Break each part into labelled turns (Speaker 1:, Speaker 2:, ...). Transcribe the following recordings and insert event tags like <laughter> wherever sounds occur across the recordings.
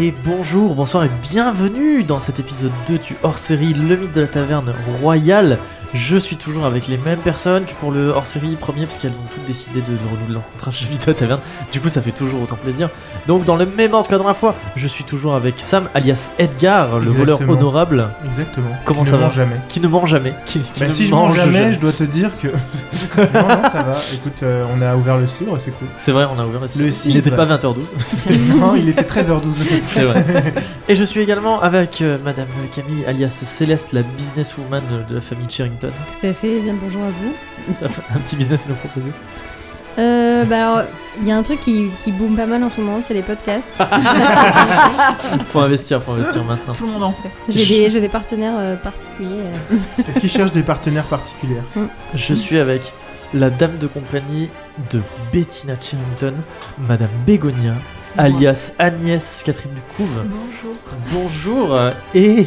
Speaker 1: Et bonjour, bonsoir et bienvenue dans cet épisode 2 du hors-série Le mythe de la taverne royale. Je suis toujours avec les mêmes personnes que pour le hors-série premier parce qu'elles ont toutes décidé de, de renouveler leur contrat chez Mythe de la taverne. Du coup, ça fait toujours autant plaisir. Donc dans le même ordre que la dernière fois, je suis toujours avec Sam alias Edgar, le voleur
Speaker 2: Exactement.
Speaker 1: honorable
Speaker 2: Exactement.
Speaker 1: Comment
Speaker 2: Qui
Speaker 1: ça
Speaker 2: ne
Speaker 1: va
Speaker 2: mange jamais.
Speaker 1: qui ne ment jamais. Qui, qui
Speaker 2: Bah,
Speaker 1: ne
Speaker 2: si je mange jamais,
Speaker 1: jamais.
Speaker 2: je dois te dire que. <laughs> non, non, ça va. Écoute, euh, on a ouvert le cidre, c'est
Speaker 1: <laughs>
Speaker 2: cool.
Speaker 1: C'est vrai, on a ouvert le site. Il
Speaker 2: cidre.
Speaker 1: n'était pas
Speaker 2: <laughs>
Speaker 1: 20h12.
Speaker 2: non, il était 13h12.
Speaker 1: C'est vrai. Et je suis également avec euh, Madame Camille, alias Céleste, la businesswoman euh, de la famille Sherrington.
Speaker 3: Tout à fait, bien le bonjour à vous.
Speaker 1: <laughs> Un petit business à nous proposer.
Speaker 3: Euh, bah alors, il y a un truc qui, qui boom pas mal en ce moment, c'est les podcasts.
Speaker 1: Ah. Faut investir, faut investir maintenant.
Speaker 4: Tout le monde en fait.
Speaker 3: J'ai des, j'ai des partenaires euh, particuliers. euh.
Speaker 2: Est-ce qu'il cherche des partenaires particuliers
Speaker 1: Je suis avec la dame de compagnie de Bettina Sherrington, Madame Bégonia, alias Agnès Catherine Ducouve.
Speaker 4: Bonjour.
Speaker 1: Bonjour euh, et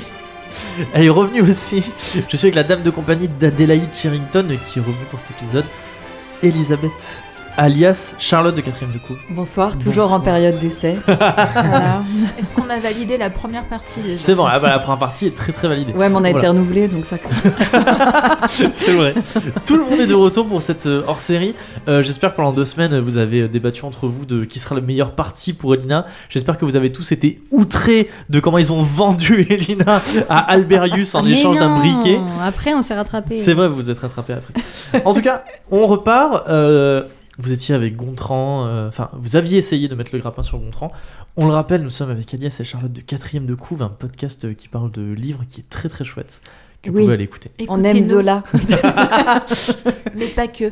Speaker 1: elle est revenue aussi. Je suis avec la dame de compagnie d'Adélaïde Sherrington euh, qui est revenue pour cet épisode, Elisabeth, alias Charlotte de Catherine Ducouve.
Speaker 5: Bonsoir, toujours
Speaker 1: Bonsoir.
Speaker 5: en période d'essai.
Speaker 1: <laughs>
Speaker 5: Voilà.
Speaker 4: Est-ce qu'on a validé la première partie déjà
Speaker 1: C'est bon, ah bah, la première partie est très très validée.
Speaker 5: Ouais, mais on a été
Speaker 1: Voilà.
Speaker 5: renouvelé, donc ça compte.
Speaker 1: <laughs> C'est vrai. Tout le monde est de retour pour cette euh, hors-série. Euh, J'espère que pendant deux semaines, vous avez euh, débattu entre vous de qui sera le meilleur parti pour Elina. J'espère que vous avez tous été outrés de comment ils ont <laughs> vendu Elina à Alberius en
Speaker 3: Mais
Speaker 1: échange d'un
Speaker 3: non,
Speaker 1: briquet.
Speaker 3: Après, on s'est rattrapé.
Speaker 1: C'est vrai, vous vous êtes rattrapé après. en tout cas, on repart. euh, vous étiez avec Gontran. euh, Enfin, vous aviez essayé de mettre le grappin sur Gontran. On le rappelle, nous sommes avec Agnès et Charlotte de Quatrième de Couve, un podcast euh, qui parle de livres qui est très très chouette. Que vous
Speaker 5: Oui.
Speaker 1: pouvez aller écouter.
Speaker 5: On aime Zola.
Speaker 4: Mais pas que.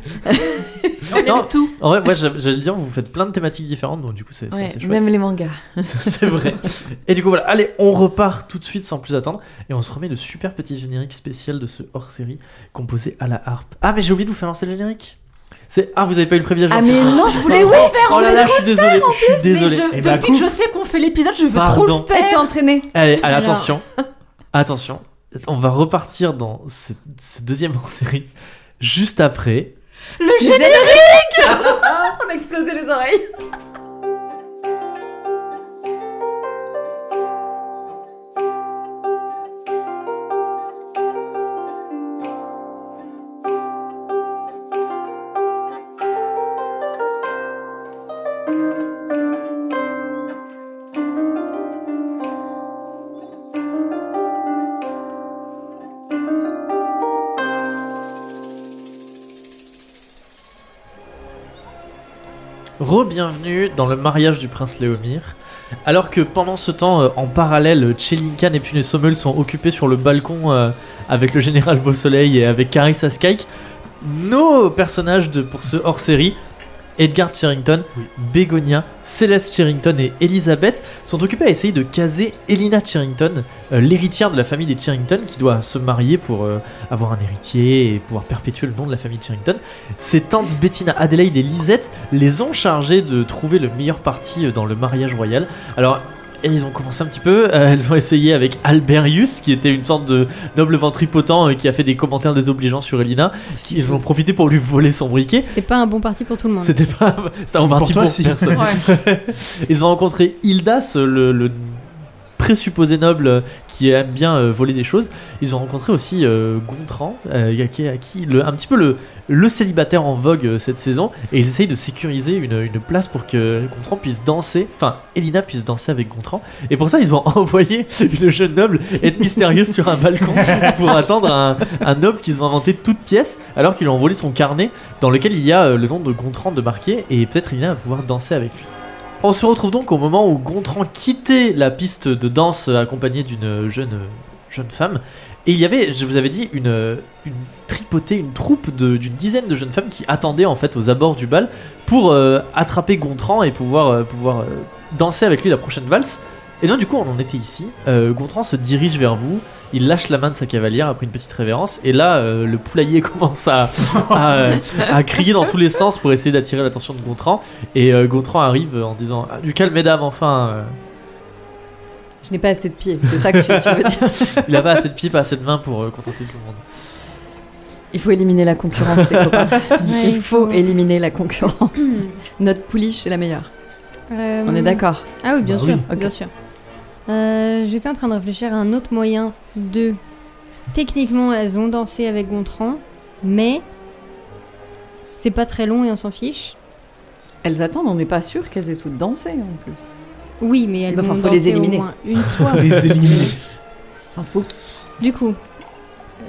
Speaker 4: on aime
Speaker 1: Non.
Speaker 4: tout.
Speaker 1: En vrai, moi j'a- j'allais dire, vous faites plein de thématiques différentes, donc du coup, c'est c'est-
Speaker 5: Ouais,
Speaker 1: c'est chouette.
Speaker 5: même les mangas.
Speaker 1: <laughs> c'est vrai. Et du coup, voilà, allez, on repart tout de suite sans plus attendre et on se remet le super petit générique spécial de ce hors série composé à la harpe. Ah, mais j'ai oublié de vous faire lancer le générique. C'est Ah, vous avez pas eu le privilège de
Speaker 5: Ah
Speaker 1: lancer-
Speaker 5: mais non, je voulais oui
Speaker 1: Oh là là, je suis désolé, je suis désolé. ben,
Speaker 4: Mais je-
Speaker 2: Eh bah,
Speaker 4: depuis que je sais qu'on fait l'épisode, je veux
Speaker 1: Pardon.
Speaker 4: trop le
Speaker 5: Elle s'est
Speaker 4: faire.
Speaker 5: entraînée.
Speaker 1: eh, Allez, allez,
Speaker 3: Alors.
Speaker 1: attention. Attention. On va repartir dans ce, ce deuxième hors série juste après.
Speaker 4: Le
Speaker 5: J'ai-
Speaker 4: générique.
Speaker 5: On a explosé les oreilles.
Speaker 1: Re-bienvenue dans le mariage du prince Léomir. Alors que pendant ce temps, euh, en parallèle, Chelinka, Neptune et Sommel sont occupés sur le balcon euh, avec le général Beau Soleil et avec Carissa Skyke, nos personnages de, pour ce hors-série, Edgar Sherrington,
Speaker 2: Oui.
Speaker 1: Bégonia, Céleste Sherrington et Elisabeth, sont occupés à essayer de caser Elina Sherrington, euh, l'héritière de la famille des Sherrington, qui doit se marier pour euh, avoir un héritier et pouvoir perpétuer le nom de la famille Sherrington. Ses tantes Bettina, Adelaide et Lisette les ont chargées de trouver le meilleur parti euh, dans le mariage royal. Alors, et ils ont commencé un petit peu, euh, elles ont essayé avec Alberius, qui était une sorte de noble ventripotent euh, qui a fait des commentaires désobligeants sur Elina. Qui- Ils ont profité pour lui voler son briquet.
Speaker 3: C'était pas un bon parti pour tout le monde.
Speaker 1: C'était pas. <laughs> Ça en partie
Speaker 2: toi,
Speaker 1: pour,
Speaker 2: si.
Speaker 4: <laughs>
Speaker 1: personne. Ils ont rencontré Hildas, le, le présupposé noble euh, qui aime bien euh, voler des choses. Ils ont rencontré aussi euh, Gontran, euh, à qui, à qui le- un petit peu le, le célibataire en vogue euh, cette saison. Et ils essayent de sécuriser une, une place pour que Gontran puisse danser, enfin Elina puisse danser avec Gontran. Et pour ça, ils ont <laughs> envoyé une jeune noble être mystérieuse sur un balcon <laughs> pour attendre un, un noble qu'ils ont inventé de toutes pièces, alors qu'ils lui ont volé son carnet dans lequel il y a euh, le nom de Gontran de marqué. Et peut-être Elina va pouvoir danser avec lui. On se retrouve donc au moment où Gontran quittait la piste de danse euh, accompagné d'une jeune, euh, jeune femme. Et il y avait, je vous avais dit, une, euh, une tripotée, une troupe de- d'une dizaine de jeunes femmes qui attendaient en fait aux abords du bal pour euh, attraper Gontran et pouvoir, euh, pouvoir euh, danser avec lui la prochaine valse. Et donc du coup on en était ici. Euh, Gontran se dirige vers vous, il lâche la main de sa cavalière après une petite révérence et là euh, le poulailler <laughs> commence à, à, euh, à crier dans tous les sens pour essayer d'attirer l'attention de Gontran. Et euh, Gontran arrive en disant Ah, Du calme, mesdames, enfin euh,
Speaker 5: Je n'ai pas assez de pieds, c'est ça que tu, tu veux dire.
Speaker 1: euh, Il a pas assez de pieds, pas assez de mains pour euh, contenter tout le monde.
Speaker 5: Il faut éliminer la concurrence, les copains.
Speaker 3: <laughs> Ouais, Hmm.
Speaker 5: Il faut éliminer la concurrence. Notre pouliche est la meilleure.
Speaker 3: Euh,
Speaker 5: On est d'accord.
Speaker 3: Ah oui, bien
Speaker 1: Bah
Speaker 3: sûr,
Speaker 1: oui.
Speaker 3: bien sûr. Euh, J'étais en train de réfléchir à un autre moyen de. Techniquement, elles ont dansé avec Gontran, mais c'est pas très long et on s'en fiche.
Speaker 5: Elles attendent, on n'est pas sûr qu'elles aient toutes dansé en plus.
Speaker 3: Oui, mais elles
Speaker 5: Bah, faut-
Speaker 3: vont
Speaker 5: faut
Speaker 3: danser
Speaker 5: les éliminer.
Speaker 3: au moins une fois.
Speaker 2: Les éliminer.
Speaker 5: Enfin, faut.
Speaker 3: Du coup,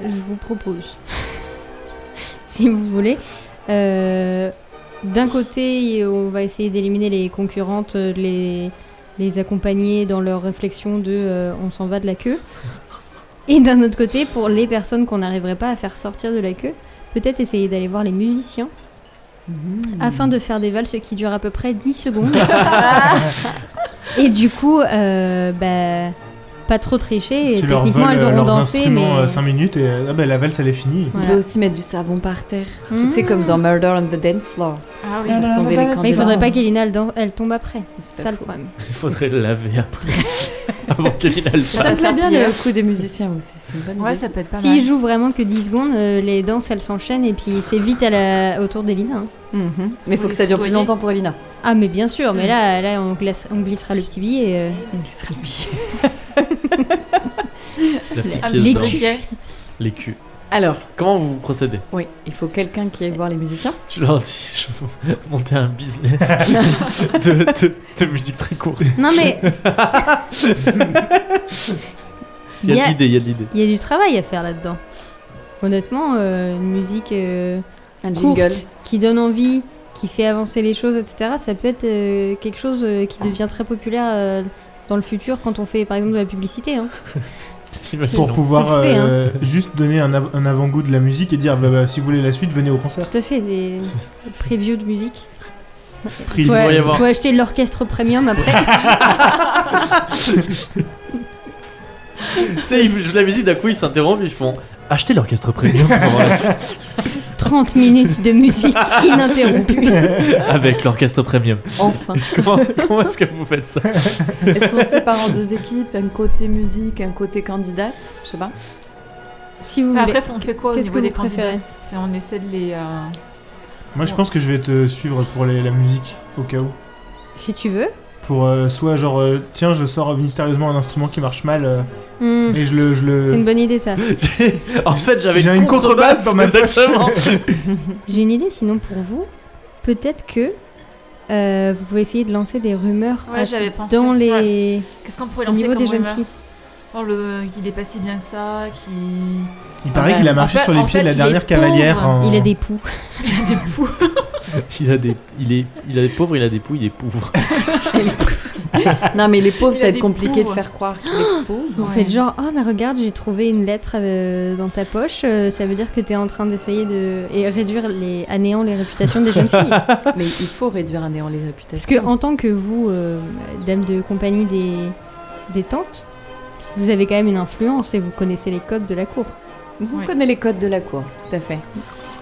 Speaker 3: je vous propose, <laughs> si vous voulez, euh, d'un côté, on va essayer d'éliminer les concurrentes, euh, les, les accompagner dans leur réflexion de euh, on s'en va de la queue. Et d'un autre côté, pour les personnes qu'on n'arriverait pas à faire sortir de la queue, peut-être essayer d'aller voir les musiciens
Speaker 2: Mmh.
Speaker 3: afin de faire des valses qui durent à peu près 10 secondes. <laughs> et du coup, euh, bah, pas trop tricher. Et
Speaker 2: Tu leur
Speaker 3: techniquement,
Speaker 2: voles,
Speaker 3: elles
Speaker 2: euh,
Speaker 3: auront
Speaker 2: leurs
Speaker 3: dansé, mais. Mmh.
Speaker 2: instruments 5 minutes et euh, ah bah la valse elle est finie.
Speaker 5: On
Speaker 3: Voilà.
Speaker 5: peut aussi mettre du savon par terre.
Speaker 3: Mmh.
Speaker 5: Tu sais, comme dans Murder on the Dance Floor.
Speaker 4: Ah oui.
Speaker 5: Faire tomber les
Speaker 3: Mais il
Speaker 5: candidats.
Speaker 3: faudrait pas qu'Elina elle, dan- elle tombe après.
Speaker 5: C'est
Speaker 3: C'est
Speaker 5: pas
Speaker 3: ça le
Speaker 5: faux.
Speaker 3: problème.
Speaker 1: Il faudrait le laver après. <laughs> Avant que Lina le fasse.
Speaker 5: Ça me plaît bien
Speaker 4: Serpillère.
Speaker 5: le coup des musiciens aussi, c'est une bonne
Speaker 4: Ouais,
Speaker 5: idée.
Speaker 4: ça peut être pas
Speaker 3: S'il
Speaker 4: mal.
Speaker 3: joue vraiment que 10 secondes, euh, les danses elles s'enchaînent et puis c'est vite à la... autour d'Elina. hein.
Speaker 5: Mhm. Mais faut
Speaker 4: Faut
Speaker 5: que ça
Speaker 4: les
Speaker 5: dure plus
Speaker 4: soudoyer.
Speaker 5: longtemps pour Elina.
Speaker 3: Ah, mais bien sûr, mais
Speaker 4: Mm.
Speaker 3: là, là on, glace- on glissera le petit billet. euh.
Speaker 5: Il sera le pire.
Speaker 1: La petite
Speaker 4: Un
Speaker 1: pièce
Speaker 4: petit
Speaker 1: d'or.
Speaker 4: briquet.
Speaker 1: Les culs.
Speaker 5: Alors,
Speaker 1: Comment vous procédez
Speaker 5: oui, il faut quelqu'un qui aille voir les musiciens.
Speaker 1: Je leur dis, <laughs> je veux monter un business de, de- de musique très courte.
Speaker 3: <laughs> Non, mais
Speaker 1: Il y
Speaker 3: Il y
Speaker 1: a
Speaker 3: a-
Speaker 1: de l'idée, il y a de l'idée.
Speaker 3: il y a du travail à faire là-dedans. Honnêtement, euh, une musique euh,
Speaker 5: Un jingle.
Speaker 3: courte qui donne envie, qui fait avancer les choses, etc., ça peut être euh, quelque chose euh, qui devient très populaire euh, dans le futur quand on fait par exemple de la publicité. hein.
Speaker 1: Imaginons.
Speaker 2: Pour pouvoir
Speaker 3: se fait, hein.
Speaker 2: euh, juste donner un, av- un avant-goût de la musique et dire bah, bah, si vous voulez la suite, venez au concert.
Speaker 3: Tout à fait, des des previews de musique.
Speaker 2: Prix
Speaker 3: Faut,
Speaker 1: va y
Speaker 3: faut
Speaker 1: avoir.
Speaker 3: acheter l'orchestre premium après. <laughs>
Speaker 1: Tu sais, ils jouent la musique, d'un coup ils s'interrompent, ils font acheter l'orchestre premium pour avoir la suite
Speaker 3: 30 minutes de
Speaker 1: <laughs>
Speaker 3: musique ininterrompue.
Speaker 1: avec l'orchestre premium.
Speaker 5: Enfin.
Speaker 1: Comment, comment est-ce que vous faites ça
Speaker 5: Est-ce qu'on se sépare en deux équipes Un côté musique, un côté candidate Je sais pas.
Speaker 3: Si vous
Speaker 4: Mais
Speaker 3: voulez.
Speaker 4: Après, on fait quoi au
Speaker 3: Qu'est-ce
Speaker 4: niveau
Speaker 3: que
Speaker 4: des
Speaker 3: vous préférez
Speaker 4: candidats C'est on essaie de les. euh,
Speaker 2: Moi je pense que je vais te suivre pour les- la musique au cas où.
Speaker 3: Si tu veux.
Speaker 2: Pour euh, soit genre euh, tiens je sors mystérieusement un instrument qui marche mal euh,
Speaker 3: Hmm,
Speaker 2: et je le je
Speaker 3: C'est une
Speaker 2: le
Speaker 3: bonne idée ça.
Speaker 1: J'ai- En fait, j'avais
Speaker 2: J'ai une contrebasse dans ma poche.
Speaker 1: exactement.
Speaker 3: J'ai une idée sinon pour vous. Peut-être que euh, vous pouvez essayer de lancer des rumeurs
Speaker 4: Ouais,
Speaker 3: à-
Speaker 4: j'avais pensé.
Speaker 3: dans
Speaker 4: Ouais.
Speaker 3: les
Speaker 4: Qu'est-ce qu'on pourrait
Speaker 3: au
Speaker 4: lancer
Speaker 3: niveau
Speaker 4: comme
Speaker 3: des jeunes
Speaker 4: rumeur
Speaker 3: filles.
Speaker 4: Oh, le... qu'il est pas si bien que ça, qui.
Speaker 2: Il paraît
Speaker 5: Ah,
Speaker 2: qu'il a
Speaker 5: en
Speaker 2: marché
Speaker 4: fait-
Speaker 2: sur les
Speaker 4: en
Speaker 2: pieds de
Speaker 4: fait,
Speaker 2: la
Speaker 4: il
Speaker 2: dernière
Speaker 4: est
Speaker 2: cavalière.
Speaker 4: pauvre.
Speaker 2: en-
Speaker 3: Il a des poux.
Speaker 4: Il a des poux.
Speaker 1: <laughs> Il a des, il est, il a des pauvres, il a des poux, il est
Speaker 2: <laughs>
Speaker 1: pauvre.
Speaker 5: Non, mais les pauvres,
Speaker 4: Il a
Speaker 5: ça va être
Speaker 4: des
Speaker 5: compliqué de
Speaker 4: pauvres.
Speaker 5: faire croire qu'il est pauvre.
Speaker 3: Vous
Speaker 4: Ouais.
Speaker 3: faites genre, oh mais regarde, j'ai trouvé une lettre euh, dans ta poche. euh, ça veut dire que t'es en train d'essayer de. et réduire les. anéant les réputations des jeunes filles.
Speaker 5: Mais il faut réduire à néant les réputations.
Speaker 3: Parce que en tant que vous, euh, dame de compagnie des, des tantes, vous avez quand même une influence et vous connaissez les codes de la cour.
Speaker 5: on
Speaker 4: Ouais.
Speaker 5: connaît les codes de la cour, tout à fait.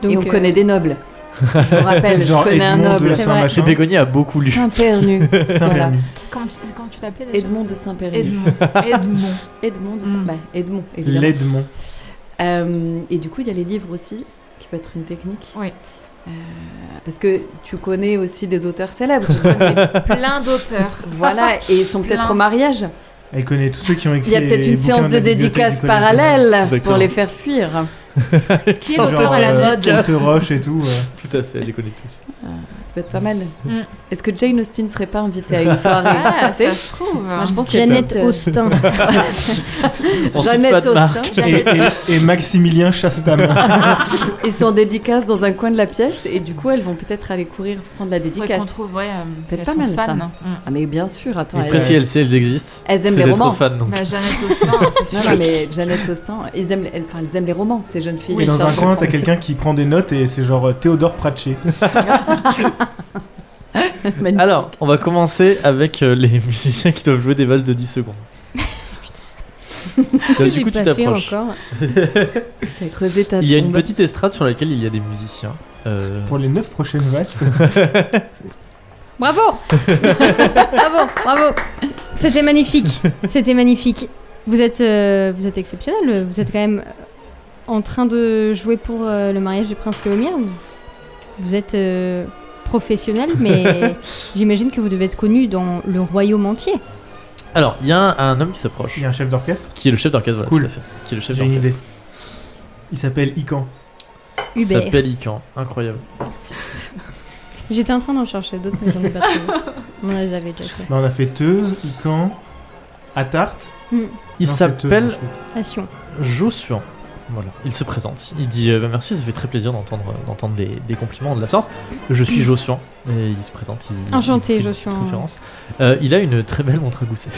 Speaker 3: Donc,
Speaker 5: Et on
Speaker 3: euh,
Speaker 5: connaît des nobles.
Speaker 2: <laughs>
Speaker 5: Je vous rappelle, je
Speaker 2: Genre
Speaker 5: connais un
Speaker 2: Edmond de
Speaker 5: noble.
Speaker 3: C'est
Speaker 2: Saint
Speaker 3: vrai.
Speaker 1: Le
Speaker 2: Machin.
Speaker 1: bégonnier a beaucoup lu. <laughs>
Speaker 5: Saint-Pernu.
Speaker 2: Saint
Speaker 5: Voilà.
Speaker 2: Bernu.
Speaker 4: Comment tu, comment tu l'appelais déjà
Speaker 5: Edmond de Saint-Pernu.
Speaker 4: Edmond. Edmond.
Speaker 5: Edmond de Saint-
Speaker 4: Mm.
Speaker 5: bah, Edmond, évidemment.
Speaker 2: L'Edmond.
Speaker 5: Euh, et du coup, il y a les livres aussi, qui peut être une technique.
Speaker 4: Oui.
Speaker 5: Euh, parce que tu connais aussi des auteurs
Speaker 4: <laughs>
Speaker 5: célèbres. tu connais-
Speaker 4: Plein d'auteurs.
Speaker 5: voilà, et ils sont peut-être
Speaker 4: Plein.
Speaker 5: au mariage.
Speaker 2: Elle connaît tous ceux qui ont écrit.
Speaker 5: Il y a peut-être
Speaker 2: les
Speaker 5: une
Speaker 2: bouquins
Speaker 5: séance
Speaker 2: de
Speaker 5: de
Speaker 2: la bibliothèque
Speaker 5: dédicace
Speaker 2: du collège de
Speaker 5: parallèle
Speaker 1: Exactement.
Speaker 5: pour les faire fuir.
Speaker 4: Qui est
Speaker 1: Genre,
Speaker 4: l'auteur à la
Speaker 2: euh,
Speaker 4: mode
Speaker 2: Walter Roche et tout. euh.
Speaker 1: Tout à fait, elle les connaît tous.
Speaker 5: Ça peut être pas mal.
Speaker 4: Mm.
Speaker 5: Est-ce que Jane Austen serait pas invitée à une soirée
Speaker 4: Ah,
Speaker 5: tu sais
Speaker 4: ça se trouve.
Speaker 5: Moi, je pense qu'elle
Speaker 3: Jeannette euh,
Speaker 5: peut-
Speaker 3: <laughs> Austin.
Speaker 1: On cite
Speaker 5: Jeannette
Speaker 1: pas de marque.
Speaker 5: Austen.
Speaker 2: Et, et- et Maximilien Chastamin.
Speaker 5: Ils sont en dédicace dans un coin de la pièce et du coup, elles vont peut-être aller courir prendre la
Speaker 4: Faudrait qu'on
Speaker 5: dédicace.
Speaker 4: trouve, ouais. euh, si
Speaker 5: C'est
Speaker 4: elles
Speaker 5: pas
Speaker 4: sont
Speaker 5: mal, ça.
Speaker 4: fans. Mm.
Speaker 5: Ah, mais bien sûr, attends.
Speaker 1: Après,
Speaker 5: elles-
Speaker 1: si elles, si elles existent,
Speaker 5: Elles aiment
Speaker 1: c'est
Speaker 5: les
Speaker 1: d'être
Speaker 5: romances.
Speaker 1: fan. Donc.
Speaker 4: Bah, Jeannette Austin, hein, c'est sûr.
Speaker 5: Non, non, mais Jeannette Austen, ils aiment, les- elles- enfin, elles aiment les romances, ces jeunes filles.
Speaker 2: Et
Speaker 5: elles
Speaker 2: dans un
Speaker 5: cherchent
Speaker 2: coin,
Speaker 5: le <laughs>
Speaker 2: t'as quelqu'un qui prend des notes et c'est genre euh, Théodore Pratchett.
Speaker 5: magnifique.
Speaker 1: Alors, on va commencer avec euh, les <laughs> musiciens qui doivent jouer des vases de 10 secondes. Parce que du
Speaker 3: J'ai
Speaker 1: coup, tu
Speaker 3: pas fait
Speaker 1: t'approches.
Speaker 3: encore.
Speaker 5: Tu as creusé ta
Speaker 1: Il y a une
Speaker 5: tombe.
Speaker 1: petite estrade sur laquelle il y a des musiciens. Euh,
Speaker 2: Pour les 9 prochaines valses.
Speaker 3: Bravo
Speaker 2: <laughs>
Speaker 3: Bravo, bravo C'était magnifique. C'était magnifique. Vous êtes, euh, vous êtes exceptionnel. Vous êtes quand même euh, en train de jouer pour euh, le mariage du prince Léomir. Vous, vous êtes euh,
Speaker 2: <laughs>
Speaker 3: professionnel, mais j'imagine que vous devez être connu dans le royaume entier.
Speaker 1: Alors, il y a un, un homme qui s'approche,
Speaker 2: Il y a un chef d'orchestre.
Speaker 1: qui est le chef d'orchestre. Voilà,
Speaker 2: Cool.
Speaker 1: tout à fait. Qui est le chef
Speaker 2: J'ai une
Speaker 1: d'orchestre.
Speaker 2: idée. Il s'appelle Ican.
Speaker 1: Il
Speaker 3: Hubert.
Speaker 1: s'appelle Ican, incroyable.
Speaker 3: J'étais en train d'en chercher d'autres, mais j'en ai pas trouvé.
Speaker 2: <laughs>
Speaker 3: On a j'avais déjà fait.
Speaker 2: Bah, on a fait Teuse, Ican, Atarte.
Speaker 1: Il
Speaker 3: Hmm,
Speaker 2: Non, c'est Teuse,
Speaker 1: s'appelle
Speaker 2: en fait.
Speaker 3: Passion.
Speaker 1: Jossuan. Voilà, il se présente. Il dit euh, bah, merci, ça fait très plaisir d'entendre euh, d'entendre des, des compliments de la sorte. Je suis Jossuan. Et il se présente. il-
Speaker 3: Enchanté,
Speaker 1: il fait une petite
Speaker 3: Jossuan.
Speaker 1: référence. Euh, il a une très belle montre à gousset.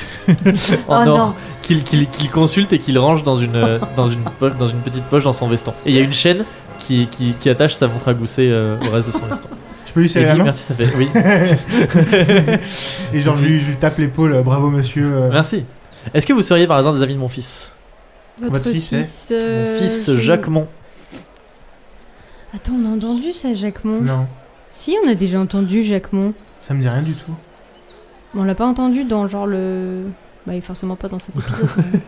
Speaker 1: en
Speaker 5: Oh
Speaker 1: or,
Speaker 5: non.
Speaker 1: Qu'il qu'il- qu'il consulte et qu'il range dans une, euh, dans, une poche- dans une petite poche dans son veston. Et il y a une chaîne qui, qui, qui attache sa montre à gousset euh, au reste de son veston.
Speaker 2: Je peux lui
Speaker 1: Il
Speaker 2: serrer la
Speaker 1: dit
Speaker 2: main
Speaker 1: merci, ça fait.
Speaker 2: <laughs>
Speaker 1: Oui.
Speaker 2: Et genre, je lui, je lui tape l'épaule. euh, Bravo, monsieur. euh,
Speaker 1: merci. Est-ce que vous seriez par hasard des amis de mon fils
Speaker 3: Votre
Speaker 2: Votre fils
Speaker 3: fils.
Speaker 2: est-
Speaker 3: euh,
Speaker 1: Mon fils
Speaker 3: c'est-
Speaker 1: Jacquemont.
Speaker 3: Attends, on a entendu ça, Jacquemont.
Speaker 2: Non,
Speaker 3: Si, on a déjà entendu Jacquemont.
Speaker 2: ça me dit rien du tout.
Speaker 3: On l'a pas entendu dans genre le. Bah, et forcément pas dans
Speaker 1: <laughs>
Speaker 3: cet épisode. mais-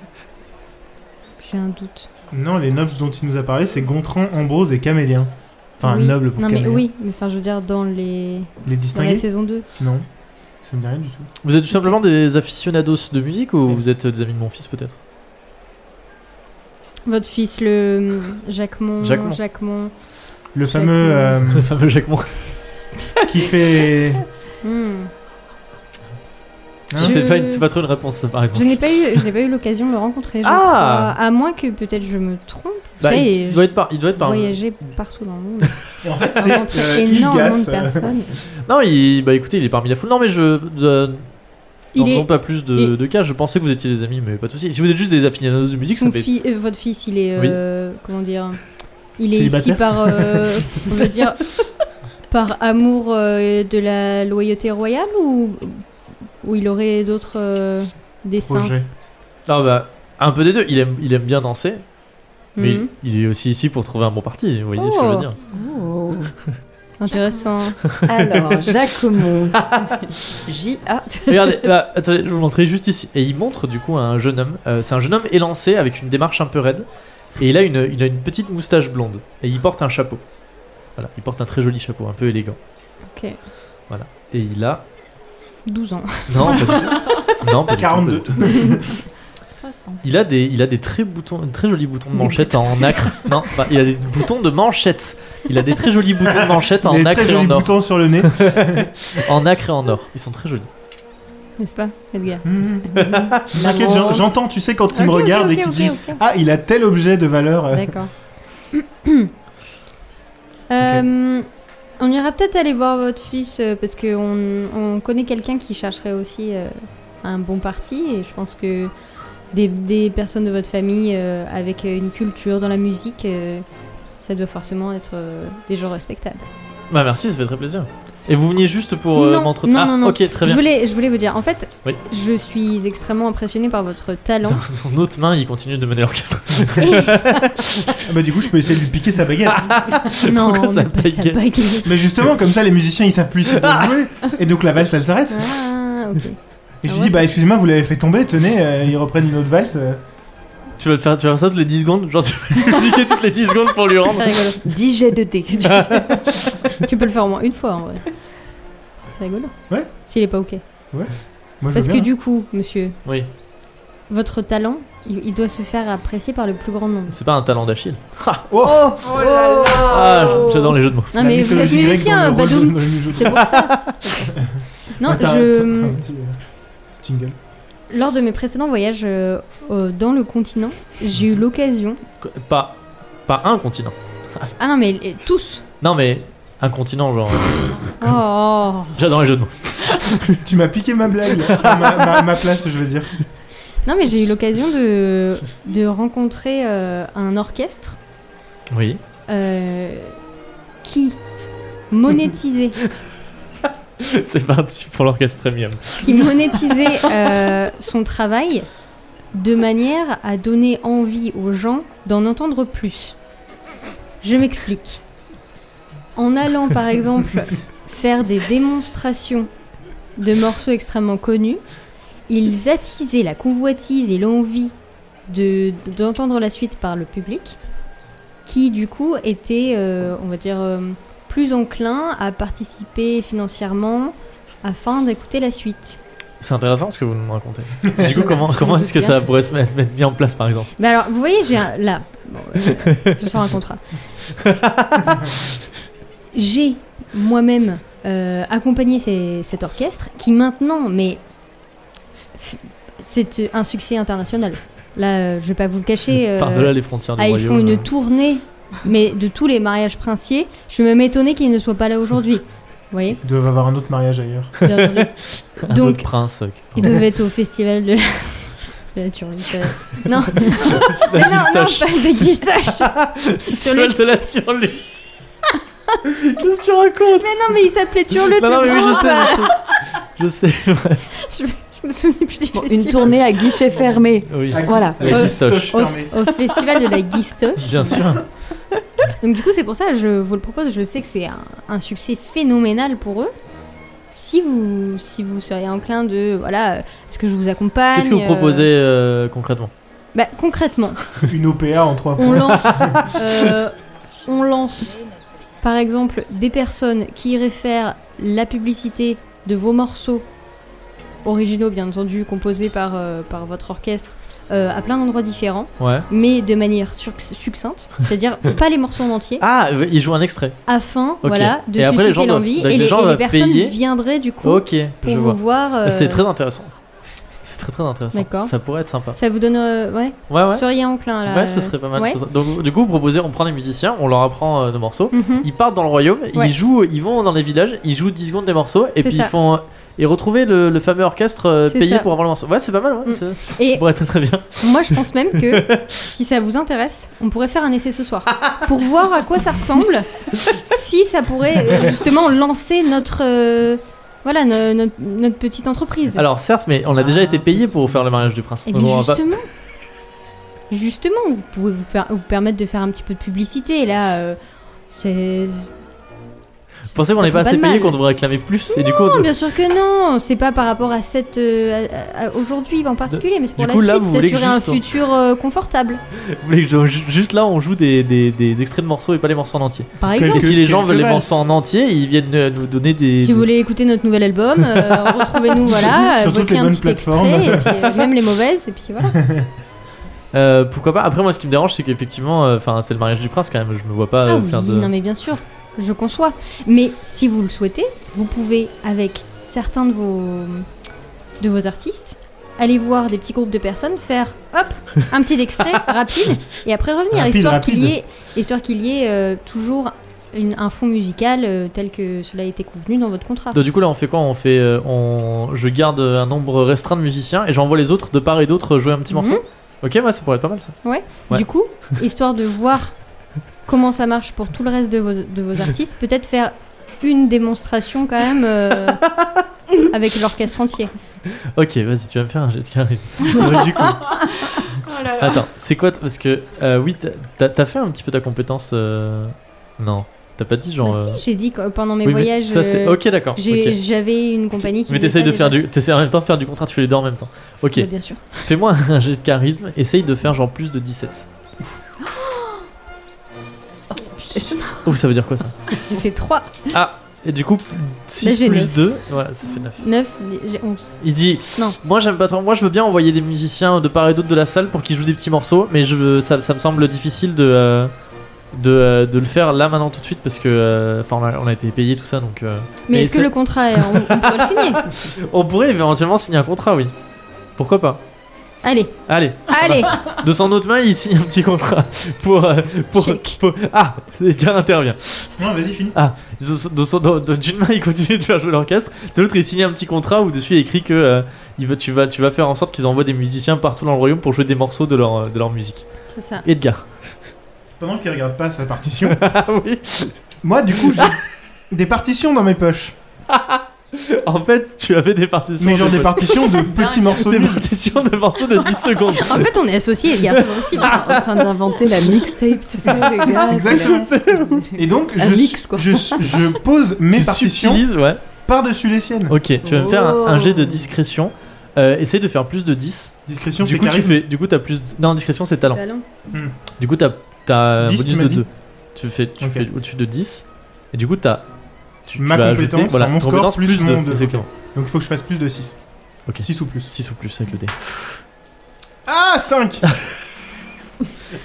Speaker 3: J'ai un doute.
Speaker 2: Non, les nobles dont il nous a parlé, c'est Gontran, Ambrose et Camélien. Enfin,
Speaker 3: Oui.
Speaker 2: noble pour
Speaker 3: Non, mais
Speaker 2: Camélien.
Speaker 3: oui, mais enfin, je veux dire, dans les.
Speaker 2: Les
Speaker 3: Dans la
Speaker 2: distingués
Speaker 3: saison 2.
Speaker 2: Non, ça me dit rien du tout.
Speaker 1: Vous êtes tout simplement des aficionados de musique ou vous êtes des amis de mon fils peut-être
Speaker 3: Votre fils, le. Jacquemont.
Speaker 1: Jacquemont.
Speaker 3: Jacquemont.
Speaker 2: Le fameux euh,
Speaker 1: <laughs> Le fameux Jacquemont.
Speaker 3: <laughs>
Speaker 2: qui fait.
Speaker 3: Hmm.
Speaker 2: Hein
Speaker 1: C'est
Speaker 3: Je-
Speaker 1: pas, une- c'est pas trop une réponse ça, par
Speaker 3: Je
Speaker 1: exemple.
Speaker 3: n'ai pas eu, je n'ai pas eu l'occasion de le rencontrer. je
Speaker 1: Ah
Speaker 3: crois. À moins que peut-être je me trompe. Vous
Speaker 1: Bah,
Speaker 3: savez,
Speaker 1: il,
Speaker 3: je
Speaker 1: doit être par, il doit être par-
Speaker 3: voyageais partout dans
Speaker 1: <laughs>
Speaker 3: le monde.
Speaker 2: Et en fait,
Speaker 3: J'ai
Speaker 2: c'est
Speaker 3: rencontré
Speaker 2: euh,
Speaker 3: énormément
Speaker 2: Igas,
Speaker 3: de
Speaker 2: euh,
Speaker 3: personnes.
Speaker 1: Non, il, bah écoutez, il est parmi la foule. Non, mais je. je
Speaker 3: Il
Speaker 1: n'en
Speaker 3: est.
Speaker 1: faisons pas plus de,
Speaker 3: il-
Speaker 1: de cas. Je pensais que vous étiez des amis, mais pas de soucis. Si vous êtes juste des aficionados de musique,
Speaker 3: son
Speaker 1: ça fait.
Speaker 3: fi- euh, votre fils, il est.
Speaker 1: Oui.
Speaker 3: euh, comment dire Il est ici
Speaker 2: Célibataire
Speaker 3: par.
Speaker 1: <laughs>
Speaker 3: euh, on veut dire. Par amour euh, de la loyauté royale ou. Ou il aurait d'autres euh, dessins
Speaker 2: projet.
Speaker 1: Non, bah, un peu des deux. Il aime, il aime bien danser, mais
Speaker 3: Mhm.
Speaker 1: il est aussi ici pour trouver un bon parti. Vous voyez ce que je veux dire
Speaker 5: Oh.
Speaker 3: Intéressant.
Speaker 5: Alors,
Speaker 1: <laughs>
Speaker 5: Jacquemont. J A.
Speaker 1: Regardez, <laughs> bah, attendez, je vais vous montrer juste ici. Et il montre du coup à un jeune homme. Euh, c'est un jeune homme élancé avec une démarche un peu raide. Et il a, une, il a une petite moustache blonde. Et il porte un chapeau. Voilà, il porte un très joli chapeau, un peu élégant.
Speaker 3: Ok.
Speaker 1: Voilà. Et il a.
Speaker 3: 12 ans. <laughs>
Speaker 1: Non, pas du tout. Non, pas du tout, pas du
Speaker 2: 42.
Speaker 1: tout.
Speaker 4: 60.
Speaker 1: Il a des, il a des très, boutons, très jolis boutons de manchette en acre. Non, bah, il a des boutons de manchette. Il a des très jolis boutons de manchette en
Speaker 2: Il a
Speaker 1: acre
Speaker 2: très
Speaker 1: et
Speaker 2: joli
Speaker 1: en or.
Speaker 2: bouton sur le nez.
Speaker 1: En acre et en or. Ils sont très jolis.
Speaker 3: N'est-ce pas, Edgar
Speaker 2: Mmh. T'inquiète,
Speaker 5: montre.
Speaker 2: j'en- j'entends, tu sais, quand il me
Speaker 3: Ok, ok,
Speaker 2: regarde
Speaker 3: ok,
Speaker 2: et qu'il
Speaker 3: ok,
Speaker 2: dit
Speaker 3: ok.
Speaker 2: Ah, il a tel objet de valeur.
Speaker 1: <coughs>
Speaker 2: euh,
Speaker 3: D'accord. Euh, On ira peut-être aller voir votre fils euh, parce qu'on on connaît quelqu'un qui chercherait aussi euh, un bon parti et je pense que des, des personnes de votre famille euh, avec euh, une culture dans la musique, euh, ça doit forcément être euh, des gens respectables.
Speaker 1: Bah merci, ça fait très plaisir. Et vous veniez juste pour euh,
Speaker 3: Non,
Speaker 1: m'entretenir.
Speaker 3: non, non, non.
Speaker 1: Ah, ok, très
Speaker 3: Je
Speaker 1: bien.
Speaker 3: voulais, je voulais vous dire, en fait,
Speaker 1: Oui.
Speaker 3: je suis extrêmement impressionnée par votre talent.
Speaker 1: Dans son autre main, il continue de mener l'orchestre.
Speaker 2: ah bah, du coup, je peux essayer de lui piquer sa baguette.
Speaker 3: non,
Speaker 1: Pourquoi ça
Speaker 3: mais pas
Speaker 1: baguette
Speaker 3: baguette.
Speaker 2: Mais justement, comme ça, les musiciens ils savent plus s'ils doivent jouer. Et donc la valse elle s'arrête.
Speaker 3: Ah, ok.
Speaker 2: Et je lui
Speaker 3: Ah ouais.
Speaker 2: dis Bah, excusez-moi, vous l'avez fait tomber, tenez, euh, ils reprennent une autre valse. euh.
Speaker 1: <laughs> tu, vas le faire, tu vas faire ça toutes les 10 secondes Genre, tu vas <laughs> lui piquer toutes les 10 secondes pour lui rendre
Speaker 3: C'est rigolo.
Speaker 5: 10 jets
Speaker 1: <laughs>
Speaker 5: de dés.
Speaker 3: Tu peux le faire au moins une fois en vrai.
Speaker 2: <laughs>
Speaker 3: C'est rigolo.
Speaker 2: Ouais.
Speaker 3: S'il est pas ok.
Speaker 2: Moi, je
Speaker 3: Parce
Speaker 2: veux
Speaker 3: que
Speaker 2: bien,
Speaker 3: du coup, monsieur,
Speaker 1: Oui,
Speaker 3: votre talent, il, il doit se faire apprécier par le plus grand nombre.
Speaker 1: c'est pas un talent d'Achille.
Speaker 2: hein. Oh
Speaker 4: Oh là là
Speaker 1: Ah, j'adore les jeux de mots.
Speaker 3: Non
Speaker 2: La
Speaker 3: mais vous êtes
Speaker 2: mythologie grecque
Speaker 3: musicien,
Speaker 2: dans le rôle
Speaker 3: Badoum,
Speaker 2: de-
Speaker 3: c'est pour ça. <laughs>
Speaker 2: <laughs>
Speaker 3: Non,
Speaker 2: Attends, attends,
Speaker 3: je,
Speaker 2: attends, un petit, euh, Jingle. <laughs>
Speaker 3: lors de mes précédents voyages euh, euh, dans le continent, j'ai eu l'occasion.
Speaker 1: Qu- Pas, pas un continent.
Speaker 3: Ah non mais euh, tous.
Speaker 1: Non, mais un continent, genre. <laughs> euh,
Speaker 3: Oh.
Speaker 1: J'adore les jeux de mots.
Speaker 2: Tu m'as piqué ma blague, Enfin, ma, ma- ma place, je veux dire.
Speaker 3: Non mais j'ai eu l'occasion de de rencontrer euh, un orchestre
Speaker 1: Oui.
Speaker 3: euh,
Speaker 2: <laughs>
Speaker 3: qui monétisait
Speaker 1: <laughs> C'est parti pour l'orchestre premium.
Speaker 3: qui monétisait euh, son travail de manière à donner envie aux gens d'en entendre plus. Je m'explique. En allant par exemple faire des démonstrations de morceaux extrêmement connus, ils attisaient la convoitise et l'envie de- d'entendre la suite par le public, qui du coup était, euh, on va dire, euh, plus enclin à participer financièrement afin d'écouter la suite.
Speaker 1: C'est intéressant ce que vous nous <laughs> racontez. du coup, comment, comment est-ce que
Speaker 3: Bien.
Speaker 1: ça pourrait se mettre, mettre bien en place, par exemple
Speaker 3: Mais alors, vous voyez, j'ai un. Là, bon,
Speaker 1: <laughs>
Speaker 3: euh, je sors un contrat. j'ai moi-même euh, accompagné ces- cet orchestre qui, maintenant, mais. f- C'est euh, un succès international. Là, euh, je vais pas vous le cacher. euh,
Speaker 1: Par-delà les frontières du
Speaker 3: ah, ils
Speaker 1: royaume. euh,
Speaker 3: font une tournée, mais de tous les mariages princiers. Je suis même étonnée qu'ils ne soient pas là aujourd'hui. Vous voyez
Speaker 2: Ils doivent avoir un autre mariage ailleurs.
Speaker 3: Bien entendu.
Speaker 1: Un
Speaker 3: Donc-
Speaker 1: autre prince. euh,
Speaker 3: Ils
Speaker 1: <laughs> qui-
Speaker 3: devaient être au festival de la, de la
Speaker 1: <laughs>
Speaker 3: Turie. ça- Non, Mais non, non,
Speaker 1: pistache.
Speaker 3: pas
Speaker 1: <laughs>
Speaker 3: le déguisage.
Speaker 1: Festival de la Turlute.
Speaker 3: <laughs>
Speaker 1: Qu'est-ce que tu racontes
Speaker 3: Mais non, mais il s'appelait Turlute.
Speaker 1: Non, non,
Speaker 3: le
Speaker 1: mais oui,
Speaker 3: grand,
Speaker 1: je
Speaker 3: bah,
Speaker 1: sais, je sais. Je sais.
Speaker 3: <laughs> Je me souviens plus du
Speaker 5: Bon, une
Speaker 3: festival.
Speaker 5: tournée à guichet fermé.
Speaker 1: Oui,
Speaker 5: Voilà.
Speaker 1: La
Speaker 2: Euh,
Speaker 1: guistoche.
Speaker 2: stoche fermée.
Speaker 3: Au, au festival de la Guistoche.
Speaker 1: bien sûr.
Speaker 3: Donc du coup, c'est pour ça, je vous le propose. Je sais que c'est un, un succès phénoménal pour eux. Si vous, si vous seriez enclin de, voilà, euh, est-ce que je vous accompagne
Speaker 1: Qu'est-ce que vous
Speaker 3: euh,
Speaker 1: proposez euh, concrètement
Speaker 3: bah, concrètement,
Speaker 2: Une OPA en trois
Speaker 1: <laughs>
Speaker 3: on
Speaker 2: points.
Speaker 3: lance, euh, on lance, par exemple, des personnes qui iraient faire la publicité de vos morceaux originaux, bien entendu, composés par, euh, par votre orchestre, euh, à plein d'endroits différents.
Speaker 1: Ouais.
Speaker 3: mais de manière sur-
Speaker 1: <laughs>
Speaker 3: succincte, c'est-à-dire pas les morceaux en entier,
Speaker 1: Ah, il joue un extrait.
Speaker 3: afin
Speaker 1: Ok.
Speaker 3: voilà, de
Speaker 1: Et après, les gens
Speaker 3: susciter
Speaker 1: doivent-
Speaker 3: l'envie. Et
Speaker 1: donc
Speaker 3: les,
Speaker 1: les gens
Speaker 3: et les
Speaker 1: doivent
Speaker 3: personnes
Speaker 1: payer.
Speaker 3: viendraient du coup
Speaker 1: Ok,
Speaker 3: pour
Speaker 1: je
Speaker 3: vous
Speaker 1: vois.
Speaker 3: voir. euh,
Speaker 1: C'est très intéressant. C'est très très intéressant.
Speaker 3: D'accord.
Speaker 1: Ça pourrait être sympa.
Speaker 3: Ça vous donne. euh, ouais,
Speaker 1: Ouais, ouais.
Speaker 3: seriez enclin là.
Speaker 1: Ouais, ce serait pas mal.
Speaker 3: ouais.
Speaker 1: ce serait- Donc, du coup, vous proposez, on prend les musiciens, on leur apprend euh, nos morceaux.
Speaker 3: Mhm.
Speaker 1: Ils partent dans le royaume,
Speaker 3: Ouais.
Speaker 1: ils jouent, ils vont dans les villages, ils jouent 10 secondes des morceaux et
Speaker 3: C'est
Speaker 1: puis
Speaker 3: ça.
Speaker 1: ils font. euh, Et retrouver le, le fameux orchestre euh,
Speaker 3: C'est
Speaker 1: payé
Speaker 3: ça.
Speaker 1: pour avoir le morceau. Ouais, c'est pas mal, ouais.
Speaker 3: Mm.
Speaker 1: Ça
Speaker 3: Et
Speaker 1: ça pourrait être très très bien.
Speaker 3: moi je pense même
Speaker 1: <laughs>
Speaker 3: que si ça vous intéresse, on pourrait faire un essai ce soir pour voir à quoi ça ressemble, si ça pourrait euh, justement lancer notre. euh, voilà, no- notre, notre petite entreprise.
Speaker 1: Alors, certes, mais on a déjà
Speaker 2: Ah,
Speaker 1: été payé pour faire le mariage du prince.
Speaker 3: Eh
Speaker 1: Donc, on
Speaker 3: bien
Speaker 1: va pas-
Speaker 3: justement, justement, vous pouvez vous, faire, vous permettre de faire un petit peu de publicité. Là, euh, c'est.
Speaker 1: Vous pensez qu'on
Speaker 3: ça
Speaker 1: n'est pas
Speaker 3: fait
Speaker 1: assez
Speaker 3: de
Speaker 1: payé,
Speaker 3: mal.
Speaker 1: qu'on devrait réclamer plus et du coup, on-
Speaker 3: Non, bien sûr que non. C'est pas par rapport à cette euh, à- à- aujourd'hui en particulier, mais c'est pour
Speaker 1: du
Speaker 3: la
Speaker 1: coup, là, vous
Speaker 3: suite,
Speaker 1: voulez que
Speaker 3: s'assurer un
Speaker 1: juste on-
Speaker 3: futur euh, confortable.
Speaker 1: vous voulez que je- juste là, on joue des, des- des extraits de morceaux et pas les morceaux en entier.
Speaker 3: Par
Speaker 2: Quel-
Speaker 3: exemple,
Speaker 1: Et si les gens
Speaker 2: quelques
Speaker 1: veulent les
Speaker 2: valses.
Speaker 1: morceaux en entier, ils viennent euh, nous donner des.
Speaker 3: si
Speaker 1: des-
Speaker 3: vous voulez écouter notre nouvel album,
Speaker 1: <laughs>
Speaker 3: euh, retrouvez-nous. Voilà, euh,
Speaker 2: Sur toutes
Speaker 3: voici
Speaker 2: les
Speaker 3: un
Speaker 2: bonnes
Speaker 3: petit
Speaker 2: plateformes.
Speaker 3: extrait, et puis, euh, même les mauvaises, et puis voilà.
Speaker 1: Euh, pourquoi pas Après, moi, ce qui me dérange, c'est qu'effectivement, euh, enfin, c'est le mariage du prince quand même. Je me vois pas
Speaker 3: Ah
Speaker 1: euh,
Speaker 3: oui,
Speaker 1: faire de.
Speaker 3: non mais bien sûr, je conçois. Mais si vous le souhaitez, vous pouvez, avec certains de vos, de vos artistes, aller voir des petits groupes de personnes faire, hop, un petit
Speaker 1: <laughs>
Speaker 3: extrait rapide, et après revenir,
Speaker 2: Rapide,
Speaker 3: histoire
Speaker 2: rapide.
Speaker 3: qu'il y ait, histoire qu'il y ait euh, toujours une- un fond musical euh, tel que cela a été convenu dans votre contrat.
Speaker 1: Donc, du coup, là, on fait quoi On fait. euh, on... Je garde euh, un nombre restreint de musiciens et j'envoie les autres de part et d'autre jouer un petit
Speaker 3: Mhm.
Speaker 1: morceau. Ok, ouais, ça pourrait être pas mal ça. ouais.
Speaker 3: Du coup, histoire de voir comment ça marche pour tout le reste de vos, de vos artistes, peut-être faire une démonstration quand même
Speaker 1: <laughs>
Speaker 3: euh, avec l'orchestre entier.
Speaker 1: Ok, vas-y, tu vas me faire un jet de carré.
Speaker 3: <laughs>
Speaker 1: Donc, du coup,
Speaker 4: Oh là là.
Speaker 1: attends, c'est quoi t- Parce que, euh, oui, t'as- t'as t'as fait un petit peu ta compétence. euh, Non, t'as pas dit genre.
Speaker 3: Bah
Speaker 1: euh,
Speaker 3: si, j'ai dit que pendant mes
Speaker 1: oui, mais
Speaker 3: voyages,
Speaker 1: Ça, c'est...
Speaker 3: euh,
Speaker 1: Ok, d'accord.
Speaker 3: j'ai-
Speaker 1: ok.
Speaker 3: j'avais une compagnie qui.
Speaker 1: Mais
Speaker 3: faisait
Speaker 1: t'essayes
Speaker 3: ça
Speaker 1: de
Speaker 3: déjà.
Speaker 1: faire du. T'essayes en même temps de faire du contrat, tu fais les deux en même temps. Ok,
Speaker 3: Bah, bien sûr.
Speaker 1: fais-moi <laughs> un jet de charisme, essaye de faire genre plus de 17.
Speaker 3: Oh,
Speaker 1: Ouh, ça veut dire quoi ça
Speaker 3: J'ai fait 3,
Speaker 1: Et du coup, 6
Speaker 3: Bah, j'ai
Speaker 1: plus
Speaker 3: neuf.
Speaker 1: 2, voilà, ça fait 9.
Speaker 3: 9, j'ai 11.
Speaker 1: Il dit
Speaker 3: Non.
Speaker 1: Moi j'aime pas trop, moi je veux bien envoyer des musiciens de part et d'autre de la salle pour qu'ils jouent des petits morceaux, mais je, ça, ça me semble difficile de, euh, de, euh, de le faire là maintenant tout de suite parce que euh, enfin on, a- on a été payé tout ça donc. euh,
Speaker 3: Mais,
Speaker 1: Mais
Speaker 3: est-ce que
Speaker 1: ça-
Speaker 3: le contrat, est- on, on pourrait le signer
Speaker 1: on pourrait éventuellement signer un contrat, oui. Pourquoi pas
Speaker 3: Allez,
Speaker 1: Allez, <laughs>
Speaker 3: allez
Speaker 1: de son autre main il signe un petit contrat pour. euh, pour,
Speaker 3: Check.
Speaker 1: pour- ah, Edgar intervient.
Speaker 2: Non, vas-y, finis.
Speaker 1: De son- de son- de- de- D'une main il continue de faire jouer l'orchestre, de l'autre il signe un petit contrat où dessus il est écrit que euh, il veut, tu, vas, tu vas faire en sorte qu'ils envoient des musiciens partout dans le royaume pour jouer des morceaux de leur, euh, de leur musique.
Speaker 3: C'est ça.
Speaker 1: Edgar.
Speaker 2: Pendant qu'il regarde pas sa partition,
Speaker 1: Ah oui
Speaker 2: moi, du coup, j'ai des partitions dans mes poches.
Speaker 1: En fait, tu avais des partitions.
Speaker 2: Mais genre
Speaker 1: de-
Speaker 2: des partitions de petits morceaux de
Speaker 1: Des
Speaker 2: musique.
Speaker 1: partitions de morceaux de 10 secondes.
Speaker 3: En fait, on est associés, les gars. c'est possible.
Speaker 5: en train d'inventer la mixtape, tu sais, les gars.
Speaker 2: Exactement. Et donc,
Speaker 5: Ah, Un
Speaker 2: je,
Speaker 5: mix, quoi.
Speaker 2: je, je pose <laughs> mes
Speaker 1: tu Oh.
Speaker 2: partitions
Speaker 1: subtilises, ouais.
Speaker 2: par-dessus les siennes.
Speaker 1: Ok, tu vas me faire un, un jet de
Speaker 5: Oh.
Speaker 1: discrétion. Euh, essaye de faire plus de 10.
Speaker 2: Discrétion,
Speaker 1: du
Speaker 2: c'est
Speaker 1: coup, tu
Speaker 2: charisme.
Speaker 1: fais, du coup, t'as plus. de- Non, discrétion, c'est talent.
Speaker 3: Talent.
Speaker 1: Du coup, t'as, t'as un
Speaker 2: 10,
Speaker 1: bonus
Speaker 2: tu m'as
Speaker 1: de
Speaker 2: dit
Speaker 1: 2. Tu fais, tu
Speaker 2: Ok.
Speaker 1: fais au-dessus de 10. Et du coup, t'as. Tu,
Speaker 2: Ma
Speaker 1: tu vas
Speaker 2: compétence,
Speaker 1: ajouter, voilà,
Speaker 2: mon
Speaker 1: compétence
Speaker 2: score, plus
Speaker 1: plus
Speaker 2: mon
Speaker 1: 2.
Speaker 2: deux.
Speaker 1: Exactement.
Speaker 2: Donc, il faut que je fasse plus de 6.
Speaker 1: Ok.
Speaker 2: 6 ou plus.
Speaker 1: 6 ou plus avec le dé.
Speaker 2: Ah, 5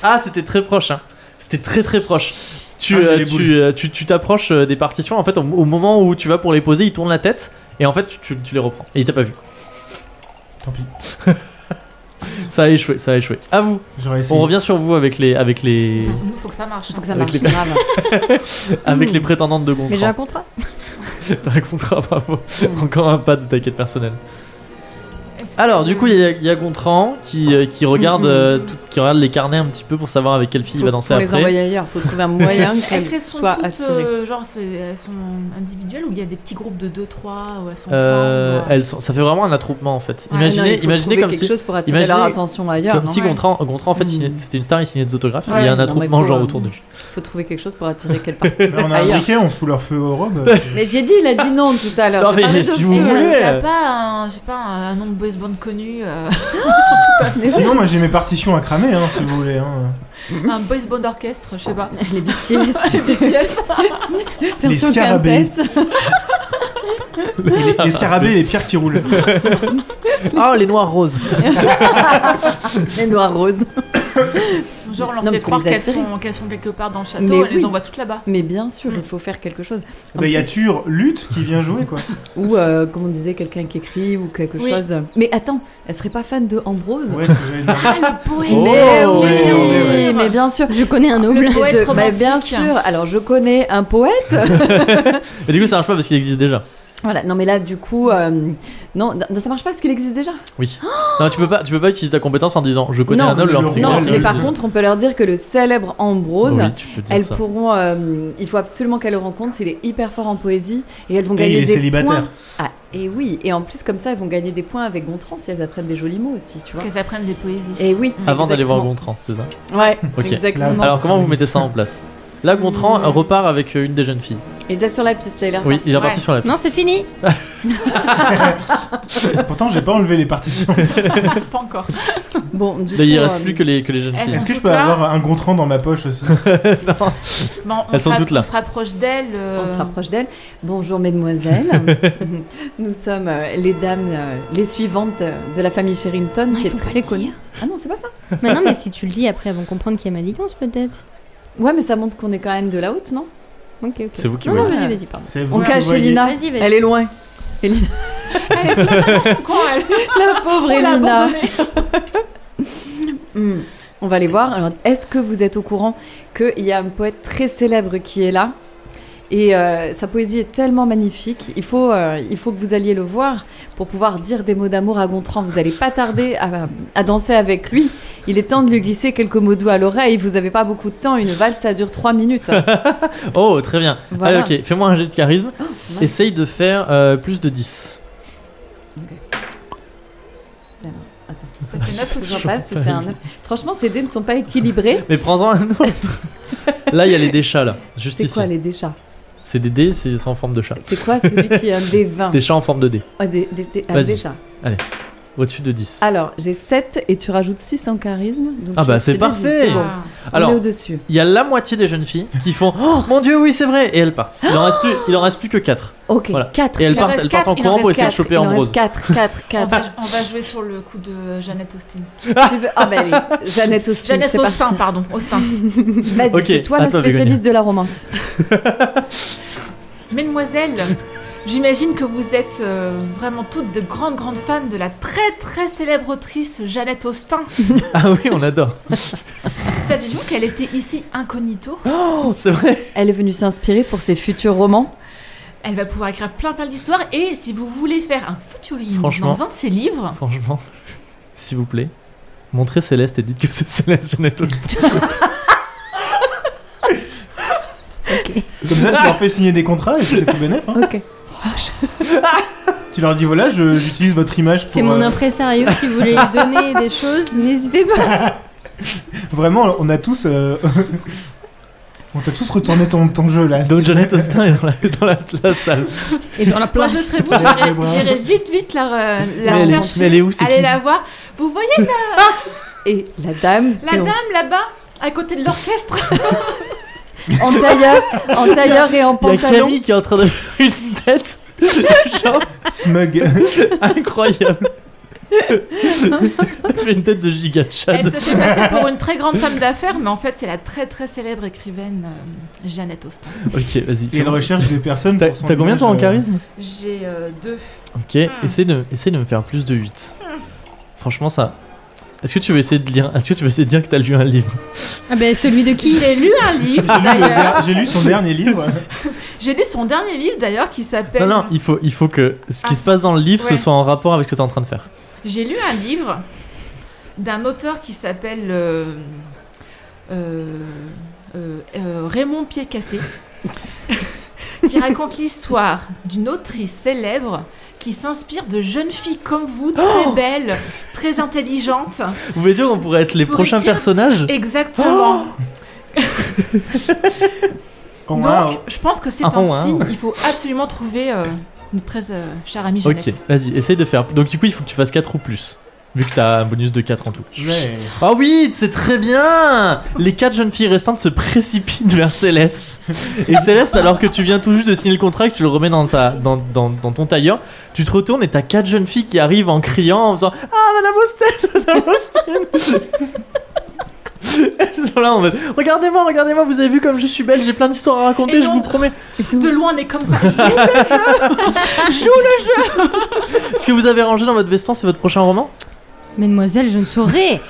Speaker 1: Ah, c'était très proche, hein. C'était très très proche. Tu
Speaker 2: Ah, j'ai
Speaker 1: euh,
Speaker 2: les boules.
Speaker 1: tu euh, tu- tu t'approches euh, des partitions. En fait, au, au moment où tu vas pour les poser, il tourne la tête et en fait, tu, tu- tu les reprends. Et il t'a pas vu.
Speaker 2: Tant pis,
Speaker 1: <laughs> Ça a échoué, ça a échoué. À vous.
Speaker 2: j'aurais essayé.
Speaker 1: On revient sur vous avec les avec les
Speaker 4: Bah, Nous, faut que ça marche. hein.
Speaker 5: Faut que ça
Speaker 1: Avec
Speaker 5: marche,
Speaker 1: les-
Speaker 5: grave.
Speaker 1: avec les prétendantes de
Speaker 3: Mais j'ai
Speaker 1: Gontran.
Speaker 3: un contrat.
Speaker 1: <laughs> T'as un contrat, bravo.
Speaker 5: Mm.
Speaker 1: Encore un pas de ta quête personnelle.
Speaker 4: Est-ce
Speaker 1: Alors,
Speaker 4: que-
Speaker 1: du
Speaker 5: <laughs>
Speaker 1: coup, il y, a- il y a Gontran qui euh, qui regarde
Speaker 5: Mm, mm.
Speaker 1: euh, tout- qui regarde les carnets un petit peu pour savoir avec quelle fille il va
Speaker 5: Faut-
Speaker 1: danser
Speaker 5: faut les
Speaker 1: après.
Speaker 5: envoyer ailleurs, faut trouver
Speaker 1: <laughs>
Speaker 5: un moyen
Speaker 4: Est-ce
Speaker 5: qu'elles
Speaker 4: qu'elles sont
Speaker 5: soient
Speaker 4: toutes,
Speaker 5: attirées.
Speaker 4: euh, genre, c'est- elles sont individuelles ou il y a des petits groupes de 2-3 où elles sont
Speaker 1: Euh,
Speaker 4: ensemble hein
Speaker 1: elles sont- ça fait vraiment un attroupement en fait.
Speaker 4: Ouais,
Speaker 5: Ah non,
Speaker 1: imaginez,
Speaker 5: il faut
Speaker 1: imaginez
Speaker 5: trouver
Speaker 1: comme
Speaker 5: quelque
Speaker 1: si
Speaker 5: chose pour attirer
Speaker 1: imaginez-
Speaker 5: leur attention ailleurs.
Speaker 1: Comme
Speaker 5: non
Speaker 1: si
Speaker 4: Ouais.
Speaker 1: Gontran, Gontran, en fait,
Speaker 5: Mm.
Speaker 1: signait- c'était une star, il signait des autographes.
Speaker 5: Ouais,
Speaker 1: il y a un
Speaker 5: non, mais
Speaker 1: attroupement
Speaker 5: faut,
Speaker 1: genre
Speaker 5: euh,
Speaker 1: autour
Speaker 5: <laughs>
Speaker 1: de lui.
Speaker 5: Faut trouver quelque chose pour attirer quelque part.
Speaker 2: Mais on a un
Speaker 5: Ailleurs.
Speaker 2: briquet, on fout leur feu aux robes.
Speaker 5: mais j'ai dit, il a dit non tout à l'heure.
Speaker 1: Non,
Speaker 5: Ah, j'ai
Speaker 1: mais
Speaker 5: parlé de
Speaker 1: si
Speaker 5: fou.
Speaker 1: vous
Speaker 4: Et, euh,
Speaker 1: voulez.
Speaker 4: T'as pas un, je sais pas, un, un nom de boys band connu, euh, <laughs>
Speaker 2: Sinon, moi j'ai mes partitions à cramer, hein, si vous voulez. Hein.
Speaker 4: un boys band orchestre, je sais pas.
Speaker 1: <laughs>
Speaker 5: Les BTS, tu sais. Version
Speaker 2: scarabées.
Speaker 5: <laughs> quintette.
Speaker 2: Les scarabées et les pierres qui roulent.
Speaker 1: Ah, les noirs <laughs> roses.
Speaker 5: Les noirs roses.
Speaker 4: <laughs> Genre, on leur
Speaker 5: Non, mais
Speaker 4: fait
Speaker 5: faut
Speaker 4: croire
Speaker 5: les
Speaker 4: qu'elles
Speaker 5: attirer.
Speaker 4: sont, qu'elles sont quelque part dans le château,
Speaker 5: Mais
Speaker 4: et elles les
Speaker 5: oui.
Speaker 4: envoie toutes
Speaker 5: <laughs>
Speaker 4: là-bas.
Speaker 5: Mais bien sûr, il faut faire quelque chose.
Speaker 2: Eh ben, Bah, Il y a Tur, Lutte, qui vient jouer, quoi.
Speaker 5: Ou, euh, comme on disait, quelqu'un qui écrit ou quelque
Speaker 4: Oui.
Speaker 5: chose. Mais attends, elle serait pas fan de Ambrose
Speaker 2: Ouais, c'est ce que j'allais dire.
Speaker 1: Oh,
Speaker 5: Ah, mais oui,
Speaker 1: ouais,
Speaker 5: mais
Speaker 2: ouais,
Speaker 5: oui,
Speaker 4: ouais.
Speaker 5: mais bien sûr.
Speaker 3: Je connais un noble.
Speaker 4: Le poète
Speaker 5: Je- bah,
Speaker 4: romantique.
Speaker 5: bien sûr. Alors je connais un poète.
Speaker 1: Mais du coup, ça marche pas parce qu'il existe déjà.
Speaker 5: voilà. Non mais là du coup, euh, non, non, ça marche pas parce qu'il existe déjà.
Speaker 1: Oui. Non, tu peux pas, tu peux pas utiliser ta compétence en disant je connais
Speaker 5: Non,
Speaker 1: un noble.
Speaker 2: mais
Speaker 1: alors
Speaker 2: le
Speaker 1: que c'est
Speaker 2: roi,
Speaker 5: Non,
Speaker 1: quelqu'un
Speaker 2: le-
Speaker 1: qui
Speaker 5: mais par
Speaker 1: existe.
Speaker 5: contre, on peut leur dire que le célèbre Ambrose.
Speaker 1: Oui, tu peux dire
Speaker 5: Elles
Speaker 1: ça.
Speaker 5: pourront. euh, il faut absolument qu'elles le rencontrent. Il est hyper fort en poésie et elles vont
Speaker 2: Et
Speaker 5: gagner
Speaker 2: il est
Speaker 5: des
Speaker 2: célibataire.
Speaker 5: points. Ah et oui. Et en plus comme ça, elles vont gagner des points avec Gontran si elles apprennent des jolis mots aussi, tu vois.
Speaker 4: Qu'elles apprennent des poésies.
Speaker 5: Et oui.
Speaker 1: Avant d'aller voir
Speaker 5: exactement.
Speaker 1: Gontran, c'est ça.
Speaker 5: Ouais.
Speaker 1: Ok.
Speaker 5: Exactement.
Speaker 1: Alors, comment vous mettez ça en place Là, Gontran
Speaker 5: <laughs>
Speaker 1: euh, repart avec euh, une des jeunes filles.
Speaker 5: Il est déjà sur la piste, là, il est
Speaker 1: Oui, il est
Speaker 4: Ouais.
Speaker 1: reparti sur la piste.
Speaker 3: Non, c'est fini.
Speaker 2: Pourtant, j'ai pas enlevé les partitions.
Speaker 4: <laughs> Pas encore.
Speaker 5: Bon, du
Speaker 1: Là, il
Speaker 5: coup,
Speaker 1: reste
Speaker 5: euh,
Speaker 1: plus que les, que les jeunes
Speaker 4: elles
Speaker 1: filles.
Speaker 4: sont
Speaker 2: Est-ce que je
Speaker 4: toutes
Speaker 2: peux
Speaker 4: là
Speaker 2: avoir un Gontran dans ma poche aussi
Speaker 4: Bon, on
Speaker 1: Elles sont
Speaker 4: se ra-
Speaker 1: toutes là.
Speaker 4: On se rapproche d'elles. euh,
Speaker 5: On se rapproche d'elle. Bonjour mesdemoiselles.
Speaker 1: <laughs>
Speaker 5: Nous sommes euh, les dames, euh, les suivantes euh, de la famille Sherrington
Speaker 3: Non,
Speaker 5: qui
Speaker 3: il
Speaker 5: est
Speaker 3: faut pas
Speaker 5: très
Speaker 3: le
Speaker 5: connue.
Speaker 3: dire.
Speaker 5: Ah non, c'est pas ça.
Speaker 3: Mais non, mais si tu le dis, après, elles vont comprendre qu'il y a maligance, peut-être.
Speaker 5: Ouais, mais ça montre qu'on est quand même de la haute, non
Speaker 3: Ok, ok.
Speaker 1: C'est vous qui
Speaker 3: Non, non,
Speaker 5: voyez.
Speaker 3: vas-y, vas-y, pardon.
Speaker 2: C'est vous
Speaker 5: On
Speaker 2: qui
Speaker 5: cache
Speaker 2: voyez.
Speaker 5: Elina.
Speaker 3: Vas-y, vas-y.
Speaker 5: Elle est loin. Elina. <laughs> la pauvre
Speaker 4: on l'a
Speaker 5: Elina. <laughs>
Speaker 4: abandonnée.
Speaker 5: Hmm. On va aller voir. Alors, est-ce que vous êtes au courant qu'il y a un poète très célèbre qui est là et euh, sa poésie est tellement magnifique, il faut, euh, il faut que vous alliez le voir pour pouvoir dire des mots d'amour à Gontran. Vous n'allez pas tarder à, à danser avec lui. Il est temps de lui glisser quelques mots doux à l'oreille. Vous n'avez pas beaucoup de temps. Une valse, ça dure
Speaker 4: <laughs>
Speaker 5: trois minutes.
Speaker 1: Oh, très bien.
Speaker 5: Voilà.
Speaker 1: Allez, ok, fais-moi un jet de charisme.
Speaker 5: mince.
Speaker 1: Essaye de faire euh, plus de 10.
Speaker 4: Ça fait neuf ou
Speaker 5: J'en
Speaker 4: six.
Speaker 5: passe, c'est un neuf. Franchement, ces dés ne sont pas équilibrés.
Speaker 1: Mais prends-en un autre. là, il y a les déchats, là. Juste
Speaker 5: C'est
Speaker 1: ici.
Speaker 5: quoi les déchats
Speaker 1: C'est des dés, c'est- ils sont en forme de chat.
Speaker 5: C'est quoi celui qui est un dé 20
Speaker 1: C'est des chats en forme de dés.
Speaker 5: Ah, des- des- des- un
Speaker 1: Vas-y.
Speaker 5: déchat.
Speaker 1: Au-dessus de 10.
Speaker 5: Alors, j'ai 7 et tu rajoutes 6 en charisme. donc
Speaker 1: Ah
Speaker 5: je
Speaker 1: bah,
Speaker 5: te
Speaker 1: c'est
Speaker 5: dis,
Speaker 1: parfait.
Speaker 5: c'est bon.
Speaker 4: Ah.
Speaker 1: Alors,
Speaker 5: On est au-dessus.
Speaker 1: il y a la moitié des jeunes filles qui font Oh mon dieu, oui, c'est vrai Et elles partent. Il en reste plus, il en reste plus que 4.
Speaker 5: Ok,
Speaker 1: Voilà.
Speaker 5: 4.
Speaker 1: Et elles
Speaker 4: en
Speaker 1: partent,
Speaker 4: reste
Speaker 1: elles partent en
Speaker 4: quatre, il en
Speaker 1: courant pour
Speaker 4: reste
Speaker 1: essayer de
Speaker 4: quatre,
Speaker 1: choper Ambrose.
Speaker 5: 4, 4,
Speaker 4: On <laughs>
Speaker 5: 4.
Speaker 4: va, on va jouer sur le coup de euh, Jeannette Austin.
Speaker 5: Ah bah, allez, Jeannette Austin,
Speaker 4: Jeannette
Speaker 5: c'est
Speaker 4: Austin,
Speaker 5: parti.
Speaker 4: pardon. Austin.
Speaker 5: <laughs> Vas-y,
Speaker 1: Ok,
Speaker 5: c'est toi
Speaker 1: à
Speaker 5: la
Speaker 1: toi, Bégonia.
Speaker 5: spécialiste de la romance.
Speaker 4: Mesdemoiselles, j'imagine que vous êtes euh, vraiment toutes de grandes, grandes fans de la très, très célèbre autrice Jeannette Austin.
Speaker 1: Ah oui, on adore.
Speaker 4: Saviez-vous qu'elle était ici incognito
Speaker 1: Oh, c'est vrai.
Speaker 5: Elle est venue s'inspirer pour ses futurs romans.
Speaker 4: Elle va pouvoir écrire plein, plein d'histoires. Et si vous voulez faire un futurisme
Speaker 1: Franchement.
Speaker 4: dans un de ses livres,
Speaker 1: Franchement, s'il vous plaît, montrez Céleste et dites que c'est Céleste Jeannette Austin.
Speaker 2: Comme ça, tu leur fais signer des contrats et puis c'est tout bénef. Hein.
Speaker 5: Ok.
Speaker 2: Tu leur dis voilà, je- j'utilise votre image pour.
Speaker 3: C'est mon
Speaker 2: euh,
Speaker 3: impresario, si vous voulez lui donner des choses, n'hésitez pas.
Speaker 2: Vraiment, on a tous. euh, <laughs> on t'a tous retourné ton, ton jeu là.
Speaker 1: Donc Jeannette Austin est dans la, dans la, la salle.
Speaker 3: Et dans la
Speaker 4: moi
Speaker 3: place.
Speaker 4: je serai vous,
Speaker 2: Ouais,
Speaker 4: j'irai-
Speaker 2: je vois.
Speaker 4: j'irai vite, vite la, re- la
Speaker 1: mais, elle, est-
Speaker 4: chercher.
Speaker 1: mais elle est où c'est
Speaker 4: Allez
Speaker 1: qui
Speaker 4: la voir. Vous voyez
Speaker 5: Et la dame,
Speaker 4: la
Speaker 5: est en-
Speaker 4: dame là-bas, à côté de l'orchestre
Speaker 1: <laughs>
Speaker 5: en tailleur, en tailleur et en
Speaker 1: Il y a
Speaker 5: pantalon.
Speaker 1: Camille qui est en train de faire une tête. <laughs> C'est genre
Speaker 2: <laughs>
Speaker 1: <laughs>
Speaker 2: Smug.
Speaker 1: incroyable. Elle fait une tête de giga de
Speaker 4: Elle
Speaker 1: Chad.
Speaker 4: se fait passer pour une très grande femme d'affaires, mais en fait, c'est la très très célèbre écrivaine euh, Jeannette Austen.
Speaker 1: Ok, vas-y.
Speaker 2: Et elle recherche des personnes
Speaker 1: T'as
Speaker 2: pour son
Speaker 1: t'as combien
Speaker 2: image,
Speaker 1: toi en
Speaker 2: euh,
Speaker 1: charisme
Speaker 4: J'ai euh, deux.
Speaker 1: Ok,
Speaker 4: Hmm.
Speaker 1: essaie, de, essaie de me faire plus de 8. Franchement, ça. Est-ce que tu veux essayer de lire Est-ce que tu veux essayer de dire que t'as lu un livre
Speaker 3: Ah ben celui de qui
Speaker 4: J'ai lu un livre
Speaker 1: <laughs>
Speaker 2: J'ai lu, le
Speaker 4: d'ailleurs.
Speaker 2: der- j'ai lu son dernier livre.
Speaker 4: J'ai lu son dernier livre d'ailleurs qui s'appelle.
Speaker 1: Non, non, il faut, il faut que ce qui
Speaker 4: Ben Ah.
Speaker 1: se passe dans le livre ce
Speaker 4: Ouais.
Speaker 1: soit en rapport avec ce que t'es en train de faire.
Speaker 4: J'ai lu un livre d'un auteur qui s'appelle euh, euh, euh, euh, Raymond Pied Cassé, <laughs> qui raconte l'histoire d'une autrice célèbre qui s'inspire de jeunes filles comme vous,
Speaker 1: Oh
Speaker 4: très belles, très intelligentes.
Speaker 1: Vous voulez dire qu'on pourrait être les
Speaker 4: Pour
Speaker 1: prochains
Speaker 4: écrire-
Speaker 1: personnages
Speaker 4: Exactement.
Speaker 2: Oh,
Speaker 4: Donc,
Speaker 2: waouh.
Speaker 4: je pense que c'est
Speaker 1: Ah,
Speaker 4: un
Speaker 1: waouh.
Speaker 4: signe. Il faut absolument trouver euh, notre très euh, chère amie Jeannette.
Speaker 1: Ok, vas-y, essaye de faire. Donc, du coup, il faut que tu fasses 4 ou plus. Vu que t'as un bonus de 4 en tout.
Speaker 2: Ouais.
Speaker 1: Ah oui, c'est très bien Les 4 jeunes filles restantes se précipitent vers Céleste. Et Céleste, alors que tu viens tout juste de signer le contrat, et que tu le remets dans, ta, dans, dans, dans ton tailleur, tu te retournes et t'as 4 jeunes filles qui arrivent en criant, en faisant Ah, Madame Austen <laughs> Madame Austen Elles sont là en mode Regardez-moi, regardez-moi, vous avez vu comme je suis belle, j'ai plein d'histoires à raconter,
Speaker 4: Et
Speaker 1: je
Speaker 4: non.
Speaker 1: vous promets.
Speaker 4: De loin, on est comme ça.
Speaker 1: Ce que vous avez rangé dans votre veston, c'est votre prochain roman
Speaker 3: Mademoiselle, je ne saurais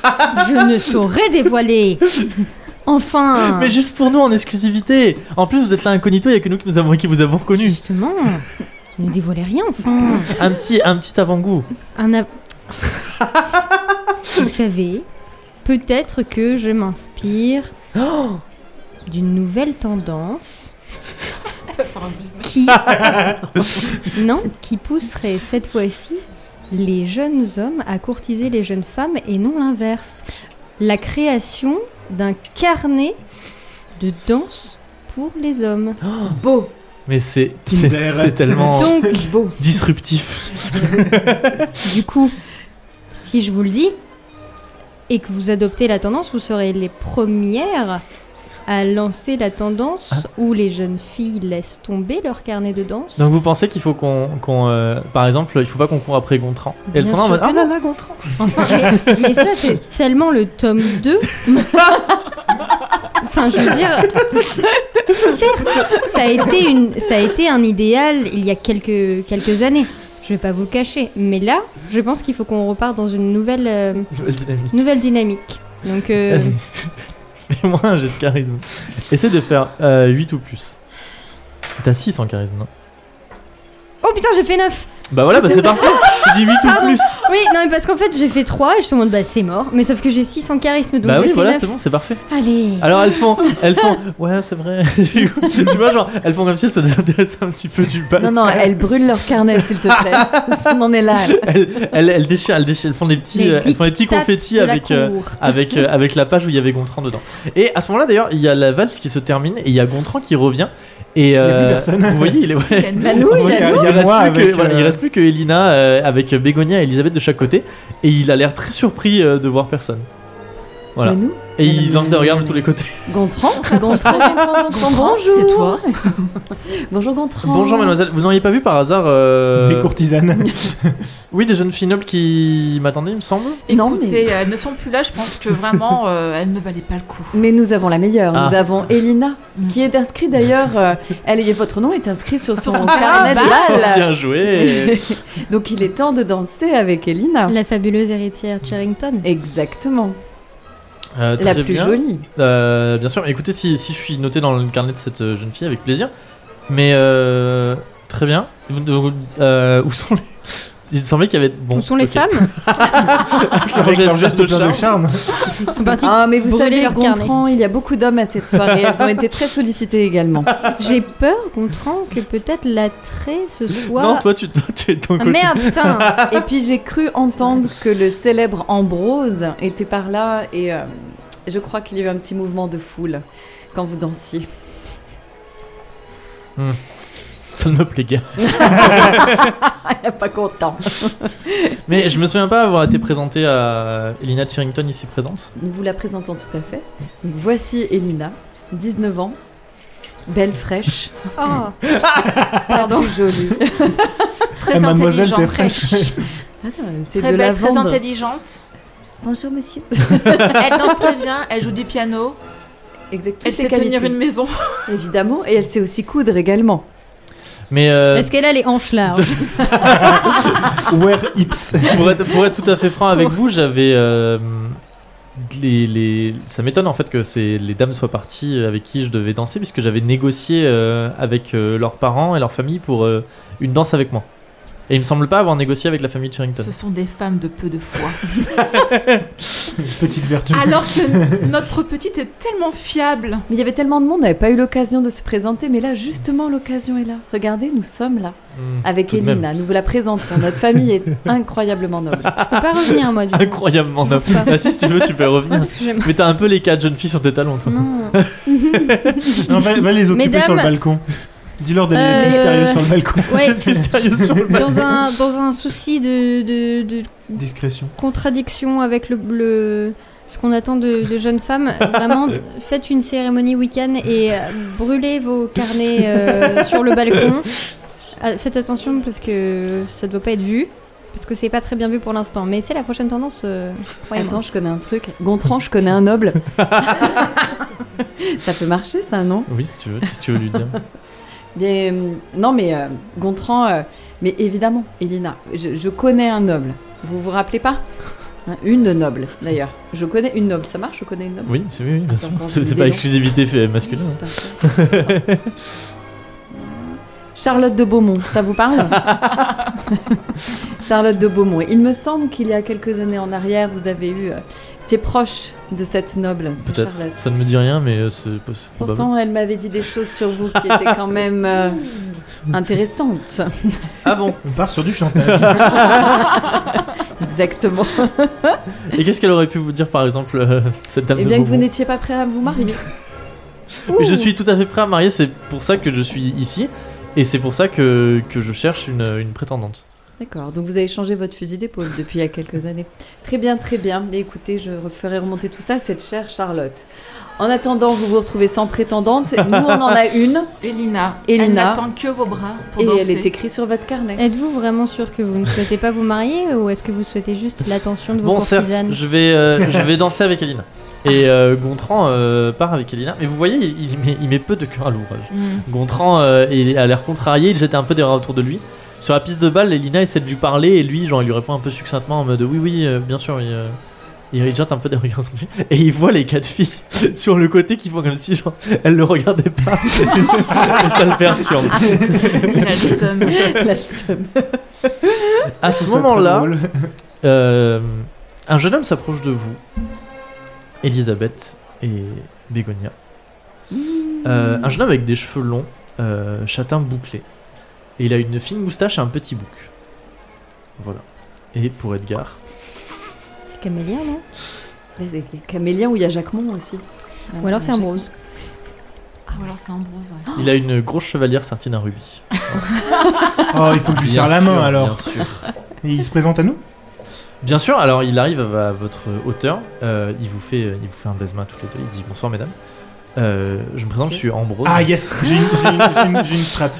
Speaker 3: Je ne saurais dévoiler
Speaker 4: Ah.
Speaker 3: Enfin
Speaker 1: Mais juste pour nous en exclusivité. En plus, vous êtes là incognito, il n'y a que nous qui, nous avons, qui vous avons reconnu.
Speaker 3: Justement Ne dévoilez rien, enfin
Speaker 1: Un petit, un petit avant-goût.
Speaker 3: Un av- Vous savez, peut-être que je m'inspire
Speaker 1: Oh
Speaker 3: d'une nouvelle tendance
Speaker 4: Faire un business.
Speaker 3: qui non, qui pousserait cette fois-ci les jeunes hommes à courtiser les jeunes femmes et non l'inverse. La création d'un carnet de danse pour les hommes.
Speaker 5: Beau,
Speaker 1: Mais c'est c'est-
Speaker 2: Tinder.
Speaker 1: c'est tellement
Speaker 3: Donc,
Speaker 5: beau.
Speaker 1: disruptif.
Speaker 3: du coup, si je vous le dis et que vous adoptez la tendance, vous serez les premières à lancer la tendance où les jeunes filles laissent tomber leur carnet de danse.
Speaker 1: Donc vous pensez qu'il faut qu'on, qu'on, euh, par exemple, il faut pas qu'on court après Gontran. Et elles
Speaker 3: Bien
Speaker 1: sont là en
Speaker 3: sûr
Speaker 1: mode
Speaker 3: que
Speaker 1: ah là
Speaker 3: non.
Speaker 1: là Gontran.
Speaker 3: Enfin, mais, mais ça, c'est tellement le tome 2. enfin, je veux dire. Certes, ça a, été une, ça a été un idéal il y a quelques, quelques années. Je vais pas vous le cacher. Mais là, je pense qu'il faut qu'on repart dans une nouvelle, euh,
Speaker 1: Nouvelle dynamique.
Speaker 3: nouvelle dynamique. Donc, euh,
Speaker 1: Vas-y. <laughs> Fais-moi un jet de charisme. Essaie de faire euh, 8 ou plus. T'as 6 en charisme, non
Speaker 3: Oh putain, j'ai fait 9
Speaker 1: Bah voilà, bah c'est parfait. Tu dis 8
Speaker 3: Ah
Speaker 1: ou plus.
Speaker 3: Oui, non, mais parce qu'en fait, j'ai fait 3 et je te demande, bah c'est mort. Mais sauf que j'ai 6 en charisme, donc
Speaker 1: bah
Speaker 3: j'ai
Speaker 1: oui,
Speaker 3: fait
Speaker 1: voilà,
Speaker 3: 9.
Speaker 1: c'est bon, Ah, c'est parfait.
Speaker 3: Allez
Speaker 1: Alors elles font, elles font, ouais c'est vrai. <laughs> tu vois genre, elles font comme si elles se désintéressaient un petit peu du bal.
Speaker 5: Non, non, elles brûlent leur carnet, s'il te plaît.
Speaker 1: <laughs>
Speaker 5: On en est là. elles.
Speaker 1: Elles, elles, elles déchirent, elles déchirent, elles font des petits,
Speaker 3: Les
Speaker 1: euh, elles font des petits
Speaker 3: dictates
Speaker 1: confettis
Speaker 3: de la
Speaker 1: avec, euh,
Speaker 3: cour.
Speaker 1: avec, euh, avec la page où il y avait Gontran dedans. Et à ce moment-là d'ailleurs, il y a la valse qui se termine et il y a Gontran qui revient. Et
Speaker 2: a plus
Speaker 1: euh,
Speaker 2: personne.
Speaker 1: vous voyez,
Speaker 2: <laughs>
Speaker 1: il est ouais.
Speaker 4: Il y a une-
Speaker 5: Bah, nous,
Speaker 2: Oui,
Speaker 5: il y a
Speaker 2: nous.
Speaker 5: nous.
Speaker 2: Il y a
Speaker 1: reste
Speaker 2: moi
Speaker 1: plus que-
Speaker 2: avec,
Speaker 1: voilà,
Speaker 2: euh,
Speaker 1: il reste plus que Elina euh, avec Bégonia et Elisabeth de chaque côté et il a l'air très surpris euh, de voir personne. Voilà.
Speaker 5: Mais nous,
Speaker 1: Et il lance des regards de tous les côtés. <laughs>
Speaker 5: Gontran, Gontran, Gontran, Gontran, bonjour.
Speaker 4: c'est toi.
Speaker 5: <laughs> Bonjour Gontran.
Speaker 1: Bonjour mademoiselle, vous n'auriez pas vu par hasard euh,
Speaker 2: Les courtisanes.
Speaker 1: <laughs> Oui, des jeunes filles nobles qui m'attendaient, il me semble.
Speaker 5: Non,
Speaker 4: Écoutez, elles ne sont plus là, je pense que vraiment, euh, elles ne valaient pas le coup.
Speaker 5: Mais nous avons la meilleure.
Speaker 1: Ah.
Speaker 5: nous avons Elina,
Speaker 4: Mm.
Speaker 5: qui est inscrite d'ailleurs. euh, elle et votre nom est inscrit sur son
Speaker 4: son
Speaker 5: carnet Ah, bah. de bal.
Speaker 1: Bien
Speaker 5: <laughs>
Speaker 1: joué.
Speaker 5: Donc il est temps de danser avec
Speaker 1: Ah.
Speaker 5: Elina.
Speaker 3: La fabuleuse héritière Charrington.
Speaker 5: Exactement.
Speaker 1: Euh,
Speaker 5: la
Speaker 1: très
Speaker 5: plus
Speaker 1: bien.
Speaker 5: jolie.
Speaker 1: Euh, bien sûr, écoutez, si, si je suis noté dans le carnet de cette euh, jeune fille, avec plaisir. Mais euh, très bien. Vous- vous- euh, <laughs> où sont les. Il me semblait qu'il y avait. Bon,
Speaker 3: Où sont les
Speaker 1: ok. <laughs>
Speaker 3: femmes
Speaker 2: Avec leur geste
Speaker 1: de
Speaker 2: plein de charme.
Speaker 3: Elles sont parties.
Speaker 5: Ah, mais vous
Speaker 3: brûler
Speaker 5: savez,
Speaker 3: leur
Speaker 5: Gontran, il y a beaucoup d'hommes à cette soirée. Elles ont été très sollicitées également.
Speaker 3: J'ai peur, Gontran, que peut-être l'attrait ce soit.
Speaker 1: Non, toi, tu, toi, tu es de ton
Speaker 3: Ah
Speaker 1: côté.
Speaker 3: merde,
Speaker 1: <laughs>
Speaker 3: putain
Speaker 5: Et puis j'ai cru entendre que le célèbre Ambrose était par là et euh, je crois qu'il y a eu un petit mouvement de foule quand vous <laughs> dansiez.
Speaker 1: Ça me plaît guère.
Speaker 5: Ah, il n'est pas content.
Speaker 1: Mais je me souviens pas avoir été présenté à Elina Charrington ici présente.
Speaker 5: Nous vous la présentons tout à fait. Voici Elina, 19 ans, belle, fraîche,
Speaker 3: Oh Pardon.
Speaker 5: jolie.
Speaker 4: Très
Speaker 2: Eh, mademoiselle,
Speaker 4: intelligente,
Speaker 2: t'es <laughs>
Speaker 4: très,
Speaker 2: fraîche.
Speaker 5: Attends, Ah, c'est
Speaker 4: très
Speaker 5: de
Speaker 4: belle,
Speaker 5: la
Speaker 4: très
Speaker 5: vente.
Speaker 4: intelligente.
Speaker 5: Bonjour monsieur.
Speaker 4: Elle danse très bien, elle joue du piano,
Speaker 5: Exactement.
Speaker 4: elle sait tenir une
Speaker 2: <laughs>
Speaker 4: maison.
Speaker 5: Évidemment, et elle sait aussi coudre également.
Speaker 1: Mais euh,
Speaker 3: Est-ce qu'elle a les hanches hein larges
Speaker 2: Wear hips.
Speaker 1: pour, être, pour être tout à fait franc avec vous, j'avais. euh, les, les- Ça m'étonne en fait que c'est les dames soient parties avec qui je devais danser, puisque j'avais négocié euh, avec euh, leurs parents et leur famille pour euh, une danse avec moi. Et il me semble pas avoir négocié avec la famille de Sherrington.
Speaker 4: Ce sont des femmes de peu de
Speaker 2: <laughs>
Speaker 4: foi.
Speaker 2: Petite vertu.
Speaker 4: Alors que notre petite est tellement fiable.
Speaker 5: Mais il y avait tellement de monde, on n'avait pas eu l'occasion de se présenter, mais là justement l'occasion est là. Regardez, nous sommes là
Speaker 1: Hmm,
Speaker 5: avec
Speaker 1: tout de même.
Speaker 5: Elina, nous vous la présentons. Notre
Speaker 1: <laughs>
Speaker 5: famille est incroyablement noble.
Speaker 3: Je peux pas revenir, moi, du coup.
Speaker 1: Incroyablement noble. Bah, si tu veux, tu peux
Speaker 3: Non,
Speaker 1: revenir.
Speaker 3: parce
Speaker 1: <laughs>
Speaker 3: que j'aime.
Speaker 1: Mais t'as un peu les quatre jeunes filles sur tes talons, toi. <laughs>
Speaker 3: Non.
Speaker 2: Non, va, va les occuper
Speaker 3: Mesdames-
Speaker 2: sur le balcon. Dis-leur d'aller
Speaker 3: Euh,
Speaker 2: mystérieux sur le balcon.
Speaker 3: Ouais,
Speaker 1: Mystérieux sur le-
Speaker 3: dans un, dans un souci de, de, de
Speaker 2: Discrétion.
Speaker 3: contradiction avec le, le- ce qu'on attend de, de jeunes femmes,
Speaker 1: <laughs>
Speaker 3: vraiment, faites une cérémonie week-end et euh, brûlez vos carnets euh, sur le balcon. Ah, faites attention parce que ça ne doit pas être vu. Parce que c'est pas très bien vu pour l'instant, mais c'est la prochaine tendance. euh, croyez-moi.
Speaker 5: Attends, je connais un truc. Gontran, je connais
Speaker 1: <laughs>
Speaker 5: un noble. ça peut marcher ça, non
Speaker 1: Oui, si tu veux, qu'est-ce que tu veux lui dire
Speaker 5: Bien, euh, non, mais euh, Gontran, euh, mais évidemment, Elina, je, je connais un noble. Vous vous rappelez pas Hein, Une noble, d'ailleurs. Je connais une noble. Ça marche Je connais une noble.
Speaker 1: Oui, c'est oui, oui, bien sûr.
Speaker 5: Attends,
Speaker 1: C'est
Speaker 5: j'ai
Speaker 1: c'est
Speaker 5: des
Speaker 1: pas
Speaker 5: noms.
Speaker 1: exclusivité fait- masculine.
Speaker 5: C'est pas ça. Charlotte de Beaumont, ça
Speaker 1: <laughs>
Speaker 5: vous parle <laughs> Charlotte de Beaumont. Il me semble qu'il y a quelques années en arrière, vous avez eu. euh, étiez proche de cette noble, de
Speaker 1: Peut-être.
Speaker 5: Charlotte.
Speaker 1: Ça ne me dit rien, mais euh, c'est c'est probable.
Speaker 5: Pourtant, elle m'avait dit des choses sur vous qui étaient quand
Speaker 1: <laughs>
Speaker 5: même euh, intéressantes.
Speaker 1: Ah bon
Speaker 2: On part sur du chantage.
Speaker 5: Exactement.
Speaker 1: Et qu'est-ce qu'elle aurait pu vous dire, par exemple, euh, cette dame
Speaker 5: Et
Speaker 1: de
Speaker 5: Eh bien que vous
Speaker 1: Beaumont
Speaker 5: n'étiez pas prêt à vous marier.
Speaker 1: Mais Je suis tout à fait prêt à me marier, c'est pour ça que je suis ici, et c'est pour ça que, que je cherche une, une prétendante.
Speaker 5: D'accord, donc vous avez changé votre fusil d'épaule depuis il y a quelques années. Très bien, très bien. Mais écoutez, je referai remonter tout ça, cette chère Charlotte. En attendant, vous vous retrouvez sans prétendante. Nous, on en a une.
Speaker 4: Elina, elle
Speaker 5: Elina.
Speaker 4: n'attend que vos bras pour
Speaker 5: Et
Speaker 4: danser.
Speaker 5: elle est écrite sur votre carnet. <laughs>
Speaker 3: Êtes-vous vraiment sûr que vous ne souhaitez pas vous marier ou est-ce que vous souhaitez juste l'attention de vos
Speaker 1: Bon, certes,
Speaker 3: courtisanes
Speaker 1: je vais,
Speaker 5: <laughs>
Speaker 1: euh, je vais danser avec Elina. Et euh, Gontran euh, part avec Elina. Mais vous voyez, il, il met, il met peu de cœur à l'ouvrage.
Speaker 5: <laughs>
Speaker 4: Mm.
Speaker 1: Gontran euh, est- a l'air contrarié, il jette un peu des regards autour de lui. Sur la piste de balle, Elina essaie de lui parler et lui, genre, il lui répond un peu succinctement en mode oui, oui, euh, bien sûr. Il, euh, il jette un peu des regards autour de lui. Et il voit les quatre filles <laughs> sur le côté qui font comme si, genre, elles le regardaient pas. <laughs> et ça le perturbe.
Speaker 4: Elle a le seum.
Speaker 5: La somme.
Speaker 1: À ce moment-là, euh, un jeune homme s'approche de vous, Elisabeth et Bégonia. Euh, un jeune homme avec des cheveux longs, euh, châtain bouclé. Et il a une fine moustache et un petit bouc. Voilà. Et pour Edgar,
Speaker 3: C'est Camélien, non
Speaker 5: Les les caméliens où il y a Jacquemont aussi.
Speaker 3: Ou alors c'est
Speaker 5: Jacques-
Speaker 3: Ambrose.
Speaker 4: Ou alors Ah, c'est Ambrose.
Speaker 5: Ah.
Speaker 4: ouais.
Speaker 1: il a une grosse chevalière sertine à rubis.
Speaker 2: Oh, il faut que je lui
Speaker 1: Bien
Speaker 2: serre la
Speaker 1: sûr,
Speaker 2: main alors.
Speaker 1: Bien sûr.
Speaker 2: Et il se présente à nous
Speaker 1: Bien sûr, alors il arrive à à votre hauteur, euh, il, vous fait, il vous fait un baisement à toutes les deux, il dit bonsoir mesdames. Euh, je me présente, je suis Ambrose.
Speaker 2: Ah, yes J'ai une, j'ai une, j'ai une- j'ai une strat.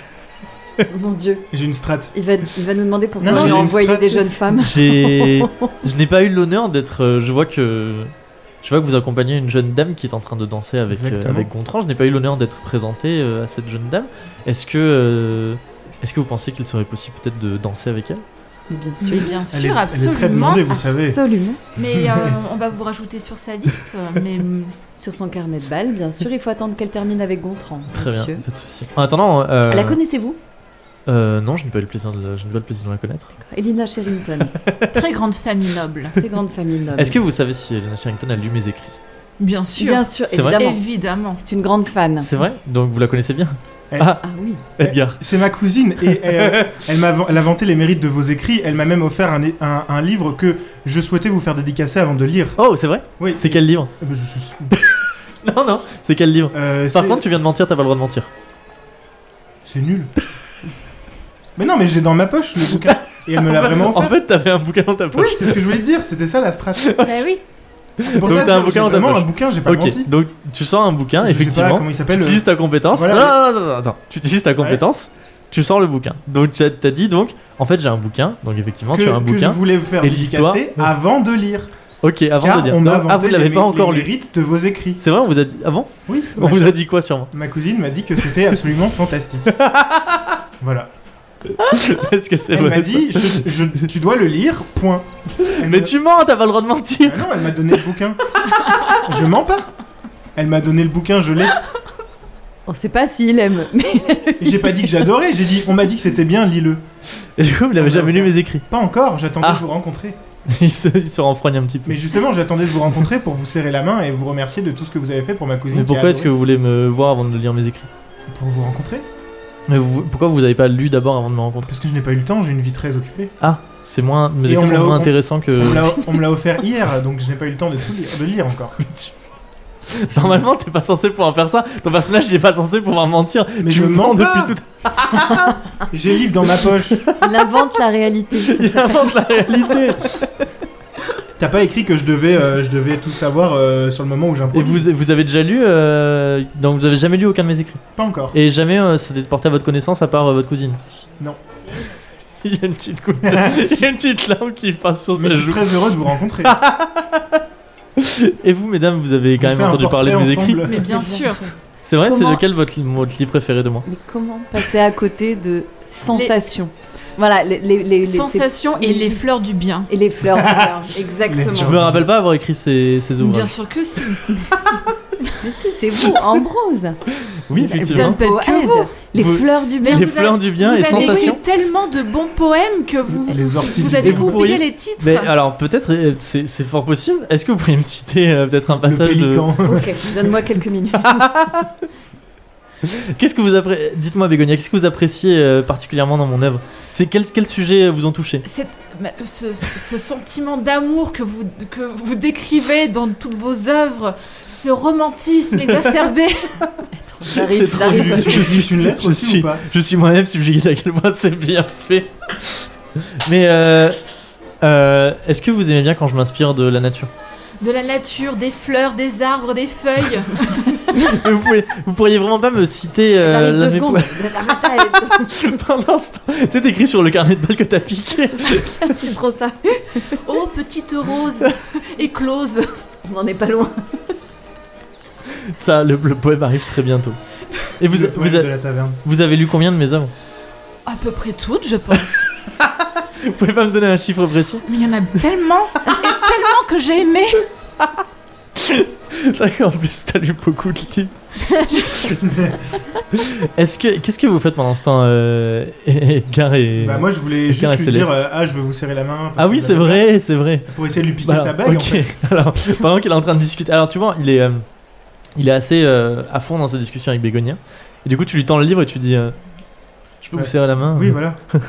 Speaker 5: Mon Dieu,
Speaker 2: J'ai une strat.
Speaker 5: il va, il va nous demander pourquoi
Speaker 2: Non, non,
Speaker 5: j'ai
Speaker 2: j'ai une
Speaker 5: envoyé des
Speaker 2: stratégie.
Speaker 5: jeunes femmes.
Speaker 1: J'ai, je n'ai pas eu l'honneur d'être. euh, Je vois que, je vois que vous accompagnez une jeune dame qui est en train de danser avec euh,
Speaker 2: Exactement.
Speaker 1: avec Gontran. Je n'ai pas eu l'honneur d'être présenté euh, à cette jeune dame. Est-ce que, euh, est-ce que vous pensez qu'il serait possible peut-être de danser avec elle
Speaker 5: Mais bien
Speaker 4: Mais
Speaker 5: sûr.
Speaker 4: bien sûr,
Speaker 2: Elle est, elle est
Speaker 4: absolument.
Speaker 2: très demandée, vous savez.
Speaker 5: Absolument.
Speaker 4: Mais euh,
Speaker 2: <laughs>
Speaker 4: on va vous rajouter sur sa liste. Mais mm,
Speaker 5: Sur son carnet de balles, bien sûr, il faut attendre qu'elle termine avec Gontran.
Speaker 1: Très bien,
Speaker 5: monsieur.
Speaker 1: pas de souci. En attendant, euh,
Speaker 5: La connaissez-vous
Speaker 1: euh, non, je n'ai pas eu le plaisir de, la- je n'ai pas le plaisir de la connaître.
Speaker 5: Elina Sherrington,
Speaker 4: très grande famille noble.
Speaker 5: très grande famille noble.
Speaker 1: Est-ce que vous savez si Elena Sherrington a lu mes écrits
Speaker 4: Bien sûr.
Speaker 5: Bien sûr,
Speaker 1: C'est vrai
Speaker 5: évidemment.
Speaker 4: Évidemment.
Speaker 5: C'est une grande fan.
Speaker 1: C'est vrai Donc vous la connaissez bien
Speaker 5: Ah oui.
Speaker 1: Edgar.
Speaker 2: C'est ma cousine et elle, elle m'a elle a vanté les mérites de vos écrits. Elle m'a même offert un, un- un livre que je souhaitais vous faire dédicacer avant de lire.
Speaker 1: Oh, c'est vrai
Speaker 2: Oui.
Speaker 1: C'est quel livre
Speaker 2: Euh, je-
Speaker 1: Non, non, c'est quel livre
Speaker 2: je- euh,
Speaker 1: Par
Speaker 2: c'est-
Speaker 1: contre, tu viens de mentir, t'as pas le droit de mentir.
Speaker 2: c'est nul. mais non, mais j'ai dans ma poche le bouquin et elle me l'a vraiment
Speaker 1: <laughs> en
Speaker 2: offert.
Speaker 1: fait, t'avais un bouquin dans ta
Speaker 2: Oui,
Speaker 1: poche. <laughs>
Speaker 2: c'est ce que je voulais te dire. C'était ça la strat.
Speaker 3: Bah oui
Speaker 2: C'est pour
Speaker 1: Donc
Speaker 2: ça que
Speaker 1: t'as un
Speaker 2: j'ai
Speaker 1: bouquin dans ta
Speaker 2: vraiment
Speaker 1: poche.
Speaker 2: un bouquin, j'ai pas menti.
Speaker 1: Ok, donc tu sors un bouquin,
Speaker 2: Je sais pas
Speaker 1: effectivement.
Speaker 2: comment il
Speaker 1: tu
Speaker 2: s'appelle, euh,
Speaker 1: utilises ta compétence.
Speaker 2: Voilà,
Speaker 1: non, non, non, non, attends. Tu utilises ta
Speaker 2: Ouais.
Speaker 1: compétence, tu sors le bouquin. Donc tu as, t'as dit donc, en fait j'ai un bouquin, donc effectivement
Speaker 2: euh, que,
Speaker 1: tu as un
Speaker 2: que je
Speaker 1: bouquin.
Speaker 2: voulais vous faire
Speaker 1: et l'histoire.
Speaker 2: dédicacer avant de lire.
Speaker 1: Ok, avant
Speaker 2: car
Speaker 1: de dire.
Speaker 2: on
Speaker 1: Non,
Speaker 2: m'a
Speaker 1: ah, vous
Speaker 2: vanté
Speaker 1: l'avez
Speaker 2: les
Speaker 1: pas
Speaker 2: mé-
Speaker 1: encore
Speaker 2: les
Speaker 1: lu.
Speaker 2: mérites de vos écrits.
Speaker 1: C'est vrai, on vous a dit. Avant
Speaker 2: Oui,
Speaker 1: On
Speaker 2: ma,
Speaker 1: vous a dit quoi
Speaker 2: <laughs>
Speaker 1: sûrement
Speaker 2: ma cousine m'a dit que
Speaker 1: <laughs>
Speaker 2: c'était absolument fantastique. Voilà.
Speaker 1: Est-ce que c'est
Speaker 2: Elle
Speaker 1: vrai
Speaker 2: m'a dit, je- je- tu dois le lire, point. Elle
Speaker 1: Mais
Speaker 2: me-
Speaker 1: tu mens, t'as pas le droit de mentir
Speaker 2: Ah non, elle m'a donné le bouquin. je mens pas. Elle m'a donné le bouquin, je l'ai.
Speaker 5: On sait pas s'il aime, mais
Speaker 2: Et J'ai pas dit que j'adorais, j'ai dit, on m'a dit que c'était bien, lis-le.
Speaker 1: Et du coup, vous n'avez
Speaker 2: On
Speaker 1: jamais
Speaker 2: l'a
Speaker 1: lu mes écrits. <laughs>
Speaker 2: Pas encore, j'attendais
Speaker 1: Ah.
Speaker 2: de vous rencontrer.
Speaker 1: il, se, il se renfrogne un petit peu.
Speaker 2: Mais justement, j'attendais de vous rencontrer pour vous serrer la main et vous remercier de tout ce que vous avez fait pour ma cousine.
Speaker 1: Mais
Speaker 2: qui
Speaker 1: pourquoi
Speaker 2: a
Speaker 1: est-ce que
Speaker 2: adoré.
Speaker 1: vous voulez me voir avant de lire mes écrits
Speaker 2: Pour vous rencontrer
Speaker 1: Mais vous- pourquoi vous avez pas lu d'abord avant de me rencontrer
Speaker 2: Parce que je n'ai pas eu le temps, j'ai une vie très occupée.
Speaker 1: Ah, c'est moins. Mes
Speaker 2: Et
Speaker 1: écrits
Speaker 2: on me
Speaker 1: sont
Speaker 2: l'a-
Speaker 1: moins
Speaker 2: on-
Speaker 1: intéressants que.
Speaker 2: On me l'a- On me l'a offert hier, donc je n'ai pas eu le temps de, tout lire, de lire encore.
Speaker 1: <laughs> Normalement, t'es pas censé pouvoir faire ça. Ton personnage, il est pas censé pouvoir mentir.
Speaker 2: Mais
Speaker 1: tu
Speaker 2: je
Speaker 1: me
Speaker 2: mens
Speaker 1: depuis
Speaker 2: pas.
Speaker 1: tout.
Speaker 2: <laughs> J'ai le livre dans ma poche.
Speaker 5: il invente la réalité. ça
Speaker 1: Il
Speaker 2: <laughs>
Speaker 5: s'appelle.
Speaker 1: invente la réalité.
Speaker 2: T'as pas écrit que je devais, euh, je devais tout savoir euh, sur le moment où
Speaker 1: Et
Speaker 2: j'improvise.
Speaker 1: vous, vous avez déjà lu. euh, Donc, vous avez jamais lu aucun de mes écrits.
Speaker 2: Pas encore.
Speaker 1: Et jamais euh, c'était porté à votre connaissance à part euh, votre cousine.
Speaker 2: Non.
Speaker 1: <laughs> Il y a une petite coupe. Il y
Speaker 2: <laughs>
Speaker 1: a une petite lame qui passe sur
Speaker 2: Mais
Speaker 1: sa
Speaker 2: je suis
Speaker 1: joue.
Speaker 2: très heureux de vous rencontrer.
Speaker 1: Et vous, mesdames, vous avez quand
Speaker 2: On
Speaker 1: même
Speaker 2: fait un
Speaker 1: entendu parler
Speaker 2: portrait
Speaker 1: de mes écrits.
Speaker 2: ensemble.
Speaker 4: Mais bien sûr.
Speaker 1: C'est vrai, c'est
Speaker 5: Comment-
Speaker 1: lequel votre, votre livre préféré de moi
Speaker 5: Mais comment passer à côté de sensations Voilà, les, les, les- les-
Speaker 4: Sensations et les fleurs du bien.
Speaker 5: c'est- et les fleurs. voilà, Exactement.
Speaker 2: Les
Speaker 1: Je
Speaker 2: fleurs.
Speaker 1: me rappelle pas avoir écrit ces, ces ouvrages.
Speaker 4: Bien sûr que si.
Speaker 5: Mais si, c'est vous, Ambrose.
Speaker 1: Oui,
Speaker 5: Vous êtes
Speaker 1: effectivement.
Speaker 4: Peut-être que
Speaker 5: poète.
Speaker 4: vous.
Speaker 5: Les
Speaker 1: Vous-
Speaker 5: fleurs du
Speaker 4: Mais
Speaker 1: <laughs>
Speaker 5: bien.
Speaker 1: Les
Speaker 4: vous
Speaker 1: fleurs
Speaker 4: avez-
Speaker 1: du bien et
Speaker 4: vous avez écrit
Speaker 1: sensations.
Speaker 4: tellement de bons poèmes que vous,
Speaker 2: Les orties
Speaker 4: vous
Speaker 2: du
Speaker 4: avez
Speaker 1: bien. Vous
Speaker 4: oublié
Speaker 1: pourriez-
Speaker 4: les titres.
Speaker 1: Mais alors, peut-être, euh, c'est c'est fort possible. Est-ce que vous pourriez me citer euh, peut-être un
Speaker 2: Le
Speaker 1: passage de. <laughs>
Speaker 2: pélican.
Speaker 5: Ok, donne-moi quelques minutes.
Speaker 1: Ah, Qu'est-ce que vous appréciez Dites-moi, Bégonia, qu'est-ce que vous appréciez euh, particulièrement dans mon œuvre C'est quel, quel sujet vous ont touché
Speaker 4: Cette- ma- ce, ce sentiment d'amour que vous, que vous décrivez dans toutes vos œuvres,
Speaker 1: <laughs>
Speaker 4: ce romantisme exacerbé,
Speaker 5: J'arrive,
Speaker 1: trop
Speaker 5: j'arrive.
Speaker 1: nul.
Speaker 2: Tu tu affiches une lettre
Speaker 1: Je
Speaker 2: aussi
Speaker 1: suis-
Speaker 2: ou pas
Speaker 1: Je suis moi-même subjugué à quel point c'est bien fait. Mais euh, euh, est-ce que vous aimez bien quand je m'inspire de la nature <laughs>
Speaker 4: de la nature, des fleurs, des arbres,
Speaker 1: <laughs>
Speaker 4: des feuilles.
Speaker 1: Mais vous, pouvez- vous pourriez vraiment pas me citer euh,
Speaker 5: J'arrive
Speaker 1: l'un
Speaker 5: deux
Speaker 1: des
Speaker 5: secondes.
Speaker 1: <laughs> Pendant ce temps, c'est écrit sur le carnet de balles que t'as piqué.
Speaker 5: C'est trop ça.
Speaker 4: Oh, petite rose éclose.
Speaker 5: On n'en est pas loin.
Speaker 1: Ça, le, le poème arrive très bientôt. Et vous,
Speaker 2: Le poème
Speaker 1: vous, a-
Speaker 2: de la taverne.
Speaker 1: vous avez lu combien de mes œuvres
Speaker 4: À peu près toutes, je pense.
Speaker 1: Vous pouvez pas me donner un chiffre précis
Speaker 4: Mais il y en a tellement, et tellement que j'ai aimé.
Speaker 1: <laughs> C'est vrai qu'en plus, t'as lu beaucoup de livres. Est-ce que qu'est-ce que vous faites pendant ce temps, euh, <laughs> Edgar et
Speaker 2: Bah moi je voulais
Speaker 1: Quelqu'un
Speaker 2: juste
Speaker 1: est
Speaker 2: lui dire
Speaker 1: céleste.
Speaker 2: euh, ah je veux vous serrer la main. parce
Speaker 1: Ah
Speaker 2: que
Speaker 1: oui,
Speaker 2: vous
Speaker 1: c'est
Speaker 2: avez-
Speaker 1: vrai, c'est vrai.
Speaker 2: Pour essayer de lui piquer
Speaker 1: Voilà,
Speaker 2: sa bague.
Speaker 1: Bah, ok.
Speaker 2: en fait.
Speaker 1: <laughs> Alors, pendant qu'il est en train de discuter, alors tu vois, il est, euh, il est assez euh, à fond dans sa discussion avec Bégonia. Et du coup, tu lui tends le livre et tu dis, euh, je peux
Speaker 2: Ouais.
Speaker 1: vous serrer la main
Speaker 2: Oui
Speaker 1: euh,
Speaker 2: voilà.
Speaker 1: <laughs>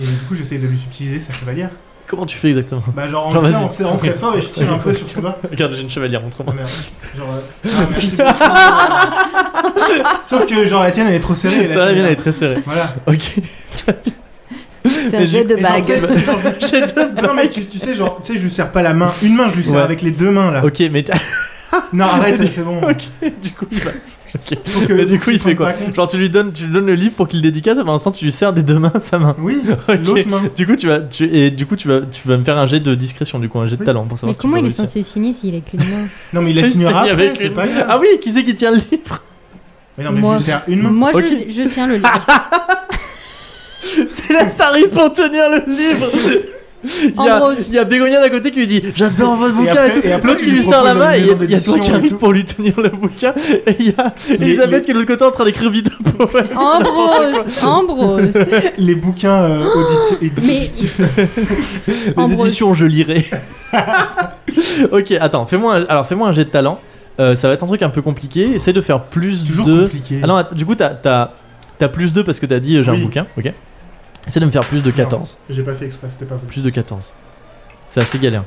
Speaker 2: Et du coup j'essaye de lui subtiliser sa chevalière.
Speaker 1: Comment tu fais exactement
Speaker 2: Bah genre en,
Speaker 1: Genre,
Speaker 2: le
Speaker 1: vas-y.
Speaker 2: serrant- en serrant très fort et je tire un peu sur son bas.
Speaker 1: Regarde, j'ai une chevalière, montre-moi.
Speaker 2: Ah, merde. Genre,
Speaker 1: <laughs>
Speaker 2: euh, ah, merci beaucoup. Sauf que genre la tienne elle est trop serrée. et la
Speaker 1: Ça va
Speaker 2: sienne,
Speaker 1: bien, elle
Speaker 2: non.
Speaker 1: est très serrée.
Speaker 2: Voilà.
Speaker 1: Ok.
Speaker 5: C'est
Speaker 1: Mais
Speaker 5: un jet
Speaker 1: j'ai-
Speaker 5: de
Speaker 2: Et genre, tu sais-
Speaker 5: bague.
Speaker 2: genre, je-
Speaker 1: <laughs> J'ai deux
Speaker 2: Non mais
Speaker 1: blagues.
Speaker 2: tu, tu sais genre tu sais je lui serre pas la main. Une main je lui serre
Speaker 1: Ouais.
Speaker 2: avec les deux mains là.
Speaker 1: Ok, mais t'as-
Speaker 2: Non arrête c'est bon.
Speaker 1: ok, du coup il va. Ok.
Speaker 2: Faut que-
Speaker 1: Mais du coup
Speaker 2: qu'il
Speaker 1: il
Speaker 2: se
Speaker 1: fait
Speaker 2: rende
Speaker 1: quoi
Speaker 2: pas compte.
Speaker 1: Genre tu lui donnes, tu lui donnes le livre pour qu'il le dédicace, et pendant ce temps tu lui serres des deux mains sa main.
Speaker 2: Oui.
Speaker 1: Ok.
Speaker 2: L'autre main.
Speaker 1: Du coup tu vas, tu et du coup tu vas, tu vas me faire un jet de discrétion, du coup un jet de
Speaker 2: Oui.
Speaker 1: talent pour savoir.
Speaker 3: Mais
Speaker 1: si tu
Speaker 3: comment
Speaker 1: peux
Speaker 3: il est
Speaker 1: réussir.
Speaker 3: censé signer s'il a que les mains
Speaker 1: <laughs>
Speaker 2: Non mais il la
Speaker 1: Il
Speaker 2: signera
Speaker 1: signe
Speaker 2: après
Speaker 1: avec
Speaker 2: c'est
Speaker 1: une-
Speaker 2: pas grave.
Speaker 1: Ah oui, qui c'est qui tient le livre <laughs>
Speaker 2: Mais non mais je
Speaker 3: Moi.
Speaker 2: lui serre une main.
Speaker 3: Moi, je-
Speaker 1: Ok.
Speaker 3: je, tiens le livre.
Speaker 1: <laughs> Céleste arrive pour tenir le livre.
Speaker 3: <laughs>
Speaker 1: Il y a,
Speaker 3: Ambrose.
Speaker 1: il y a Bégonia d'un côté qui lui dit J'adore votre
Speaker 2: Et
Speaker 1: bouquin
Speaker 2: après-
Speaker 1: et tout.
Speaker 2: et après,
Speaker 1: L'autre
Speaker 2: tu
Speaker 1: qui
Speaker 2: lui
Speaker 1: lui sert la
Speaker 2: proposes
Speaker 1: main et
Speaker 2: une
Speaker 1: il y a-
Speaker 2: maison
Speaker 1: il y a toi qui
Speaker 2: d'édition et
Speaker 1: arrive
Speaker 2: tout.
Speaker 1: pour lui tenir le bouquin. Et il y a
Speaker 2: Les-
Speaker 1: Elisabeth
Speaker 2: les-
Speaker 1: qui est de l'autre côté en train d'écrire vite un poème. <laughs>
Speaker 3: Ambrose Ambrose
Speaker 2: Les bouquins
Speaker 5: <gasps>
Speaker 2: euh, audit- éditifs.
Speaker 3: Mais
Speaker 1: Les
Speaker 3: Ambrose.
Speaker 1: éditions, je lirai. <laughs> ok, attends, fais-moi un, alors fais-moi un jet de talent. Euh, ça va être un truc un peu compliqué. Essaye de faire plus
Speaker 2: Toujours
Speaker 1: de.
Speaker 2: compliqué.
Speaker 1: Ah non, att- du coup, t'as, t'as, t'as plus 2 parce que t'as dit euh, j'ai un
Speaker 2: Oui.
Speaker 1: bouquin. Ok. Essaye de me faire plus de 14.
Speaker 2: J'ai pas fait exprès, c'était pas vrai.
Speaker 1: Plus de 14. C'est assez galère.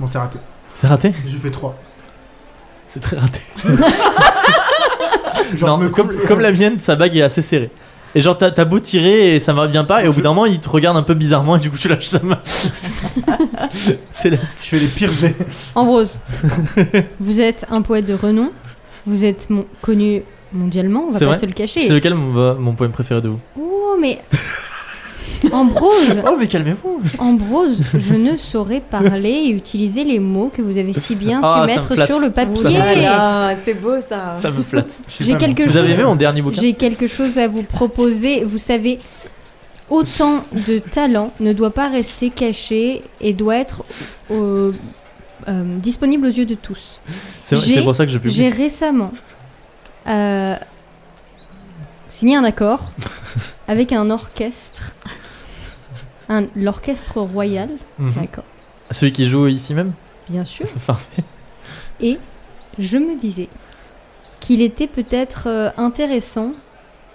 Speaker 2: Bon, c'est raté.
Speaker 1: C'est raté
Speaker 2: J'ai fait 3.
Speaker 1: C'est très raté.
Speaker 2: Genre,
Speaker 1: non,
Speaker 2: me
Speaker 1: comme,
Speaker 2: coupe-
Speaker 1: comme la mienne, sa bague est assez serrée. Et genre, t'as t'as beau tirer et ça ne revient pas, et au bout d'un moment, il te regarde un peu bizarrement, et du coup, tu lâches sa main. Céleste.
Speaker 2: Je fais les pires jets.
Speaker 1: <laughs>
Speaker 3: Ambrose, vous êtes un poète de renom, vous êtes mon- connu mondialement, on va
Speaker 1: C'est
Speaker 3: pas
Speaker 1: vrai
Speaker 3: se le cacher.
Speaker 1: C'est lequel mon, va- mon poème préféré de vous
Speaker 3: Oh, mais. Ambrose,
Speaker 1: Oh, mais calmez-vous
Speaker 3: Ambrose, je ne saurais parler et utiliser les mots que vous avez si bien
Speaker 1: Ah, ça
Speaker 3: su
Speaker 1: me
Speaker 3: mettre
Speaker 1: flatte.
Speaker 3: sur le
Speaker 1: Ça me
Speaker 3: papier.
Speaker 5: Voilà, Ah, c'est beau ça.
Speaker 1: Ça me flatte.
Speaker 2: Je sais
Speaker 3: J'ai
Speaker 2: pas,
Speaker 3: quelque
Speaker 2: moi.
Speaker 1: Vous
Speaker 3: chose-
Speaker 1: avez aimé mon dernier bouquin
Speaker 3: J'ai quelque chose à vous proposer. Vous savez, autant de talent ne doit pas rester caché et doit être euh, euh, disponible aux yeux de tous.
Speaker 1: C'est
Speaker 3: j'ai-
Speaker 1: c'est pour ça que je
Speaker 3: J'ai
Speaker 1: publie.
Speaker 3: récemment euh, signé un accord avec un orchestre, un- l'orchestre royal,
Speaker 1: Mhm.
Speaker 3: d'accord,
Speaker 1: Celui qui joue ici même
Speaker 3: bien sûr.
Speaker 1: Parfait.
Speaker 3: Et je me disais qu'il était peut-être euh, intéressant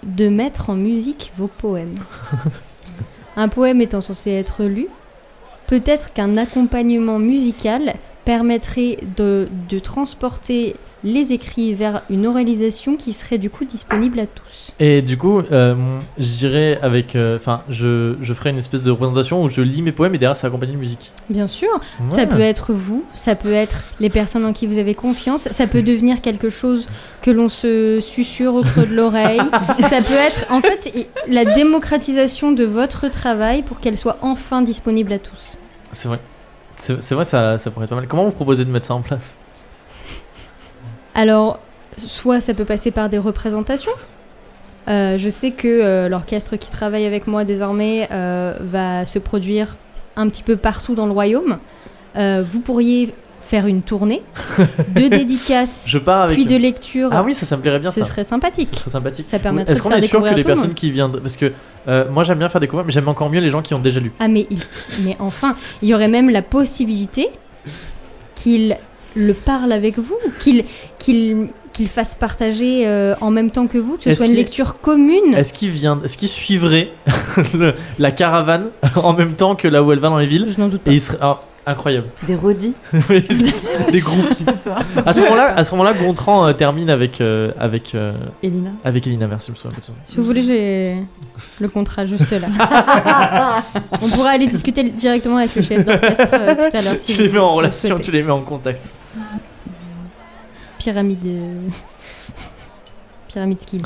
Speaker 3: de mettre en musique vos <laughs> poèmes. un poème étant censé être lu, peut-être qu'un accompagnement musical permettrait de, de transporter les écrits vers une oralisation qui serait du coup disponible à tous.
Speaker 1: Et du coup, euh, j'irai avec. euh, Enfin, je, je ferai une espèce de représentation où je lis mes poèmes et derrière, ça accompagne de musique.
Speaker 3: Bien sûr,
Speaker 1: Ouais.
Speaker 3: Ça peut être vous, ça peut être les personnes en qui vous avez confiance, ça peut devenir quelque chose que l'on se susurre au creux
Speaker 1: <laughs>
Speaker 3: de l'oreille. ça peut être, en fait, i- la démocratisation de votre travail pour qu'elle soit enfin disponible à tous.
Speaker 1: C'est vrai. C'est c'est vrai, ça, ça pourrait être pas mal. Comment vous proposez de mettre ça en place
Speaker 3: Alors, soit ça peut passer par des représentations. Euh, je sais que euh, l'orchestre qui travaille avec moi désormais euh, va se produire un petit peu partout dans le royaume. Euh, vous pourriez faire
Speaker 1: <laughs>
Speaker 3: une tournée de dédicaces.
Speaker 1: Je pars avec.
Speaker 3: Puis de lecture
Speaker 1: Ah oui, ça, ça me plairait bien
Speaker 3: Ce
Speaker 1: ça.
Speaker 3: serait sympathique.
Speaker 1: Ce serait sympathique.
Speaker 3: Ça permettrait
Speaker 1: Est-ce
Speaker 3: de
Speaker 1: qu'on
Speaker 3: faire
Speaker 1: est sûr que
Speaker 3: découvrir
Speaker 1: les
Speaker 3: tout le monde.
Speaker 1: personnes qui viennent. Parce que euh, moi, j'aime bien faire des découvrir, mais j'aime encore mieux les gens qui ont déjà lu.
Speaker 3: Ah mais, il- mais enfin, il y aurait même la possibilité qu'il le parle avec vous, qu'il qu'il qu'il fasse partager euh, en même temps que vous, que ce
Speaker 1: Est-ce
Speaker 3: soit une
Speaker 1: qu'il-
Speaker 3: lecture commune.
Speaker 1: Est-ce qu'ils viennent. Est-ce qu'ils suivraient <laughs> le- la caravane en même temps que là où elle va dans les villes
Speaker 3: Je n'en doute pas.
Speaker 1: Et ils seraient. ah, incroyable.
Speaker 5: Des redis.
Speaker 1: <laughs> des groupes.
Speaker 5: C'est ça.
Speaker 1: À ce moment-là, à ce moment-là, Gontran euh, termine avec euh, avec euh,
Speaker 5: Elina.
Speaker 1: avec Elina. Merci monsieur.
Speaker 3: Si vous voulez, j'ai le contrat juste là. <laughs> On pourra aller discuter directement avec le chef d'orchestre euh, tout à l'heure. si
Speaker 1: tu les
Speaker 3: vous-
Speaker 1: mets
Speaker 3: si
Speaker 1: en
Speaker 3: vous
Speaker 1: relation,
Speaker 3: souhaitez.
Speaker 1: tu les mets en contact.
Speaker 3: Pyramide. euh, <laughs>
Speaker 1: <laughs>
Speaker 3: Pyramide skill.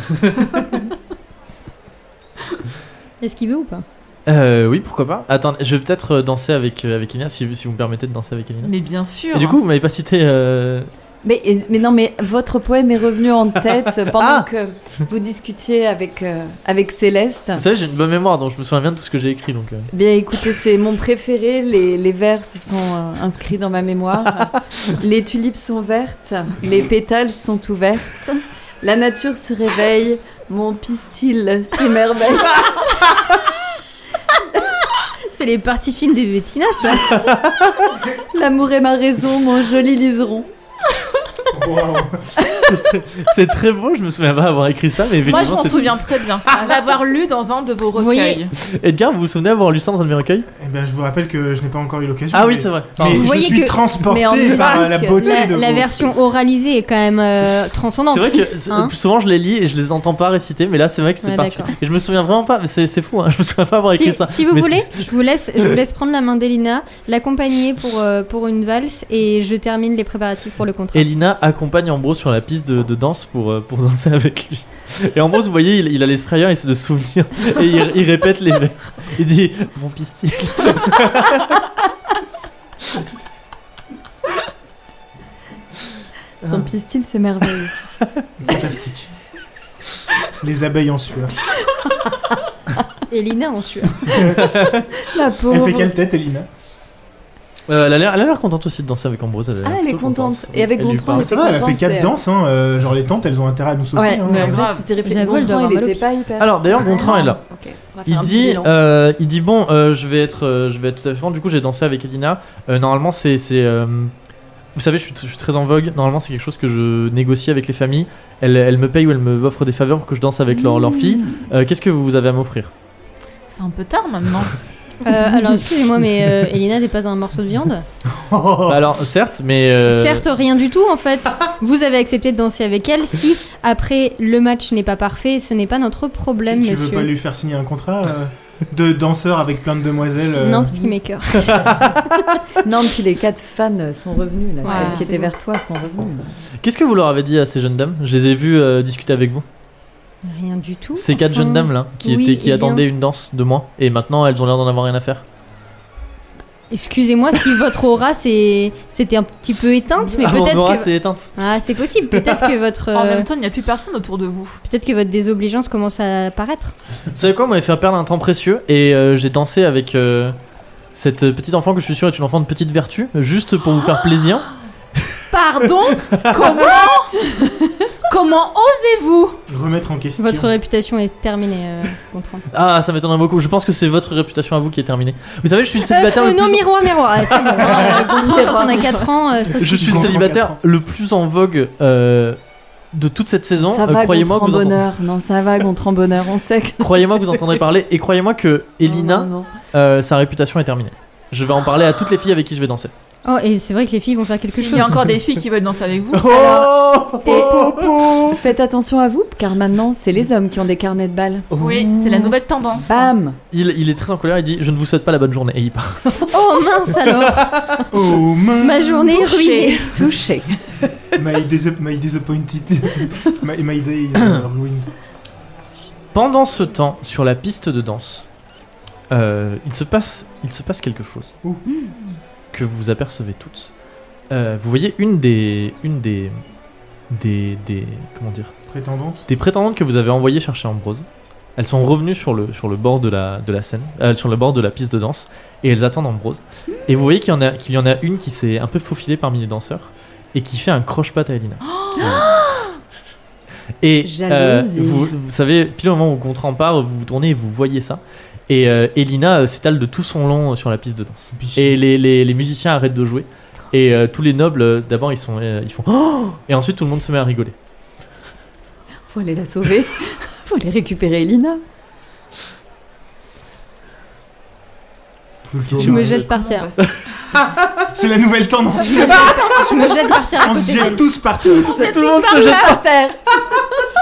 Speaker 3: Est-ce qu'il veut ou pas
Speaker 1: Euh, oui, pourquoi pas. Attends, je vais peut-être euh, danser avec euh, avec Elina si, si vous me permettez de danser avec Elina.
Speaker 4: Mais bien sûr.
Speaker 3: hein.
Speaker 1: Et du coup, vous m'avez pas cité. euh,
Speaker 5: Mais, et- mais non, mais votre poème est revenu
Speaker 1: <laughs>
Speaker 5: en tête pendant
Speaker 1: Ah
Speaker 5: que vous discutiez avec, euh, avec
Speaker 3: Ah.
Speaker 5: Céleste.
Speaker 1: Vous savez, j'ai une bonne mémoire, donc je me souviens bien de tout ce que j'ai écrit. Donc, euh.
Speaker 5: Bien écoutez, c'est mon préféré. Les, les vers se sont euh, inscrits dans
Speaker 1: <laughs>
Speaker 5: ma mémoire. les tulipes sont vertes, les pétales sont ouvertes. La nature se réveille, mon pistil
Speaker 1: <laughs>
Speaker 5: s'émerveille.
Speaker 3: C'est les parties fines des Bettina, ça
Speaker 5: L'amour est ma raison, mon joli liseron.
Speaker 2: Wow.
Speaker 1: c'est très beau. Je me souviens pas avoir écrit ça, mais
Speaker 4: Moi, je
Speaker 1: effectivement,
Speaker 4: m'en
Speaker 1: c'est-
Speaker 4: souviens très
Speaker 1: <laughs>
Speaker 4: bien. L'avoir lu dans un de vos
Speaker 3: Vous voyez,
Speaker 4: recueils.
Speaker 1: Edgar, vous vous souvenez avoir lu ça dans un de mes recueils
Speaker 2: Eh ben, je vous rappelle que je n'ai pas encore eu l'occasion.
Speaker 1: Ah
Speaker 2: mais-
Speaker 1: oui, c'est vrai.
Speaker 2: Mais
Speaker 1: Pardon.
Speaker 3: Vous
Speaker 2: je
Speaker 3: voyez
Speaker 2: suis
Speaker 3: que-
Speaker 2: transporté
Speaker 5: mais en musique,
Speaker 2: par la beauté
Speaker 3: la,
Speaker 2: de
Speaker 3: la
Speaker 2: vos-
Speaker 3: version oralisée est quand même euh, transcendante.
Speaker 1: C'est vrai que euh, c'est-
Speaker 3: Hein
Speaker 1: plus souvent je les lis et je les entends pas réciter, mais là c'est vrai que c'est
Speaker 3: Ouais,
Speaker 1: parti.
Speaker 3: d'accord.
Speaker 1: Et je me souviens vraiment pas, mais c'est c'est fou, hein, je me souviens pas avoir écrit
Speaker 3: si,
Speaker 1: ça.
Speaker 3: si vous
Speaker 1: Mais
Speaker 3: voulez,
Speaker 1: c'est-
Speaker 3: je vous, laisse,
Speaker 1: <laughs>
Speaker 3: je vous laisse prendre la main d'Elina, l'accompagner pour, euh, pour une valse et je termine les préparatifs pour le contrat.
Speaker 1: Elina accompagne Ambrose sur la piste de, de danse pour, euh, pour <laughs> danser avec lui. Et Ambrose, vous voyez, il, il a l'esprit ailleurs, il essaie de se souvenir. Et il, il répète les vers. Il dit Mon <laughs> pistil. Ah.
Speaker 5: Son pistil s'émerveille.
Speaker 2: fantastique. Les abeilles en sueur.
Speaker 3: Elina en sueur.
Speaker 5: La
Speaker 3: Oh,
Speaker 2: Elle fait
Speaker 5: pauvre.
Speaker 2: quelle tête, Elina
Speaker 1: Euh, elle a l'air- elle a l'air contente aussi de danser avec Ambrose.
Speaker 5: Ah, elle est
Speaker 1: plutôt
Speaker 5: contente. Et avec
Speaker 1: Elle lui
Speaker 5: Gontran,
Speaker 3: Ah,
Speaker 1: parle.
Speaker 5: elle
Speaker 2: Ça va, elle a fait
Speaker 5: contente, c'est-
Speaker 2: quatre danses. Hein. euh, genre les tantes, elles ont intérêt à nous saucer.
Speaker 5: Ouais,
Speaker 2: hein.
Speaker 5: mais
Speaker 2: <laughs>
Speaker 5: en
Speaker 4: grave.
Speaker 5: fait, si t'es réfléchi,
Speaker 3: J'avoue, elle doit
Speaker 5: Gontran,
Speaker 3: avoir
Speaker 5: il
Speaker 3: mal au
Speaker 5: était
Speaker 3: pied.
Speaker 5: pas hyper.
Speaker 1: Alors, d'ailleurs, Gontran est là.
Speaker 5: Ok, on va faire
Speaker 1: Il
Speaker 5: un petit
Speaker 1: dit,
Speaker 5: bilan.
Speaker 1: euh, il dit bon, euh, je vais être, euh, je vais être tout à fait franc. Du coup, j'ai dansé avec Elina. Euh, normalement, c'est, c'est, euh, vous savez, je suis, je suis très en vogue. Normalement, c'est quelque chose que je négocie avec les familles. Elles, elles me payent ou elles me offrent des
Speaker 5: Mmh.
Speaker 1: faveurs pour que je danse avec leur, leur fille. Euh, qu'est-ce que vous avez à m'offrir
Speaker 4: C'est un peu tard maintenant.
Speaker 3: Euh, alors, excusez-moi, mais euh, Elina n'est pas un morceau de viande
Speaker 1: Bah Alors, certes, mais. euh,
Speaker 3: Oh. Certes, rien du tout, en fait. Vous avez accepté de danser avec elle. Si, après, le match n'est pas parfait, ce n'est pas notre problème,
Speaker 2: tu veux
Speaker 3: monsieur.
Speaker 2: pas lui faire signer un contrat euh, de danseur avec plein de demoiselles euh,
Speaker 3: Non, parce qu'il m'écoeure.
Speaker 5: Non, mais puis les quatre fans sont revenus, là.
Speaker 3: Ouais,
Speaker 5: Celles qui
Speaker 3: c'est
Speaker 5: étaient
Speaker 3: bon.
Speaker 5: vers toi sont revenus.
Speaker 1: Qu'est-ce que vous leur avez dit à ces jeunes dames Je les ai vues euh, discuter avec vous.
Speaker 3: Rien du tout.
Speaker 1: Ces quatre
Speaker 3: enfin.
Speaker 1: jeunes dames là, qui,
Speaker 3: oui,
Speaker 1: étaient, qui
Speaker 3: eh bien.
Speaker 1: attendaient une danse de moi, et maintenant elles ont l'air d'en avoir rien à faire.
Speaker 3: Excusez-moi si votre aura c'est- c'était un petit peu éteinte, mais
Speaker 1: ah, mon
Speaker 3: peut-être
Speaker 1: aura
Speaker 3: que.
Speaker 1: s'est éteinte.
Speaker 3: Ah, c'est possible. Peut-être que votre.
Speaker 4: <laughs> En
Speaker 3: euh,
Speaker 4: même temps, il n'y a plus personne autour de vous.
Speaker 3: Peut-être que votre désobligeance commence à paraître.
Speaker 1: Vous savez quoi, on m'avait fait perdre un temps précieux, et euh, j'ai dansé avec euh, cette petite enfant que je suis sûr est une enfant de petite vertu, juste pour vous faire plaisir.
Speaker 3: <gasps> <laughs>
Speaker 4: Pardon Comment Comment osez-vous
Speaker 2: Remettre en question.
Speaker 3: Votre réputation est terminée, euh, Gontran.
Speaker 1: Ah, ça m'étonnerait beaucoup, je pense que c'est votre réputation à vous qui est terminée. Vous savez, je suis le célibataire
Speaker 3: Euh,
Speaker 1: le
Speaker 3: non,
Speaker 1: plus...
Speaker 3: miroir, miroir. Ah, c'est bon.
Speaker 1: <laughs>
Speaker 3: Euh, Gontran, quand on a 4 ans, euh, ça
Speaker 1: Je suis le
Speaker 2: Gontran,
Speaker 1: célibataire
Speaker 2: quatre ans.
Speaker 1: le plus en vogue euh, de toute cette saison.
Speaker 5: Ça
Speaker 1: Euh,
Speaker 5: va,
Speaker 1: croyez-moi, que
Speaker 5: Gontran
Speaker 1: vous entendrez-
Speaker 5: Bonheur. Non, ça va, Gontran Bonheur, on sait que...
Speaker 1: croyez-moi que vous entendrez parler, et croyez-moi que Elina,
Speaker 5: Non, non, non.
Speaker 1: euh, sa réputation est terminée. Je vais en parler à toutes les filles avec qui je vais danser.
Speaker 3: Oh, et c'est vrai que les filles vont faire quelque
Speaker 4: S'il
Speaker 3: chose.
Speaker 4: y a encore des filles qui veulent danser avec vous,
Speaker 5: Et- Faites attention à vous, car maintenant, c'est les hommes qui ont des carnets de balles.
Speaker 4: oui, c'est la nouvelle tendance.
Speaker 3: Bah,
Speaker 5: Bam
Speaker 1: Il, il est très en colère, il dit Je ne vous souhaite pas la bonne journée. Et il part.
Speaker 3: Oh mince alors
Speaker 2: Oh, man.
Speaker 3: Ma journée est ruinée
Speaker 4: Touché.
Speaker 5: Touché
Speaker 2: My, dis- my disappointed. <laughs> my, my day is ruined.
Speaker 1: Pendant ce temps, sur la piste de danse, euh, il, se passe, il se passe quelque chose
Speaker 2: Ouh.
Speaker 1: que vous apercevez toutes. Euh, vous voyez une des. Une des. Des. des comment dire
Speaker 2: Prétendante.
Speaker 1: Des prétendantes que vous avez envoyées chercher Ambrose. Elles sont revenues sur le, sur le bord de la, de la scène, euh, sur le bord de la piste de danse, et elles attendent Ambrose. Et vous voyez qu'il y, en a- qu'il y en a une qui s'est un peu faufilée parmi les danseurs, et qui fait un croche-patte à Elina. et euh,
Speaker 5: Jalousie.
Speaker 1: vous, vous savez, pile au moment où Gontran part, vous vous tournez et vous voyez ça. Et euh, Elina euh, s'étale de tout son long euh, sur la piste de danse. Et les, les- les musiciens arrêtent de jouer. Et euh, tous les nobles, euh, d'abord, ils, sont, euh, ils font... Oh Et ensuite, tout le monde se met à rigoler.
Speaker 5: Faut aller la <laughs> sauver. Faut aller récupérer Elina.
Speaker 1: Je
Speaker 3: Je me jette par terre.
Speaker 1: <laughs>
Speaker 2: C'est la nouvelle tendance.
Speaker 3: Je me jette par terre à
Speaker 2: On se
Speaker 3: côté
Speaker 2: jette
Speaker 3: d'elle.
Speaker 2: tous par terre.
Speaker 1: Tout le monde se jette par-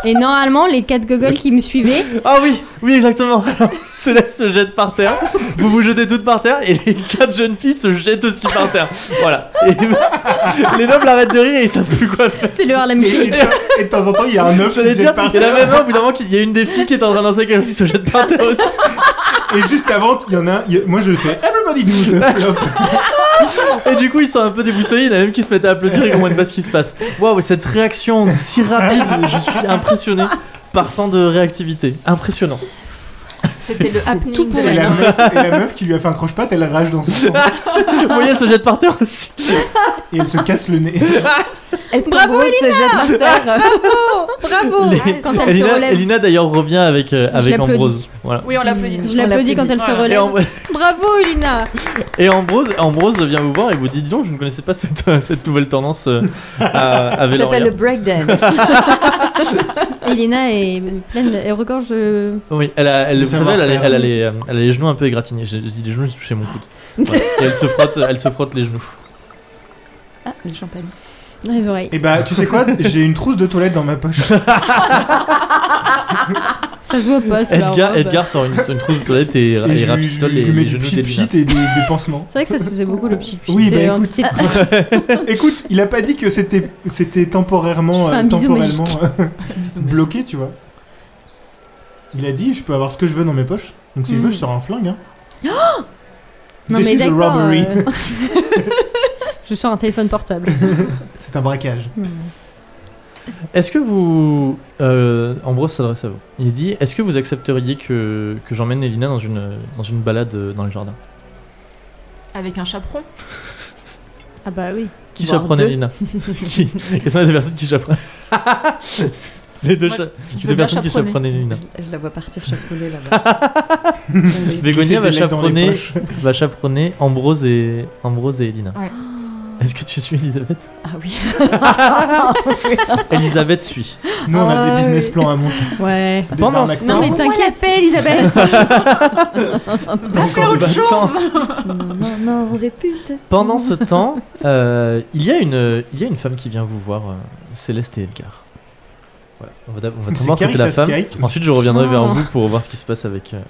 Speaker 3: Et normalement, les quatre gogoles qui me suivaient,
Speaker 1: Ah oui, oui, exactement. Céleste se jette par terre, vous vous jetez toutes par terre, et les quatre jeunes filles se jettent aussi par terre. Voilà. Et <laughs> les nobles arrêtent de rire et ils savent plus quoi faire.
Speaker 3: c'est le Harlem
Speaker 2: Et, et
Speaker 3: Shake.
Speaker 2: de- et de temps en temps, il y a un homme qui se
Speaker 1: J'allais dire,
Speaker 2: jette par
Speaker 1: il y en a
Speaker 2: terre.
Speaker 1: même un, au bout d'un moment, qu'il y a une des filles qui est en train de danser qu'elle aussi se jette par terre aussi.
Speaker 2: Et juste avant, il y en a un. il y a- Moi, je fais Everybody
Speaker 1: <laughs>
Speaker 2: do the flop.
Speaker 1: Et du coup, ils sont un peu déboussolés, il y en a même qui se mettent à applaudir et comprennent pas ce qui se passe. Waouh, cette réaction si rapide, je suis impressionné par tant de réactivité. Impressionnant.
Speaker 4: C'était le happening
Speaker 3: Tout pour
Speaker 4: de
Speaker 2: Et
Speaker 4: la
Speaker 2: la,
Speaker 4: nuit.
Speaker 2: meuf, et la meuf qui lui a fait un croche-patte, elle rage dans son coin.
Speaker 1: Vous voyez, elle se jette par terre aussi.
Speaker 2: Et elle se casse le nez.
Speaker 5: Est-ce
Speaker 3: Bravo,
Speaker 5: qu'Ambrose se jette par
Speaker 1: <laughs>
Speaker 5: terre
Speaker 3: Oh, bravo
Speaker 1: Les-
Speaker 3: Quand elle se
Speaker 1: Elina,
Speaker 3: relève.
Speaker 1: Elina, d'ailleurs revient avec, euh,
Speaker 3: Je
Speaker 1: avec
Speaker 3: l'applaudis.
Speaker 1: Ambrose. Voilà.
Speaker 4: Oui, on l'applaudit.
Speaker 3: Je l'applaudis quand elle se
Speaker 4: Voilà.
Speaker 1: Et
Speaker 3: relève.
Speaker 1: Am-
Speaker 3: Bravo Elina
Speaker 1: Et Ambrose, Ambrose vient vous voir et vous dit dis donc, je ne connaissais pas cette, <laughs> euh, cette nouvelle tendance euh, à, à
Speaker 5: Ça
Speaker 1: Veloria.
Speaker 5: s'appelle le <laughs> breakdance.
Speaker 3: Elina est pleine, elle regorge euh,
Speaker 1: Oui, elle a, elle,
Speaker 2: De
Speaker 1: vous savez, elle a, les-
Speaker 2: savoir-faire.
Speaker 1: elle, a les, euh, elle a les genoux un peu égratignés. J'ai j'ai dit les genoux, j'ai touché mon coude. Voilà. Et elle se frotte, elle se frotte les genoux.
Speaker 5: Ah, le champagne.
Speaker 3: dans les oreilles.
Speaker 2: Et bah, tu sais quoi J'ai une trousse de toilette dans ma poche.
Speaker 3: Ça se voit pas sous la
Speaker 1: Edgar,
Speaker 3: robe.
Speaker 1: Edgar sort une, une trousse de toilette et,
Speaker 2: Et,
Speaker 1: et
Speaker 2: je, lui- je
Speaker 1: rafistole
Speaker 2: lui
Speaker 1: les,
Speaker 2: mets
Speaker 1: les genoux
Speaker 2: du pit
Speaker 1: d'Elina.
Speaker 2: pit et des, des pansements.
Speaker 3: C'est vrai que ça se faisait beaucoup le petit
Speaker 2: Oui, bah, écoute. <laughs>
Speaker 3: c'est
Speaker 2: Écoute, il a pas dit que c'était c'était temporairement,
Speaker 3: Je fais un
Speaker 2: euh,
Speaker 3: bisou
Speaker 2: temporellement
Speaker 3: <laughs>
Speaker 2: euh, bloqué, tu vois. Il a dit, je peux avoir ce que je veux dans mes poches. Donc si je veux, je sors un flingue. Hein.
Speaker 3: Hmm. <gasps> Non
Speaker 2: This
Speaker 3: mais
Speaker 2: is a
Speaker 3: d'accord.
Speaker 2: robbery.
Speaker 3: euh, <laughs> Je sors un téléphone portable.
Speaker 2: <laughs> C'est un braquage.
Speaker 3: Hmm.
Speaker 1: Est-ce que vous. euh, Ambrose s'adresse à vous. Il dit Est-ce que vous accepteriez que, que j'emmène Elina dans une, dans une balade euh, dans le jardin
Speaker 4: Avec un chaperon.
Speaker 3: Ah bah oui.
Speaker 1: Qui
Speaker 5: Voire
Speaker 1: chaperonne
Speaker 5: deux.
Speaker 1: Elina <laughs> Qui- Quelles sont les deux personnes qui chaperonnent <laughs> Les deux,
Speaker 4: Moi,
Speaker 1: cha-
Speaker 4: Je
Speaker 1: les deux
Speaker 4: veux bien
Speaker 1: personnes qui
Speaker 4: chaperonner.
Speaker 1: chaperonnent Elina.
Speaker 5: Je, je la vois partir chapouler là-bas. Oui.
Speaker 1: <laughs> Bégonia va
Speaker 2: Tous ces délais dans les
Speaker 1: chaperonner,
Speaker 2: poches.
Speaker 1: va chaperonner Ambrose et Ambrose et Elina.
Speaker 4: Ouais.
Speaker 1: <gasps> Est-ce que tu suis Elisabeth
Speaker 5: Ah oui.
Speaker 1: <laughs> Elisabeth suit.
Speaker 2: Nous, on a
Speaker 5: Ah,
Speaker 2: des business
Speaker 5: oui.
Speaker 2: plans à monter.
Speaker 3: Ouais.
Speaker 2: Des
Speaker 1: Pendant
Speaker 2: arnaques.
Speaker 1: ce
Speaker 3: Non, mais
Speaker 4: Envoie
Speaker 3: t'inquiète.
Speaker 4: la paix, Elisabeth Va
Speaker 1: le
Speaker 4: faire autre
Speaker 1: battant.
Speaker 4: chose
Speaker 5: non, non, non, réputation.
Speaker 1: Pendant ce temps, euh, il, y a une, il y a une femme qui vient vous voir, euh, Céleste et Elgar. Voilà, on va, d'ab- on va
Speaker 2: C'est
Speaker 1: d'abord traiter la
Speaker 2: Carissa
Speaker 1: femme.
Speaker 2: Skyke.
Speaker 1: Ensuite, je reviendrai
Speaker 3: Oh.
Speaker 1: vers vous pour voir ce qui se passe avec, euh,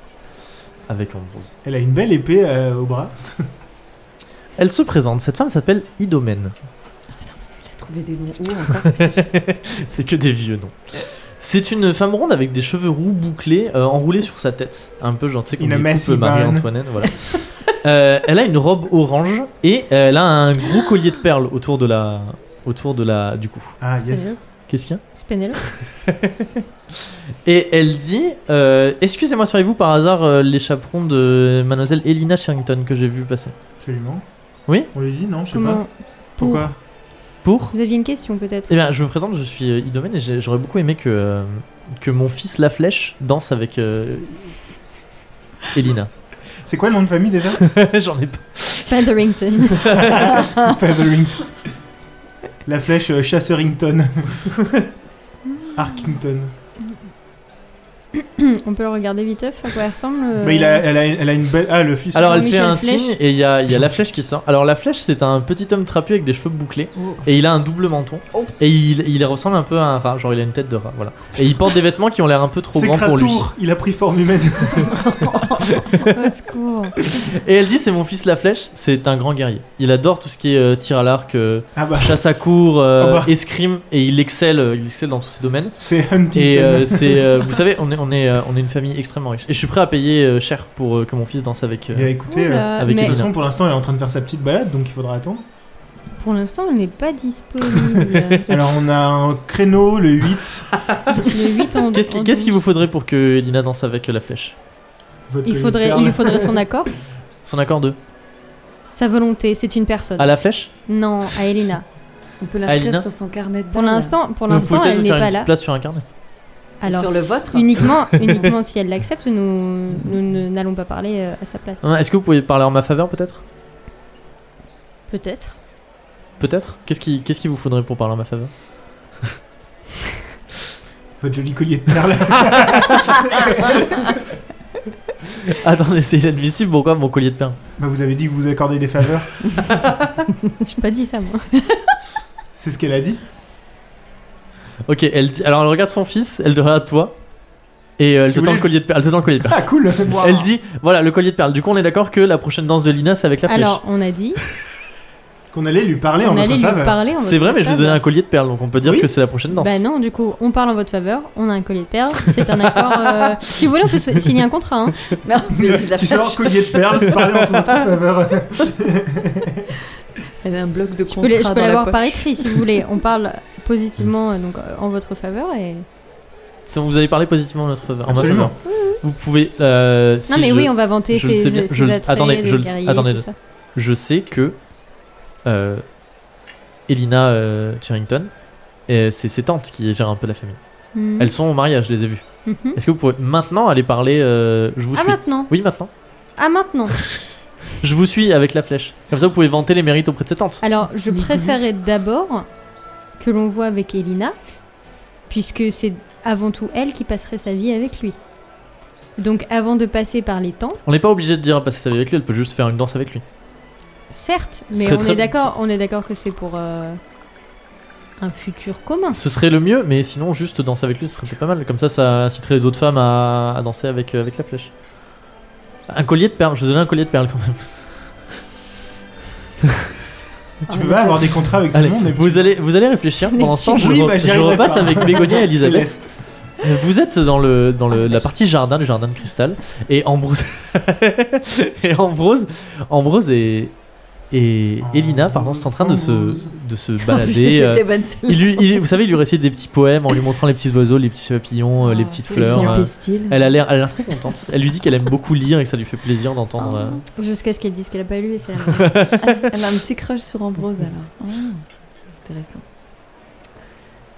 Speaker 1: avec Ambrose.
Speaker 2: Elle a une belle épée euh, au bras.
Speaker 1: Elle se présente, cette femme s'appelle Idomène.
Speaker 5: Il a trouvé des noms où encore
Speaker 1: C'est que des vieux noms. C'est une femme ronde avec des cheveux roux bouclés, euh, enroulés sur sa tête. Un peu genre, tu sais, comme
Speaker 2: Une
Speaker 1: les
Speaker 2: massive
Speaker 1: coupes Marie-Antoinette. Voilà. <laughs> Euh, elle a une robe orange et elle a un gros collier de perles autour de la, autour de la, du cou.
Speaker 2: Ah, yes.
Speaker 1: Qu'est-ce qu'il y a
Speaker 3: C'est Penelope.
Speaker 1: Et elle dit euh, Excusez-moi, seriez-vous par hasard euh, les chaperons de mademoiselle Elina Sherrington que j'ai vu passer
Speaker 2: Absolument.
Speaker 1: Oui.
Speaker 2: On lui dit non, je sais pas.
Speaker 3: Comment
Speaker 2: Pourquoi
Speaker 1: Pour
Speaker 3: Vous aviez une question peut-être
Speaker 1: Eh bien, je me présente, je suis euh, Idomène et j'ai- j'aurais beaucoup aimé que, euh, que mon fils La Flèche danse avec euh, Elina. <laughs>
Speaker 2: C'est quoi le nom de famille déjà
Speaker 1: J'en ai pas.
Speaker 3: Featherington.
Speaker 2: <laughs> Featherington. La flèche euh,
Speaker 3: <laughs>
Speaker 2: Chasserington. Arkington.
Speaker 3: <coughs> On peut le regarder viteuf à quoi elle ressemble euh,
Speaker 2: Bah, il a, elle, a, elle a une belle. Ah, le fils.
Speaker 1: Alors, elle fait
Speaker 3: Jean-Michel
Speaker 1: un
Speaker 3: Flèche.
Speaker 1: signe et il y a, il y a La Flèche qui sort. Alors, La Flèche, c'est un petit homme trapu avec des cheveux bouclés et il a un double menton
Speaker 5: Oh.
Speaker 1: et il, il ressemble un peu à un rat, genre il a une tête de rat, voilà. Et il porte des vêtements qui ont l'air un peu trop
Speaker 2: C'est
Speaker 1: grands pour lui.
Speaker 2: Kratour, il a pris forme humaine. <laughs>
Speaker 3: Au secours.
Speaker 1: Et elle dit c'est mon fils la flèche, c'est un grand guerrier. Il adore tout ce qui est euh, tir à l'arc, euh,
Speaker 2: Ah bah,
Speaker 1: chasse à court, euh,
Speaker 2: Ah bah.
Speaker 1: escrime et il excelle, euh, il excelle dans tous ces domaines.
Speaker 2: c'est Huntington.
Speaker 1: Et euh, c'est euh,
Speaker 2: <laughs>
Speaker 1: vous savez on est on est euh, on est une famille extrêmement riche et je suis prêt à payer euh, cher pour euh, que mon fils danse avec euh,
Speaker 2: Eh bien, <laughs> écoutez, euh,
Speaker 3: Oula,
Speaker 1: avec
Speaker 2: de
Speaker 3: Ah, mais
Speaker 2: toute façon, pour l'instant, elle est en train de faire sa petite balade, donc il faudra attendre.
Speaker 3: pour l'instant, on n'est
Speaker 2: <laughs>
Speaker 3: pas disponible.
Speaker 2: Alors, on a un créneau, le
Speaker 3: <laughs>
Speaker 2: 8.
Speaker 3: Le 8 en
Speaker 1: Qu'est-ce qui-
Speaker 3: en
Speaker 1: qu'est-ce qu'il vous
Speaker 3: douze.
Speaker 1: faudrait pour que Elina danse avec euh, la flèche
Speaker 2: votre
Speaker 3: il, faudrait,
Speaker 2: perle.
Speaker 3: il lui
Speaker 2: <laughs>
Speaker 3: faudrait son accord
Speaker 1: Son accord de
Speaker 3: Sa volonté, c'est une personne.
Speaker 1: à la flèche
Speaker 3: Non, à Elena.
Speaker 5: On peut
Speaker 1: Alina
Speaker 5: l'inscrire sur son carnet de
Speaker 3: Pour
Speaker 5: balles.
Speaker 3: l'instant, pour
Speaker 1: Vous pouvez
Speaker 3: l'instant,
Speaker 1: peut-être
Speaker 3: elle
Speaker 1: nous
Speaker 3: n'est
Speaker 1: faire une
Speaker 3: pas
Speaker 1: petite
Speaker 3: là.
Speaker 1: place sur un carnet
Speaker 3: Alors,
Speaker 5: Sur le vôtre
Speaker 1: <laughs>
Speaker 3: uniquement, uniquement si elle l'accepte, nous nous ne- n'allons pas parler euh, à sa place.
Speaker 1: Hein, Est-ce que vous pouvez parler en ma faveur peut-être
Speaker 3: Peut-être.
Speaker 1: Peut-être Qu'est-ce qui qu'est-ce qu'il vous faudrait pour parler en ma faveur <laughs>
Speaker 2: Votre joli collier de
Speaker 3: <laughs>
Speaker 2: perles.
Speaker 1: Attendez, c'est inadmissible pourquoi mon collier de perles
Speaker 2: bah, vous avez dit que vous accordez des faveurs.
Speaker 3: <laughs> J'ai pas dit ça moi.
Speaker 2: C'est ce qu'elle a dit.
Speaker 1: Ok, elle dit- alors elle regarde son fils, elle te regarde toi, et euh, elle,
Speaker 2: Si
Speaker 1: te
Speaker 2: vous
Speaker 1: tend le
Speaker 2: voulez,
Speaker 1: collier de perles, elle te tend le collier de perles.
Speaker 2: Ah, cool.
Speaker 1: Elle dit, voilà, le collier de perles. Du coup, on est d'accord que la prochaine danse de Lina, c'est avec la flèche.
Speaker 3: Alors, on a dit
Speaker 2: Qu'on allait lui parler en
Speaker 3: on
Speaker 2: votre
Speaker 3: allait lui
Speaker 2: faveur.
Speaker 3: parler. en
Speaker 1: c'est vrai,
Speaker 3: votre
Speaker 1: mais je vous
Speaker 3: faveur.
Speaker 1: donnais un collier de perles, donc on peut dire
Speaker 2: Oui.
Speaker 1: que c'est la prochaine danse.
Speaker 3: Bah non, du coup, on parle en votre faveur, on a un collier de perles, c'est un accord.
Speaker 1: <laughs>
Speaker 3: euh, si vous voulez, on peut se- signer un contrat. hein.
Speaker 5: <laughs> Mais en plus, la
Speaker 2: tu
Speaker 5: flèche,
Speaker 2: sors collier de perles, parler en
Speaker 3: <laughs>
Speaker 2: votre faveur.
Speaker 5: Elle a un bloc de
Speaker 3: Je peux, les- je
Speaker 5: contrat
Speaker 3: peux
Speaker 5: dans la
Speaker 3: l'avoir
Speaker 5: poche.
Speaker 3: par écrit si vous voulez. On parle positivement
Speaker 1: Mm.
Speaker 3: euh, donc, euh, en votre faveur et.
Speaker 1: C'est- Vous avez parlé positivement en notre faveur. en ma
Speaker 2: Absolument.
Speaker 1: faveur. Vous pouvez. euh, si
Speaker 3: non, mais
Speaker 1: je,
Speaker 3: oui, on va vanter
Speaker 1: je
Speaker 3: ses,
Speaker 1: le sais bien,
Speaker 3: ses
Speaker 1: je le-
Speaker 3: attraits,
Speaker 1: attendez,
Speaker 3: des
Speaker 1: je le-
Speaker 3: guerriers,
Speaker 1: attendez,
Speaker 3: tout ça.
Speaker 1: je sais que euh, Elina euh, Charrington, et c'est ses tantes qui gèrent un peu la famille.
Speaker 3: Mhm.
Speaker 1: Elles sont au mariage, je les ai vues.
Speaker 3: Mhm.
Speaker 1: Est-ce que vous pouvez maintenant aller parler euh, Je vous
Speaker 3: Ah
Speaker 1: suis.
Speaker 3: maintenant,
Speaker 1: Oui, maintenant.
Speaker 3: ah maintenant.
Speaker 1: Je vous suis avec la flèche. Comme ça, vous pouvez vanter les mérites auprès de ses tantes.
Speaker 3: Alors, je
Speaker 2: Nicolas.
Speaker 3: préférais d'abord que l'on voit avec Elina, puisque c'est avant tout elle qui passerait sa vie avec lui. Donc, avant de passer par les temps,
Speaker 1: On n'est pas obligé de dire à passer sa vie avec lui, elle peut juste faire une danse avec lui.
Speaker 3: certes,
Speaker 1: Ce
Speaker 3: mais
Speaker 1: serait
Speaker 3: on
Speaker 1: très-
Speaker 3: est d'accord, on est d'accord que c'est pour euh, un futur commun.
Speaker 1: Ce serait le mieux, mais sinon, juste danser avec lui, ce serait peut-être pas mal. Comme ça, ça inciterait les autres femmes à, à danser avec, euh, avec la flèche. Un collier de perles, je vous donnais un collier de perles quand même.
Speaker 2: Tu peux pas avoir des contrats avec tout
Speaker 1: Ah, Allez,
Speaker 2: le monde. mais
Speaker 1: vous, allez, vous allez réfléchir. Pendant
Speaker 2: <laughs>
Speaker 1: ce temps, je,
Speaker 2: Oui,
Speaker 1: re-
Speaker 2: bah, j'y
Speaker 1: je
Speaker 2: arriverai
Speaker 1: repasse
Speaker 2: pas.
Speaker 1: avec Bégonia et
Speaker 2: <laughs>
Speaker 1: Elisabeth.
Speaker 2: Céleste.
Speaker 1: Vous êtes dans, le, dans le, la partie jardin, du jardin de cristal, et Ambrose. <laughs> et Ambrose, Ambrose et. Et Elina, pardon, sont en train de se, de se <laughs>
Speaker 5: <laughs>
Speaker 1: balader. euh,
Speaker 5: C'était bonne celle-là.
Speaker 1: Il lui, il- vous savez, il lui récite des petits poèmes en lui montrant les petits oiseaux, les petits papillons, euh, les
Speaker 5: Ah,
Speaker 1: petites
Speaker 5: c'est
Speaker 1: fleurs.
Speaker 5: bien
Speaker 1: euh. <laughs>
Speaker 5: pistil.
Speaker 1: Elle a l'air, elle a l'air très contente. Elle lui dit qu'elle aime beaucoup lire et que ça lui fait plaisir d'entendre.
Speaker 5: Ah,
Speaker 1: euh.
Speaker 3: Jusqu'à ce qu'elle dise qu'elle a pas lu, et c'est la
Speaker 5: Elle a un petit crush sur Ambrose alors. Ah, Intéressant.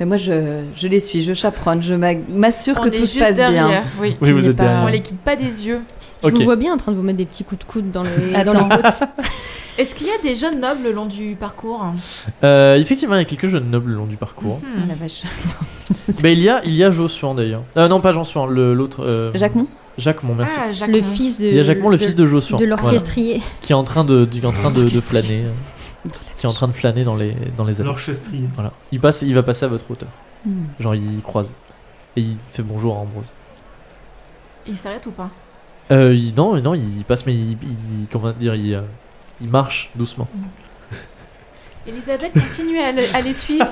Speaker 5: Mais moi je, je les suis, je chaperonne, je m'a- m'assure
Speaker 4: On
Speaker 5: que
Speaker 4: est
Speaker 5: tout
Speaker 4: juste
Speaker 5: se passe
Speaker 4: derrière,
Speaker 5: bien.
Speaker 4: oui.
Speaker 1: Oui,
Speaker 5: Il
Speaker 1: vous
Speaker 5: n'est
Speaker 1: êtes
Speaker 5: pas-
Speaker 4: On
Speaker 1: derrière.
Speaker 4: les quitte pas des yeux.
Speaker 1: <laughs>
Speaker 3: Je
Speaker 1: Ok.
Speaker 3: vous vois bien en train de vous mettre des petits coups de coude dans les, dans
Speaker 5: Attends.
Speaker 3: les bottes.
Speaker 4: Est-ce qu'il y a des jeunes nobles le long du parcours
Speaker 1: Euh, effectivement, il y a quelques jeunes nobles le long du
Speaker 5: <laughs>
Speaker 1: parcours.
Speaker 5: Ah,
Speaker 4: Hmm.
Speaker 5: la vache.
Speaker 1: Mais il y a, il y a Jossuan d'ailleurs. Euh, non, pas Jossuan, le- l'autre. euh,
Speaker 5: Jacquemont
Speaker 1: Jacquemont, merci.
Speaker 4: Ah, Jacques
Speaker 3: Le
Speaker 4: Mons.
Speaker 3: fils de.
Speaker 1: il y a Jacquemont, le fils de Jossuan.
Speaker 3: De
Speaker 1: voilà,
Speaker 3: l'orchestrier.
Speaker 1: qui est en train de, qui est en train de, de
Speaker 5: L'orchestre.
Speaker 1: flâner. euh, Qui est en train de flâner dans les, dans les allées. <laughs>
Speaker 2: L'orchestrier.
Speaker 1: Voilà. Il, passe, il va passer à votre hauteur.
Speaker 5: Hmm.
Speaker 1: Genre, il croise. Et il fait bonjour à Ambrose.
Speaker 4: Il s'arrête ou pas
Speaker 1: Euh, il- non, non, il passe, mais il, il- comment dire, il, euh, il marche doucement.
Speaker 4: Elisabeth continue à, le- à les suivre.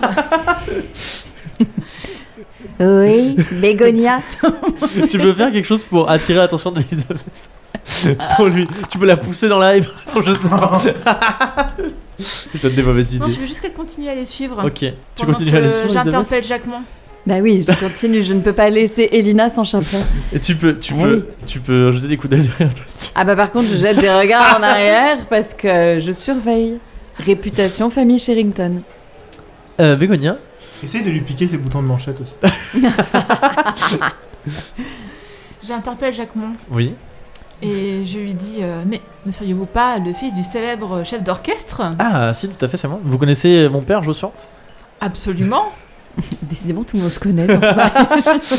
Speaker 5: Oui, <laughs> Bégonia.
Speaker 1: <laughs> tu peux faire quelque chose pour attirer l'attention d'Elisabeth <laughs> Pour lui, tu peux la pousser dans <laughs> la haie, par exemple, je sais pas. je donne des mauvaises
Speaker 4: non, je
Speaker 1: idées.
Speaker 4: veux juste qu'elle continue à les suivre.
Speaker 1: Ok, tu
Speaker 4: Pendant
Speaker 1: continues
Speaker 4: que
Speaker 1: à les suivre, Elisabeth
Speaker 4: J'interpelle Jacquemont.
Speaker 5: bah oui, <laughs> je continue, je ne peux pas laisser Elina sans chaperon.
Speaker 1: Et tu peux, tu
Speaker 5: Ah
Speaker 1: peux, tu peux jeter des coups d'œil derrière toi. si tu
Speaker 5: Ah bah par contre, je jette des regards en arrière parce que je surveille. Réputation famille Sherrington.
Speaker 1: veux. Euh, Bégonia,
Speaker 2: Essaye de lui piquer ses boutons de manchette aussi.
Speaker 4: J'interpelle Jacquemont.
Speaker 1: oui.
Speaker 4: Et je lui dis euh, Mais ne seriez-vous pas le fils du célèbre chef d'orchestre
Speaker 1: Ah, si, tout à fait, c'est moi. Vous connaissez mon père, Jossuan
Speaker 4: Absolument
Speaker 5: Décidément, tout le monde se connaît dans ce bar. <laughs>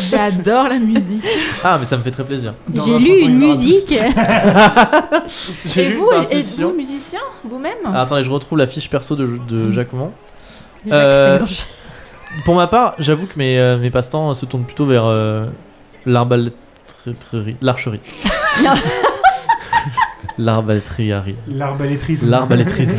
Speaker 4: J'adore la musique.
Speaker 1: Ah, mais ça me fait très plaisir.
Speaker 2: Dans
Speaker 3: J'ai
Speaker 2: vingt
Speaker 3: lu
Speaker 2: ans, il
Speaker 3: une
Speaker 2: y en aura
Speaker 3: musique.
Speaker 1: <laughs> J'ai
Speaker 4: Et
Speaker 1: lu une
Speaker 4: vous, et
Speaker 1: partition.
Speaker 4: vous, Mm. musicien, vous-même
Speaker 1: Ah, attendez, je retrouve la fiche perso de, de Jacquemont.
Speaker 5: Jacques
Speaker 1: Euh,
Speaker 5: Saint-Gorge.
Speaker 1: Pour ma part, j'avoue que mes, euh, mes passe-temps se tournent plutôt vers euh, l'arbalétrerie.
Speaker 4: <laughs>
Speaker 1: L'archerie.
Speaker 5: Non.
Speaker 1: L'arbalétriarie.
Speaker 2: plus. L'arbalétrisme.
Speaker 1: L'arbalétrisme.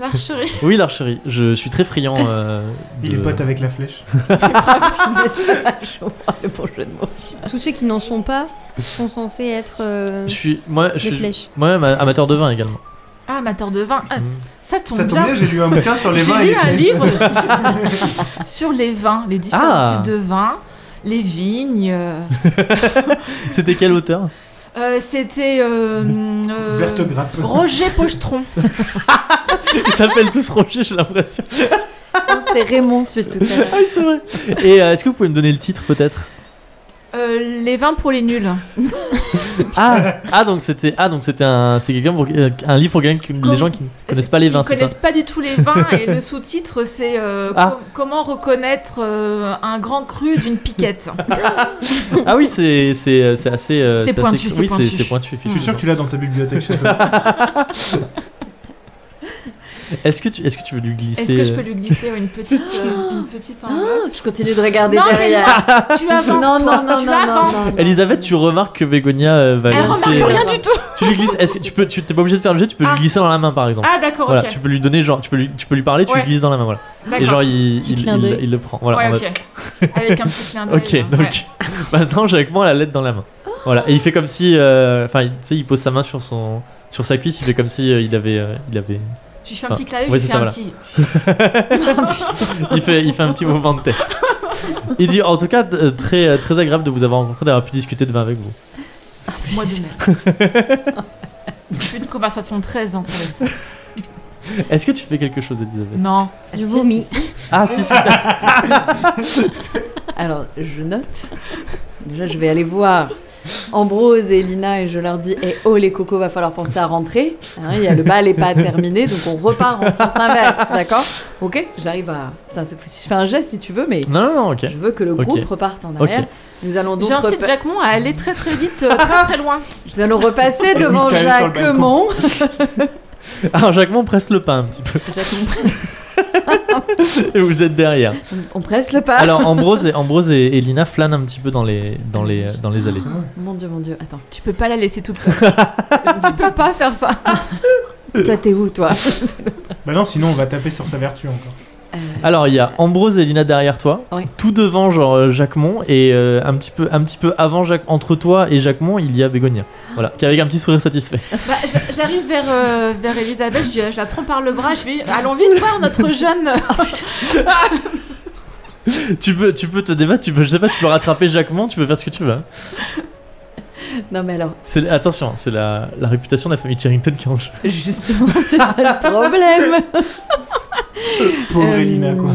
Speaker 4: L'archerie.
Speaker 1: Oui, l'archerie. Je suis très friand. euh,
Speaker 2: Il est
Speaker 1: de-
Speaker 2: pote avec la flèche.
Speaker 5: N'est-ce pas, Jean-Paul, le bon jeu de mots.
Speaker 3: Tous ceux qui n'en sont pas sont censés être euh,
Speaker 1: Je suis moi, je
Speaker 3: des
Speaker 1: suis
Speaker 3: flèches.
Speaker 1: moi-même amateur de vin également. Mm.
Speaker 4: Ah, amateur de vin. Ah, ça tombe
Speaker 2: Ça tombe bien, j'ai lu un bouquin sur les
Speaker 4: J'ai
Speaker 2: vins et
Speaker 4: lu
Speaker 2: les
Speaker 4: un
Speaker 2: flèches.
Speaker 4: livre
Speaker 2: <laughs>
Speaker 4: sur les vins, les différents
Speaker 1: Ah.
Speaker 4: types de vins, les vignes. euh,
Speaker 1: C'était quel auteur
Speaker 4: euh, C'était. euh, euh,
Speaker 2: Verte grappe.
Speaker 4: Roger Pochetron.
Speaker 1: Ils s'appellent tous Roger, j'ai l'impression.
Speaker 5: Non, C'était Raymond, celui de tout à l'heure.
Speaker 1: Ah, oui, c'est vrai. Et euh, est-ce que vous pouvez me donner le titre peut-être
Speaker 4: Euh, les vins pour les nuls.
Speaker 1: ah, ah, donc c'était ah donc c'était un c'est quelqu'un pour- euh, un livre pour quelqu'un qui- les gens qui connaissent pas les
Speaker 4: Qui
Speaker 1: vins, c'est ça
Speaker 4: connaissent pas du tout les vins et le sous-titre c'est euh,
Speaker 1: Ah.
Speaker 4: com- comment reconnaître euh, un grand cru d'une piquette.
Speaker 1: Ah oui, c'est c'est c'est assez. euh,
Speaker 4: C'est pointu,
Speaker 1: assez-
Speaker 4: c'est
Speaker 1: oui,
Speaker 4: pointu.
Speaker 1: c'est pointu.
Speaker 2: Je suis sûr que tu l'as dans ta bibliothèque chez toi.
Speaker 1: Est-ce que tu est-ce que tu veux lui glisser
Speaker 4: Est-ce que je peux lui glisser une petite euh, <laughs> une petite enveloppe
Speaker 5: Ah, Je continue de regarder
Speaker 4: Non, mais
Speaker 5: derrière.
Speaker 4: Tu avances
Speaker 5: Non,
Speaker 4: toi,
Speaker 5: non, non,
Speaker 4: tu
Speaker 5: non, non,
Speaker 4: avances.
Speaker 5: non, non.
Speaker 1: euh, Elisabeth, tu remarques que Bégonia Bah, euh, va
Speaker 4: Elle
Speaker 1: glisser. euh,
Speaker 4: remarque rien du tout.
Speaker 1: Tu lui glisses. Est-ce que tu peux tu t'es pas obligé de faire le jet, tu peux
Speaker 4: Ah.
Speaker 1: lui glisser dans la main par exemple.
Speaker 4: Ah d'accord,
Speaker 1: Voilà,
Speaker 4: ok.
Speaker 1: tu peux lui donner genre tu peux lui tu peux lui parler, tu
Speaker 4: Ouais.
Speaker 1: lui glisses dans la main voilà. Et
Speaker 4: D'accord.
Speaker 1: genre il
Speaker 3: Petit
Speaker 1: il,
Speaker 3: clin
Speaker 1: il-
Speaker 3: d'œil.
Speaker 1: il le prend. Voilà. en
Speaker 4: ouais,
Speaker 1: mode-
Speaker 4: ok. Avec un petit clin d'œil.
Speaker 1: Ok,
Speaker 4: euh,
Speaker 1: donc <laughs>
Speaker 4: ouais.
Speaker 1: maintenant j'ai avec moi la lettre dans la main. Voilà, et il fait comme si, euh, enfin, il- tu sais, il pose sa main sur son, sur sa cuisse, il fait comme si euh, il avait, euh, il avait,
Speaker 4: Je fais un petit clin d'œil,
Speaker 1: Ouais,
Speaker 4: je
Speaker 1: c'est
Speaker 4: fais
Speaker 1: ça,
Speaker 4: un
Speaker 1: voilà.
Speaker 4: petit.
Speaker 1: il fait, il fait un petit mouvement de tête. Il dit, en tout cas, t- euh, très, très agréable de vous avoir rencontré, d'avoir pu discuter de vin avec vous.
Speaker 4: Moi de même.
Speaker 1: <laughs>
Speaker 4: C'est une conversation très intéressante.
Speaker 1: Est-ce que tu fais quelque chose, Elisabeth
Speaker 4: Non.
Speaker 3: Je vomis.
Speaker 1: Ah, si, si, ça.
Speaker 5: Alors, je note. Déjà, je vais aller voir Ambrose et Elina et je leur dis Eh oh, les cocos, va falloir penser à rentrer. Hein, il y a le bal n'est pas terminé, donc on repart en sens inverse, d'accord Ok J'arrive à. Ça, c'est- si je fais un geste, si tu veux, mais
Speaker 1: Non, non, non, ok.
Speaker 5: je veux que le
Speaker 1: Ok.
Speaker 5: groupe reparte en arrière. Nous allons donc
Speaker 4: J'incite
Speaker 5: repa-
Speaker 4: Jacquemont à aller très très vite, euh, très très loin.
Speaker 5: nous allons <laughs> repasser
Speaker 2: Et
Speaker 5: devant
Speaker 2: Mystère sur le
Speaker 5: Jacquemont.
Speaker 1: Alors, Jacquemont presse le pas un petit peu,
Speaker 5: Jacquemont,
Speaker 1: et vous êtes derrière.
Speaker 5: on presse le pas.
Speaker 1: Alors, Ambrose et, Ambrose et, et Lina flânent un petit peu dans les, dans les, dans les allées.
Speaker 5: Mon Dieu, mon Dieu, attends.
Speaker 4: Tu peux pas la laisser toute seule. <laughs> tu peux pas faire ça.
Speaker 2: Euh.
Speaker 5: Toi, t'es où, toi
Speaker 2: Bah non, sinon on va taper sur sa vertu encore.
Speaker 5: Euh,
Speaker 1: Alors il y a Ambrose et Lina derrière toi,
Speaker 5: Ouais.
Speaker 1: tout devant genre euh, Jacquemont et euh, un petit peu un petit peu avant Jacques entre toi et Jacquemont il y a Bégonia. Voilà, qui avec un petit sourire satisfait.
Speaker 4: Bah, j'a- J'arrive vers, euh, vers Elisabeth, je, je la prends par le bras, je vais allons vite voir notre <laughs> jeune.
Speaker 1: tu peux tu peux te débattre, tu peux je sais pas, tu peux rattraper Jacquemont, tu peux faire ce que tu veux. hein.
Speaker 5: <laughs> Non, mais alors,
Speaker 1: C'est attention, hein, c'est la, la réputation de la famille Charrington qui est en jeu.
Speaker 5: <laughs> justement, c'est ça le problème.
Speaker 2: Pauvre
Speaker 5: Euh,
Speaker 2: Elina, quoi.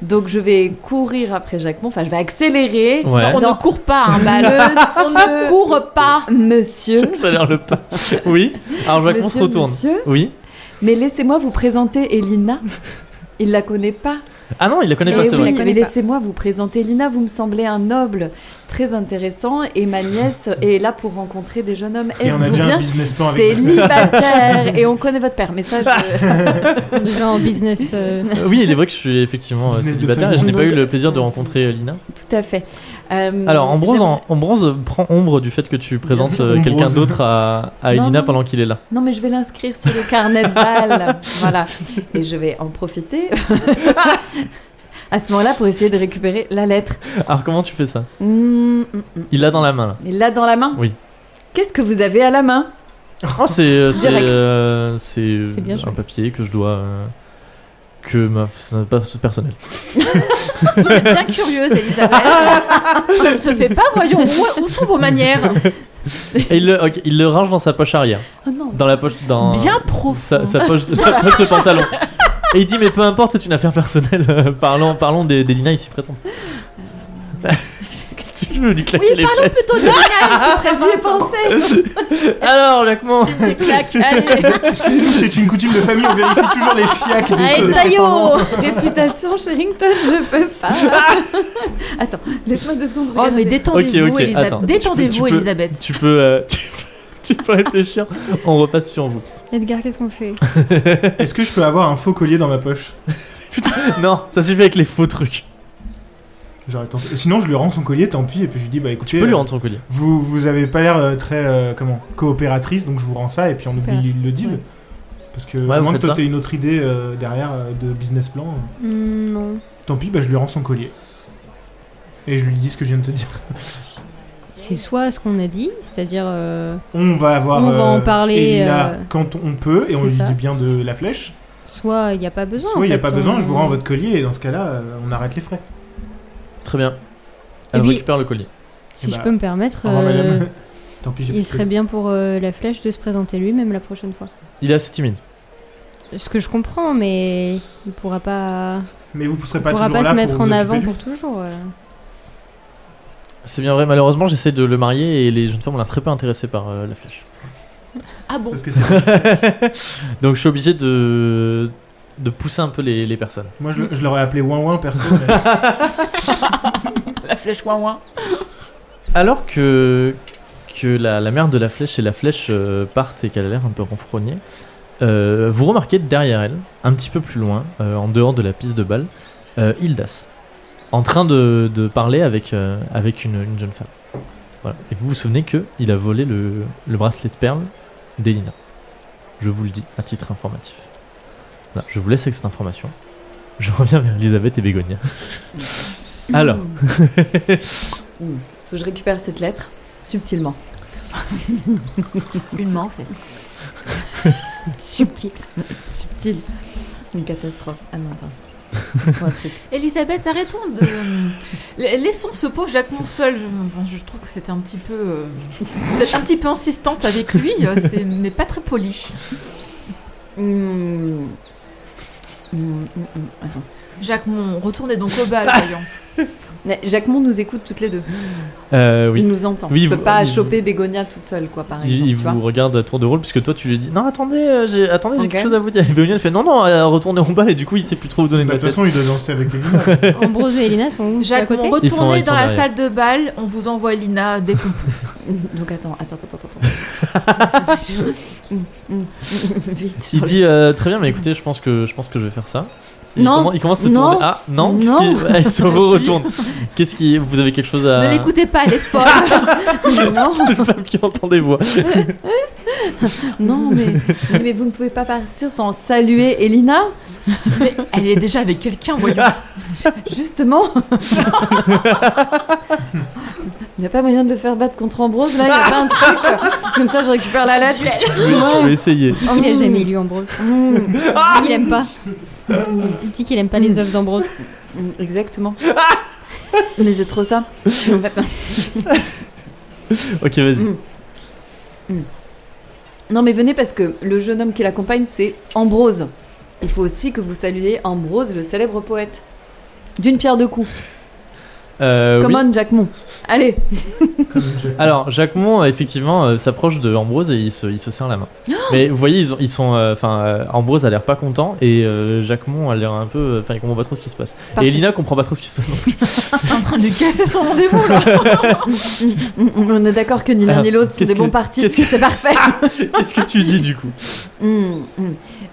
Speaker 5: Donc je vais courir après Jacquemont, enfin je vais accélérer.
Speaker 1: Ouais.
Speaker 4: Non, on
Speaker 5: Dans-
Speaker 4: ne court pas, hein, bah, <laughs> le- on ne
Speaker 5: Monsieur,
Speaker 4: court pas.
Speaker 5: monsieur,
Speaker 1: <laughs> Ça a l'air le pas. Oui. Alors Jacques, on se
Speaker 5: monsieur,
Speaker 1: retourne.
Speaker 5: monsieur,
Speaker 1: Oui.
Speaker 5: mais laissez-moi vous présenter Elina. Il la connaît pas.
Speaker 1: Ah non, il la connaît
Speaker 5: Eh
Speaker 1: pas,
Speaker 5: oui,
Speaker 1: c'est vrai.
Speaker 3: Il la connaît
Speaker 5: mais
Speaker 3: pas.
Speaker 5: laissez-moi vous présenter Elina. Vous me semblez un noble très intéressant et ma nièce est là pour rencontrer des jeunes hommes.
Speaker 2: Et on a
Speaker 5: Êtes-vous
Speaker 2: déjà un
Speaker 5: bien
Speaker 2: business plan avec. <laughs>
Speaker 5: Célibataire et on connaît votre père, mais ça, je...
Speaker 3: Déjà en business.
Speaker 1: <laughs>
Speaker 3: euh,
Speaker 1: Euh, Oui, il est vrai que je suis effectivement euh,
Speaker 2: Business de
Speaker 1: célibataire et je
Speaker 2: famille.
Speaker 1: n'ai pas eu
Speaker 5: Donc-
Speaker 1: le plaisir de rencontrer euh, Lina.
Speaker 5: tout à fait. Euh,
Speaker 1: Alors, Ambrose,
Speaker 5: j'ai-
Speaker 1: en, Ambrose euh, prend ombre du fait que tu présentes
Speaker 2: sûr,
Speaker 1: euh, quelqu'un
Speaker 2: Ambrose.
Speaker 1: d'autre à, à
Speaker 5: Non,
Speaker 1: Elina
Speaker 5: non.
Speaker 1: pendant qu'il est là.
Speaker 5: Non, mais je vais l'inscrire sur le carnet
Speaker 1: <laughs>
Speaker 5: de balles. voilà. Et je vais en profiter <laughs> à ce moment-là pour essayer de récupérer la lettre.
Speaker 1: Alors, comment tu fais ça
Speaker 5: Mm, mm, mm.
Speaker 1: Il l'a dans la main là.
Speaker 5: Et là, dans la main
Speaker 1: Oui.
Speaker 5: Qu'est-ce que vous avez à la main
Speaker 1: Oh, c'est euh, c'est
Speaker 5: Direct.
Speaker 1: euh, c'est, euh,
Speaker 3: C'est bien joué.
Speaker 1: un papier que je dois euh, que ma c'est un passe personnel.
Speaker 4: Vous êtes bien
Speaker 1: <laughs>
Speaker 4: curieuse, Elisabeth. Ça ne se fait pas, voyons,
Speaker 1: Ah.
Speaker 4: où, où sont vos <laughs> manières
Speaker 1: Et il le, ok, il le range dans sa poche arrière,
Speaker 5: Oh non.
Speaker 1: dans la poche dans
Speaker 4: Bien profond.
Speaker 1: sa, sa poche sa poche de pantalon. Et il dit mais peu importe, c'est une affaire personnelle. euh, parlons parlons des, des Lina ici présentes. <laughs> tu veux lui claquer
Speaker 4: Oui,
Speaker 1: les fesses.
Speaker 4: Plutôt de manières,
Speaker 5: J'y ai Ah, pensé.
Speaker 1: Alors Jacquemont,
Speaker 4: c'est claque. <laughs> Allez,
Speaker 2: Excusez-nous, c'est une coutume de famille, on vérifie toujours les fiacs. donc,
Speaker 5: Ah,
Speaker 4: allez,
Speaker 2: euh,
Speaker 4: taillot
Speaker 5: Réputation, Sherrington, je peux pas. Attends, laisse-moi deux secondes.
Speaker 4: Oh, mais
Speaker 5: regarder.
Speaker 4: détendez-vous,
Speaker 1: Ah. Ok, ok,
Speaker 4: Elisabeth.
Speaker 1: attends. Tu
Speaker 4: Détendez-vous,
Speaker 1: peux- tu peux-
Speaker 4: Elisabeth.
Speaker 1: tu peux euh, <laughs> tu, tu peux réfléchir. On repasse sur vous.
Speaker 3: Edgar, qu'est-ce qu'on
Speaker 2: <laughs>
Speaker 3: fait
Speaker 2: Est-ce que je peux avoir un faux collier dans ma poche
Speaker 1: Non, ça suffit avec les faux trucs.
Speaker 2: J'aurais tenté. Sinon, je lui rends son collier, tant pis, et puis je lui dis, bah écoutez,
Speaker 1: Tu peux lui
Speaker 2: euh,
Speaker 1: rendre ton collier.
Speaker 2: vous, vous avez pas l'air euh, très euh, comment coopératrice, donc je vous rends ça, et puis on oublie
Speaker 3: Coopératrice,
Speaker 2: le deal.
Speaker 3: ouais.
Speaker 2: Parce que,
Speaker 1: Ouais,
Speaker 2: à
Speaker 1: vous
Speaker 2: moins que
Speaker 1: faites
Speaker 2: toi
Speaker 1: ça.
Speaker 2: t'aies une autre idée euh, derrière euh, de business plan, euh,
Speaker 3: Hmm, Non.
Speaker 2: tant pis, bah je lui rends son collier. Et je lui dis ce que je viens de te dire.
Speaker 3: C'est soit ce qu'on a dit, c'est-à-dire. euh,
Speaker 2: On va avoir.
Speaker 3: On va en parler,
Speaker 2: Elina
Speaker 3: euh,
Speaker 2: quand on peut, et on
Speaker 3: c'est
Speaker 2: lui
Speaker 3: ça.
Speaker 2: dit bien de la flèche.
Speaker 3: soit il n'y a pas besoin.
Speaker 2: Soit il n'y
Speaker 3: n'y
Speaker 2: a pas besoin, je vous rends votre collier, et dans ce cas-là, euh, on arrête les frais.
Speaker 1: Très bien. Elle
Speaker 3: Et puis-
Speaker 1: récupère le collier.
Speaker 3: Si
Speaker 2: Eh
Speaker 3: je
Speaker 2: bah,
Speaker 3: peux me permettre,
Speaker 2: Au revoir,
Speaker 3: euh,
Speaker 2: madame. <laughs> Tant pis, j'ai plus
Speaker 3: il
Speaker 2: de
Speaker 3: serait bien pour euh, la flèche de se présenter lui-même la prochaine fois.
Speaker 1: Il est assez timide.
Speaker 3: Ce que je comprends, mais il pourra pas,
Speaker 2: Mais vous pousserez
Speaker 3: il
Speaker 2: pas
Speaker 3: pourra
Speaker 2: toujours
Speaker 3: pas
Speaker 2: là
Speaker 3: se
Speaker 2: pour
Speaker 3: mettre
Speaker 2: vous
Speaker 3: en
Speaker 2: occuper
Speaker 3: avant
Speaker 2: de lui.
Speaker 3: pour toujours.
Speaker 2: <laughs>
Speaker 3: euh.
Speaker 1: C'est bien vrai, malheureusement j'essaie de le marier et les jeunes femmes ont l'air très peu intéressées par euh, la
Speaker 3: <laughs>
Speaker 1: flèche.
Speaker 4: Ah bon
Speaker 2: Parce que c'est-
Speaker 1: Donc je suis obligé de, de pousser un peu les, les personnes.
Speaker 2: moi je, je l'aurais appelé ouin ouin perso.
Speaker 1: <laughs>
Speaker 2: mais- bah,
Speaker 4: La flèche ouin ouin.
Speaker 1: Alors que, que la, la mère de la flèche et la flèche euh, partent et qu'elle a l'air un peu renfrognée, euh, vous remarquez derrière elle, un petit peu plus loin, euh, en dehors de la piste de balle, euh, Hildas, en train de, de parler avec, euh, avec une, une jeune femme. Voilà. Et vous vous souvenez que il a volé le, le bracelet de perles d'Elina. Je vous le dis à titre informatif. Voilà, je vous laisse avec cette information. Je reviens vers Elisabeth et Bégonia. Alors,
Speaker 5: Ouh, Faut que je récupère cette lettre subtilement.
Speaker 4: Une main en fesse.
Speaker 5: Subtil. Subtil. Une catastrophe. Ah non, attends. Faut un truc.
Speaker 4: Elisabeth, arrêtons de. euh, La- Laissons ce pauvre Jacquemont seul. Je, enfin, je trouve que c'était un petit peu. euh, Vous êtes un petit peu insistante avec lui, euh, c'est- n'est pas très poli.
Speaker 5: Hmm. Hmm, hmm, hmm. Attends.
Speaker 4: Jacquemont, retournez donc au bal, <laughs> voyons.
Speaker 5: Mais Jacquemont nous écoute toutes les deux.
Speaker 1: euh, oui.
Speaker 5: Il nous entend.
Speaker 1: Oui,
Speaker 5: je peux
Speaker 1: vous-
Speaker 5: pas
Speaker 1: vous-
Speaker 5: choper Bégonia toute seule, quoi, par exemple.
Speaker 1: Il, il
Speaker 5: tu vois.
Speaker 1: vous regarde à tour de rôle puisque toi tu lui dis non attendez euh, j'ai attendez j'ai
Speaker 5: Ok.
Speaker 1: quelque chose à vous dire et Véonia elle fait non non elle retourne en bas et du coup il sait plus trop où donner de
Speaker 2: Bah,
Speaker 1: la
Speaker 2: De toute
Speaker 1: tête
Speaker 2: façon, il doit danser avec les
Speaker 1: <laughs>
Speaker 2: mineurs.
Speaker 3: Ambrose et Elina sont où Sont à côté <laughs>
Speaker 4: Jacquemont,
Speaker 1: Ils sont-
Speaker 4: retournez
Speaker 1: ils sont
Speaker 4: dans la
Speaker 1: derrière.
Speaker 4: salle de bal, on vous envoie Lina dès qu'on peut.
Speaker 5: <laughs> Donc attends, attends, attends, attends.
Speaker 4: <laughs>
Speaker 5: attends. Hmm, hmm, hmm, <laughs> Vite.
Speaker 1: il
Speaker 5: Charlotte.
Speaker 1: dit euh, très bien mais écoutez je pense que je pense que je vais faire ça Et
Speaker 5: Non.
Speaker 1: il commence, il commence à
Speaker 5: Non.
Speaker 1: tourner ah non, qu'est-ce
Speaker 5: Non.
Speaker 1: qui-
Speaker 5: <laughs>
Speaker 1: elle se retourne qu'est-ce qui vous avez quelque chose
Speaker 4: Ne
Speaker 1: à
Speaker 4: l'écoutez pas, elle est folle.
Speaker 5: <laughs> non,
Speaker 1: C'est <laughs> une femme qui entend des
Speaker 5: <laughs>
Speaker 1: voix
Speaker 5: non, mais, mais vous ne pouvez pas partir sans saluer Elina,
Speaker 4: Mais elle est déjà avec quelqu'un, voyons.
Speaker 5: justement. Il n'y a pas moyen de le faire battre contre Ambrose, là, il n'y a pas un truc. Comme ça, je récupère la lettre.
Speaker 1: tu
Speaker 5: Ah.
Speaker 1: veux, tu veux essayer
Speaker 3: Dis
Speaker 4: Oh.
Speaker 3: qu'il a jamais lu Ambrose.
Speaker 5: Hmm,
Speaker 3: Dis qu'il aime pas. Dis qu'il aime pas les
Speaker 2: <laughs>
Speaker 3: œuvres d'Ambrose.
Speaker 5: hmm, Exactement. Mais c'est trop ça. En fait,
Speaker 1: ok vas-y
Speaker 5: Non mais venez parce que le jeune homme qui l'accompagne c'est Ambrose. Il faut aussi que vous saluiez Ambrose, le célèbre poète. D'une pierre deux coups.
Speaker 1: Euh, oui.
Speaker 5: Come on, Jacquemont. Allez.
Speaker 1: Alors, Jacquemont, effectivement, euh, s'approche de Ambrose et il se, il se serre
Speaker 5: <gasps>
Speaker 1: la main.
Speaker 5: Oh.
Speaker 1: Mais vous voyez, ils, ont- ils sont. euh, Enfin, euh, Ambrose a l'air pas content et euh, Jacquemont a l'air un peu. euh, Enfin, il comprend pas trop ce qui se passe.
Speaker 5: Parfait.
Speaker 1: Et Elina comprend pas trop ce qui se passe non <laughs> plus.
Speaker 4: en train de lui casser son rendez-vous là.
Speaker 5: Mm, mm, On est d'accord que ni l'un ni l'autre sont
Speaker 1: Qu'est-ce
Speaker 5: des bons
Speaker 1: que-
Speaker 5: partis.
Speaker 1: qu'est-ce que-
Speaker 5: C'est parfait.
Speaker 1: Qu'est-ce que tu dis du coup
Speaker 5: Mm, mm.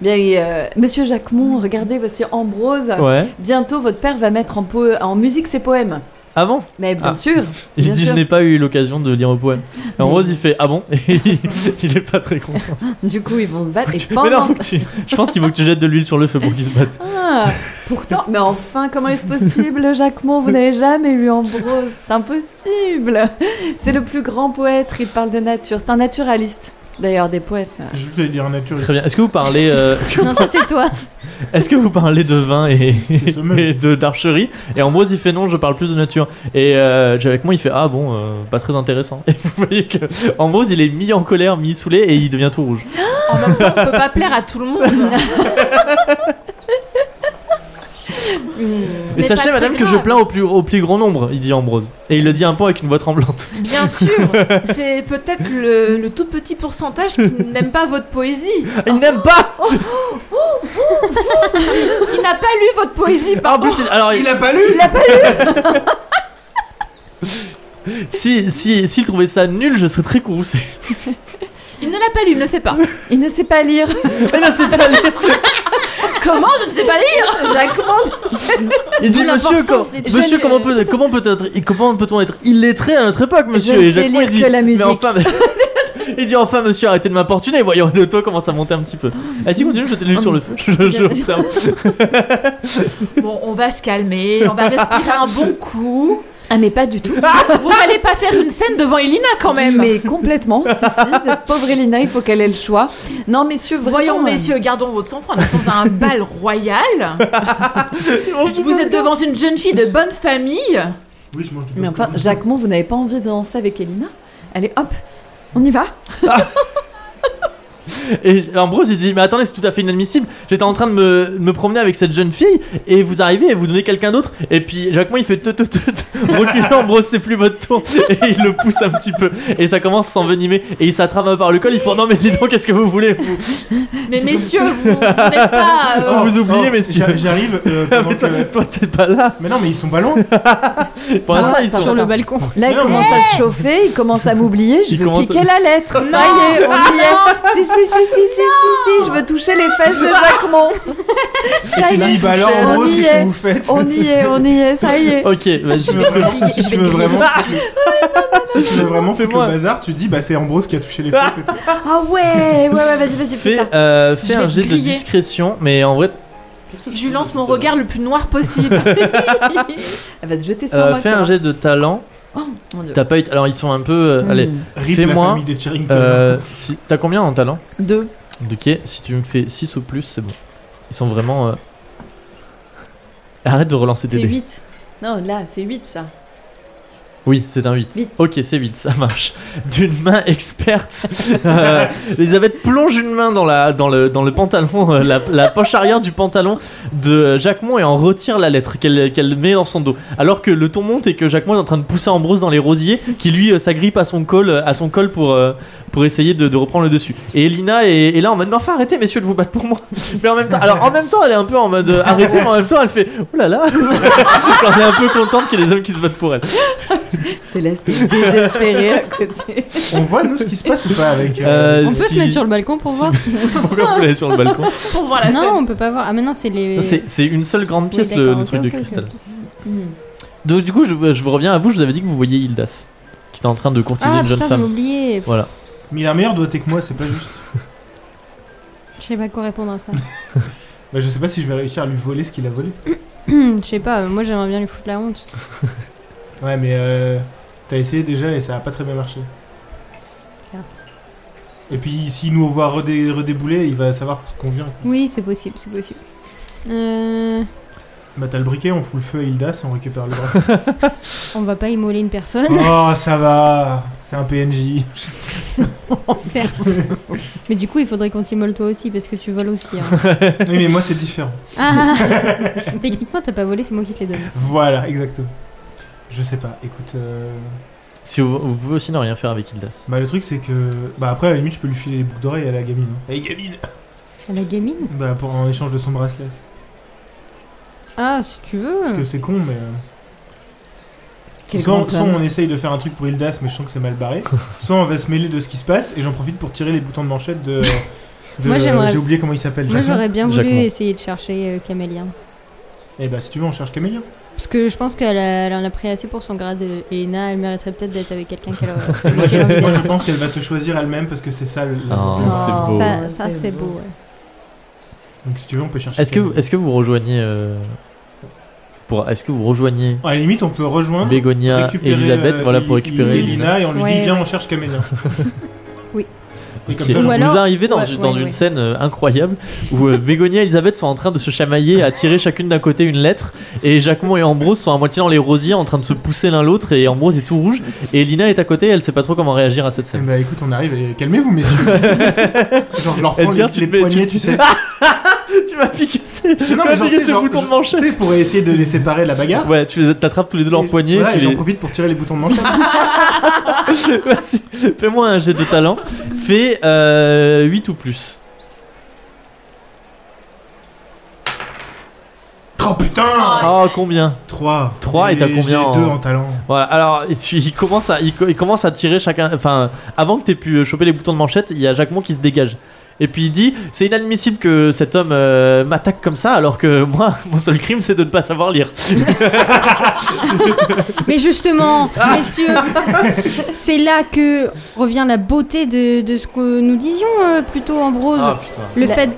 Speaker 5: Bien, et, euh, Monsieur Jacquemont, regardez, voici Ambrose.
Speaker 1: Ouais.
Speaker 5: Bientôt, votre père va mettre en, po- en musique ses poèmes.
Speaker 1: Ah bon
Speaker 5: Mais bien
Speaker 1: Ah.
Speaker 5: sûr.
Speaker 1: Il
Speaker 5: Bien
Speaker 1: dit
Speaker 5: sûr.
Speaker 1: Je n'ai pas eu l'occasion de lire au poème. Et Ambrose, il fait Ah bon <laughs> Et Il est pas très content.
Speaker 5: Du coup, ils vont se battre. Et
Speaker 1: <laughs> Mais non,
Speaker 5: pendant...
Speaker 1: faut que tu- je pense qu'il faut que tu jettes de l'huile sur le feu pour qu'ils se battent.
Speaker 5: Ah, pourtant, mais enfin, comment est-ce possible, Jacquemont Vous n'avez jamais lu Ambrose. C'est impossible. C'est le plus grand poète. Il parle de nature. C'est un naturaliste. D'ailleurs, des poètes.
Speaker 2: Je voulais dire naturel.
Speaker 1: Très bien. Est-ce que vous parlez, euh, est-ce que,
Speaker 3: Non, ça c'est toi.
Speaker 1: est-ce que vous parlez de vin et,
Speaker 2: C'est ce même.
Speaker 1: et de d'archerie Et Ambrose il fait non, je parle plus de nature. Et euh, avec moi il fait ah bon, euh, pas très intéressant. Et vous voyez que Ambrose il est mis en colère, mis saoulé et il devient tout rouge.
Speaker 4: En même temps, on peut pas plaire à tout le monde.
Speaker 1: Et
Speaker 4: n'est pas
Speaker 1: sachez
Speaker 4: très
Speaker 1: madame que je
Speaker 4: grave.
Speaker 1: plains au plus, au plus grand nombre, il dit Ambrose. Et il le dit un peu avec une voix tremblante.
Speaker 4: Bien sûr, c'est peut-être le, le tout petit pourcentage qui n'aime pas votre poésie,
Speaker 1: Il n'aime pas.
Speaker 4: qui n'a pas lu votre poésie.
Speaker 1: Ah, en plus,
Speaker 5: Oh.
Speaker 1: il- alors
Speaker 2: Il a pas lu
Speaker 1: si si s'il trouvait ça nul, je serais très cool.
Speaker 4: Il ne l'a pas lu, il ne sait pas.
Speaker 5: Il ne sait pas
Speaker 1: <laughs>
Speaker 5: lire. <laughs>
Speaker 1: Mais là c'est pas lui.
Speaker 4: Comment je ne sais pas lire
Speaker 5: Jacquemont.
Speaker 1: Il dit
Speaker 5: D'où
Speaker 1: monsieur,
Speaker 5: l'importance
Speaker 1: com-
Speaker 5: des
Speaker 1: monsieur
Speaker 5: jeunes,
Speaker 1: comment
Speaker 5: euh,
Speaker 1: peut comment peut être comment peut-on être illettré à notre époque monsieur
Speaker 5: Je ne
Speaker 1: Et
Speaker 5: sais
Speaker 1: Jacquemont,
Speaker 5: lire
Speaker 1: il dit,
Speaker 5: que la musique.
Speaker 1: Mais enfin, <laughs> mais- il dit enfin monsieur arrêtez de m'importuner voyons le taux commence à monter un petit peu. Vas-y continue je te
Speaker 5: Oh,
Speaker 1: l'ai sur le feu. <laughs> Je, je- observe.
Speaker 4: Bon, on va se calmer, on va respirer un bon coup.
Speaker 5: Ah, mais pas du tout.
Speaker 4: Ah, vous n'allez pas faire une scène devant Elina quand même.
Speaker 5: Mais complètement, si, si, cette pauvre Elina, il faut qu'elle ait le choix. Non, messieurs, vraiment,
Speaker 4: Voyons,
Speaker 5: euh,
Speaker 4: messieurs, gardons votre sang-froid. Nous sommes à un bal royal. Vous êtes devant une jeune fille de bonne famille.
Speaker 2: Oui, je mange du
Speaker 5: Mais enfin,
Speaker 2: popcorn.
Speaker 5: Jacquemont, vous n'avez pas envie de danser avec Elina Allez, hop, on y va
Speaker 1: Et Ambrose il dit mais attendez c'est tout à fait inadmissible. J'étais en train de me, me promener avec cette jeune fille et vous arrivez et vous donnez quelqu'un d'autre et puis Jacquemont il fait tout tout <laughs> tout reculez Ambrose c'est plus votre tour et il le pousse un petit peu et ça commence à s'envenimer et il s'attrape par le col il fait non mais dis donc qu'est-ce que vous voulez vous
Speaker 4: Mais messieurs, vous, vous n'êtes pas. euh,
Speaker 2: Ah,
Speaker 1: Oh, vous oubliez, messieurs.
Speaker 2: j'a- J'arrive.
Speaker 1: <laughs>
Speaker 2: euh,
Speaker 1: Ah,
Speaker 2: pendant
Speaker 1: mais toi,
Speaker 2: que-
Speaker 1: toi, t'es pas là.
Speaker 2: Mais non, mais ils sont pas loin.
Speaker 1: Pour
Speaker 5: Ah
Speaker 1: l'instant,
Speaker 5: ouais,
Speaker 1: ils
Speaker 5: ça
Speaker 1: sont.
Speaker 3: Sur
Speaker 5: va.
Speaker 3: le
Speaker 1: <laughs>
Speaker 5: Attends.
Speaker 3: balcon.
Speaker 5: Là,
Speaker 2: Mais
Speaker 5: il
Speaker 2: non,
Speaker 5: commence à se chauffer, il commence à m'oublier, je
Speaker 1: Ah, Il
Speaker 5: veux
Speaker 1: commence-
Speaker 5: piquer la lettre. Ça y est, on y est. Si, si, si, si, si, si, si, je veux toucher les fesses de Jacquemont.
Speaker 2: Et
Speaker 5: Ça
Speaker 2: tu
Speaker 5: y
Speaker 2: dis,
Speaker 5: est,
Speaker 2: bah alors,
Speaker 5: on
Speaker 2: en gros,
Speaker 5: y
Speaker 2: qu'est-ce
Speaker 5: est.
Speaker 2: que vous faites
Speaker 5: on y est, on y est, ça y est.
Speaker 1: Ok,
Speaker 2: Si tu
Speaker 1: vas-y.
Speaker 2: veux vraiment, si tu veux vraiment,
Speaker 1: Ah. <laughs>
Speaker 2: si tu veux vraiment foutre
Speaker 1: Fais-moi.
Speaker 2: le bazar, tu dis, bah c'est Ambrose qui a touché les fesses. et tout.
Speaker 5: Ah ouais, ouais, ouais, vas-y, vas-y, fais
Speaker 1: Fais,
Speaker 5: ça. <laughs>
Speaker 1: euh, fais
Speaker 4: Je vais
Speaker 1: un
Speaker 4: te
Speaker 1: jet de
Speaker 4: griller.
Speaker 1: discrétion, mais en vrai,
Speaker 4: Je lui lance mon regard le plus noir possible.
Speaker 5: Elle va se jeter sur
Speaker 1: euh,
Speaker 5: moi.
Speaker 1: fais
Speaker 5: tu
Speaker 1: un
Speaker 5: vois.
Speaker 1: jet de talent.
Speaker 5: Oh, mon Dieu.
Speaker 1: T'as pas eu. Alors, ils sont un peu. euh, Allez,
Speaker 5: Hmm.
Speaker 2: Rip la
Speaker 1: Fais-moi,
Speaker 2: famille des Charrington.
Speaker 1: euh, si... t'as combien en talent
Speaker 5: Deux.
Speaker 1: Ok, si tu me fais 6 ou plus, c'est bon. Ils sont vraiment. euh, <laughs> Arrête de relancer tes
Speaker 5: C'est
Speaker 1: dés.
Speaker 5: 8. Non, là, c'est 8 ça.
Speaker 1: Oui, c'est un 8.
Speaker 5: Huit.
Speaker 1: Ok, c'est 8, ça marche. D'une main experte, euh, Elisabeth plonge une main dans, la, dans, le, dans le pantalon, euh, la, la poche arrière du pantalon de Jacquemont et en retire la lettre qu'elle qu'elle met dans son dos. Alors que le ton monte et que Jacquemont est en train de pousser Ambrose dans les rosiers, qui lui euh, s'agrippe à son col, à son col pour, euh, pour essayer de, de reprendre le dessus. Et Elina est, est là en mode, mais enfin arrêtez messieurs de vous battre pour moi. Mais en même temps, alors en même temps, elle est un peu en mode euh, arrêtez, mais en même temps, elle fait, oh là <laughs> là, Genre, elle est un peu contente qu'il y ait des hommes qui se battent pour elle.
Speaker 5: Céleste est désespérée à côté.
Speaker 2: On voit nous ce qui se passe ou pas avec.
Speaker 1: Euh,
Speaker 3: On peut
Speaker 1: si-
Speaker 3: se mettre sur le balcon pour
Speaker 1: si-
Speaker 3: voir.
Speaker 1: <laughs> Pourquoi vous l'avez sur le balcon
Speaker 4: pour voir la
Speaker 3: Non,
Speaker 4: scène.
Speaker 3: on peut pas voir. Ah, mais non, c'est les.
Speaker 1: C'est c'est une seule grande pièce,
Speaker 3: Oui,
Speaker 1: le,
Speaker 3: d'accord,
Speaker 1: le
Speaker 3: ok,
Speaker 1: truc de
Speaker 3: ok, Ah, ok.
Speaker 1: cristal.
Speaker 5: Hmm.
Speaker 1: Donc, du coup, je, je vous reviens à vous. Je vous avais dit que vous voyez Hildas, qui était en train de courtiser
Speaker 3: Ah
Speaker 1: une jeune
Speaker 3: putain, j'ai
Speaker 1: femme.
Speaker 3: oublié.
Speaker 1: Voilà.
Speaker 2: Mais il a un meilleur doigt que moi, c'est pas juste.
Speaker 3: Je sais pas quoi répondre à ça. <clears throat>
Speaker 2: Bah, je sais pas si je vais réussir à lui voler ce qu'il a volé.
Speaker 3: Je sais pas, euh, moi j'aimerais bien lui foutre la honte.
Speaker 2: Ouais, mais euh, t'as essayé déjà et ça a pas très bien marché.
Speaker 3: Certes.
Speaker 2: Et puis s'il nous voit redé- redébouler, il va savoir qu'on vient.
Speaker 3: Oui, c'est possible, c'est possible. Euh,
Speaker 2: Bah t'as le briquet, on fout
Speaker 3: <laughs>
Speaker 2: le feu à Hildas, on récupère le bras.
Speaker 1: <laughs>
Speaker 3: on va pas immoler une personne.
Speaker 2: oh, ça va C'est un PNJ.
Speaker 3: Certes. Mais du coup, il faudrait qu'on t'immole toi aussi parce que tu voles aussi.
Speaker 1: <laughs>
Speaker 3: hein.
Speaker 2: oui, mais moi, c'est différent.
Speaker 3: Ah <laughs> Techniquement, t'as pas volé, c'est moi qui te les donne.
Speaker 2: Voilà, exactement. Je sais pas, écoute. euh,
Speaker 1: Si vous, vous pouvez aussi ne rien faire avec Hildas.
Speaker 2: Bah, le truc, c'est que. Bah, après, à la limite, je peux lui filer les boucles d'oreilles à la gamine. hein. Allez, gamine
Speaker 3: À la gamine
Speaker 2: Bah, pour en échange de son bracelet.
Speaker 3: Ah, si tu veux.
Speaker 2: Parce que c'est con, mais. euh,
Speaker 5: Quel
Speaker 2: soit,
Speaker 5: grand
Speaker 2: soit
Speaker 5: homme.
Speaker 2: on essaye de faire un truc pour Hildas, mais je sens que c'est mal
Speaker 3: <laughs>
Speaker 2: barré. soit on va se mêler de ce qui se passe, et j'en profite pour tirer les boutons de manchette de. de-
Speaker 3: Moi, j'aimerais-
Speaker 2: J'ai oublié comment il s'appelle.
Speaker 3: Moi,
Speaker 2: Jacques.
Speaker 3: j'aurais bien voulu
Speaker 1: Jacquemont.
Speaker 3: essayer de chercher euh, Camélien.
Speaker 2: Eh bah, si tu veux, on cherche Camélien.
Speaker 3: Parce que je pense qu'elle a- elle en a pris assez pour son grade. euh, Elena, elle mériterait peut-être d'être avec quelqu'un qu'elle aurait avec
Speaker 1: <laughs>
Speaker 2: Moi, je,
Speaker 3: qui elle a envie
Speaker 2: moi, je
Speaker 3: d'être.
Speaker 2: pense qu'elle va se choisir elle-même parce que c'est ça le.
Speaker 1: Oh,
Speaker 5: Ah.
Speaker 1: c'est beau.
Speaker 3: Ça, ça,
Speaker 4: C'est
Speaker 3: c'est
Speaker 4: beau.
Speaker 3: beau. ouais.
Speaker 2: Donc si tu veux, on peut chercher.
Speaker 1: Est-ce que, vous-
Speaker 2: Camille.
Speaker 1: est-ce que vous rejoignez. euh, pour, est-ce que vous rejoignez
Speaker 2: À la limite, on peut rejoindre.
Speaker 1: Bégonia,
Speaker 2: Hein récupérer,
Speaker 1: Elisabeth,
Speaker 2: euh,
Speaker 1: voilà,
Speaker 2: I-
Speaker 1: pour récupérer
Speaker 2: I-
Speaker 1: Elina.
Speaker 2: Elina et on lui dit
Speaker 3: Ouais,
Speaker 2: viens,
Speaker 3: ouais.
Speaker 2: on cherche Camélien.
Speaker 3: <laughs> Oui.
Speaker 2: Et comme
Speaker 1: Ok.
Speaker 2: ça,
Speaker 3: Ou
Speaker 2: j'en-
Speaker 3: alors-
Speaker 1: Vous arrivez dans,
Speaker 3: ouais,
Speaker 1: dans
Speaker 3: ouais,
Speaker 1: une
Speaker 3: ouais.
Speaker 1: scène euh, incroyable où euh, Bégonia et Elisabeth sont en train de se chamailler, à tirer chacune d'un côté une lettre, et Jacquemont et Ambrose sont à moitié dans les rosiers en train de se pousser l'un l'autre, et Ambrose est tout rouge, et Elina est à côté, elle sait pas trop comment réagir à cette
Speaker 2: Eh
Speaker 1: scène.
Speaker 2: Bah écoute, on arrive. et-
Speaker 1: <laughs>
Speaker 2: Calmez-vous, messieurs. genre, je leur prends
Speaker 1: Edgar,
Speaker 2: les,
Speaker 1: tu
Speaker 2: les
Speaker 1: te mets-
Speaker 2: poignets,
Speaker 1: tu- <laughs>
Speaker 2: tu sais.
Speaker 1: <laughs> tu m'as piqué ces, tu
Speaker 2: Non,
Speaker 1: m'as
Speaker 2: mais genre,
Speaker 1: piqué
Speaker 2: tu sais,
Speaker 1: ces
Speaker 2: genre,
Speaker 1: boutons de
Speaker 2: je-
Speaker 1: manchette.
Speaker 2: Tu sais, pour essayer de les séparer de la bagarre.
Speaker 1: Ouais, tu les attrapes tous les deux leurs
Speaker 2: Et-
Speaker 1: poignets.
Speaker 2: Voilà,
Speaker 1: tu
Speaker 2: et j'en
Speaker 1: les- <laughs>
Speaker 2: profite pour tirer les boutons de manchette.
Speaker 1: Merci. Fais-moi un jet de talent. Fais euh, 8 ou plus.
Speaker 2: oh
Speaker 3: Ah.
Speaker 2: putain
Speaker 1: Oh, combien
Speaker 2: 3.
Speaker 1: Trois, et t'as combien en-
Speaker 2: J'ai 2 en talent.
Speaker 1: Voilà, alors et tu- il commence à, il, co- il commence à tirer chacun. Enfin, avant que t'aies pu euh, choper les boutons de manchette, il y a Jacquemont qui se dégage. Et puis il dit C'est inadmissible que cet homme euh, m'attaque comme ça, alors que <laughs> moi, mon seul crime, c'est de ne pas savoir <laughs> lire.
Speaker 3: Mais justement,
Speaker 1: Ah,
Speaker 3: messieurs, c'est là que revient la beauté de, de ce que nous disions euh, plutôt, Ambrose.
Speaker 1: Ah, putain.
Speaker 3: Le
Speaker 5: La-
Speaker 3: fait,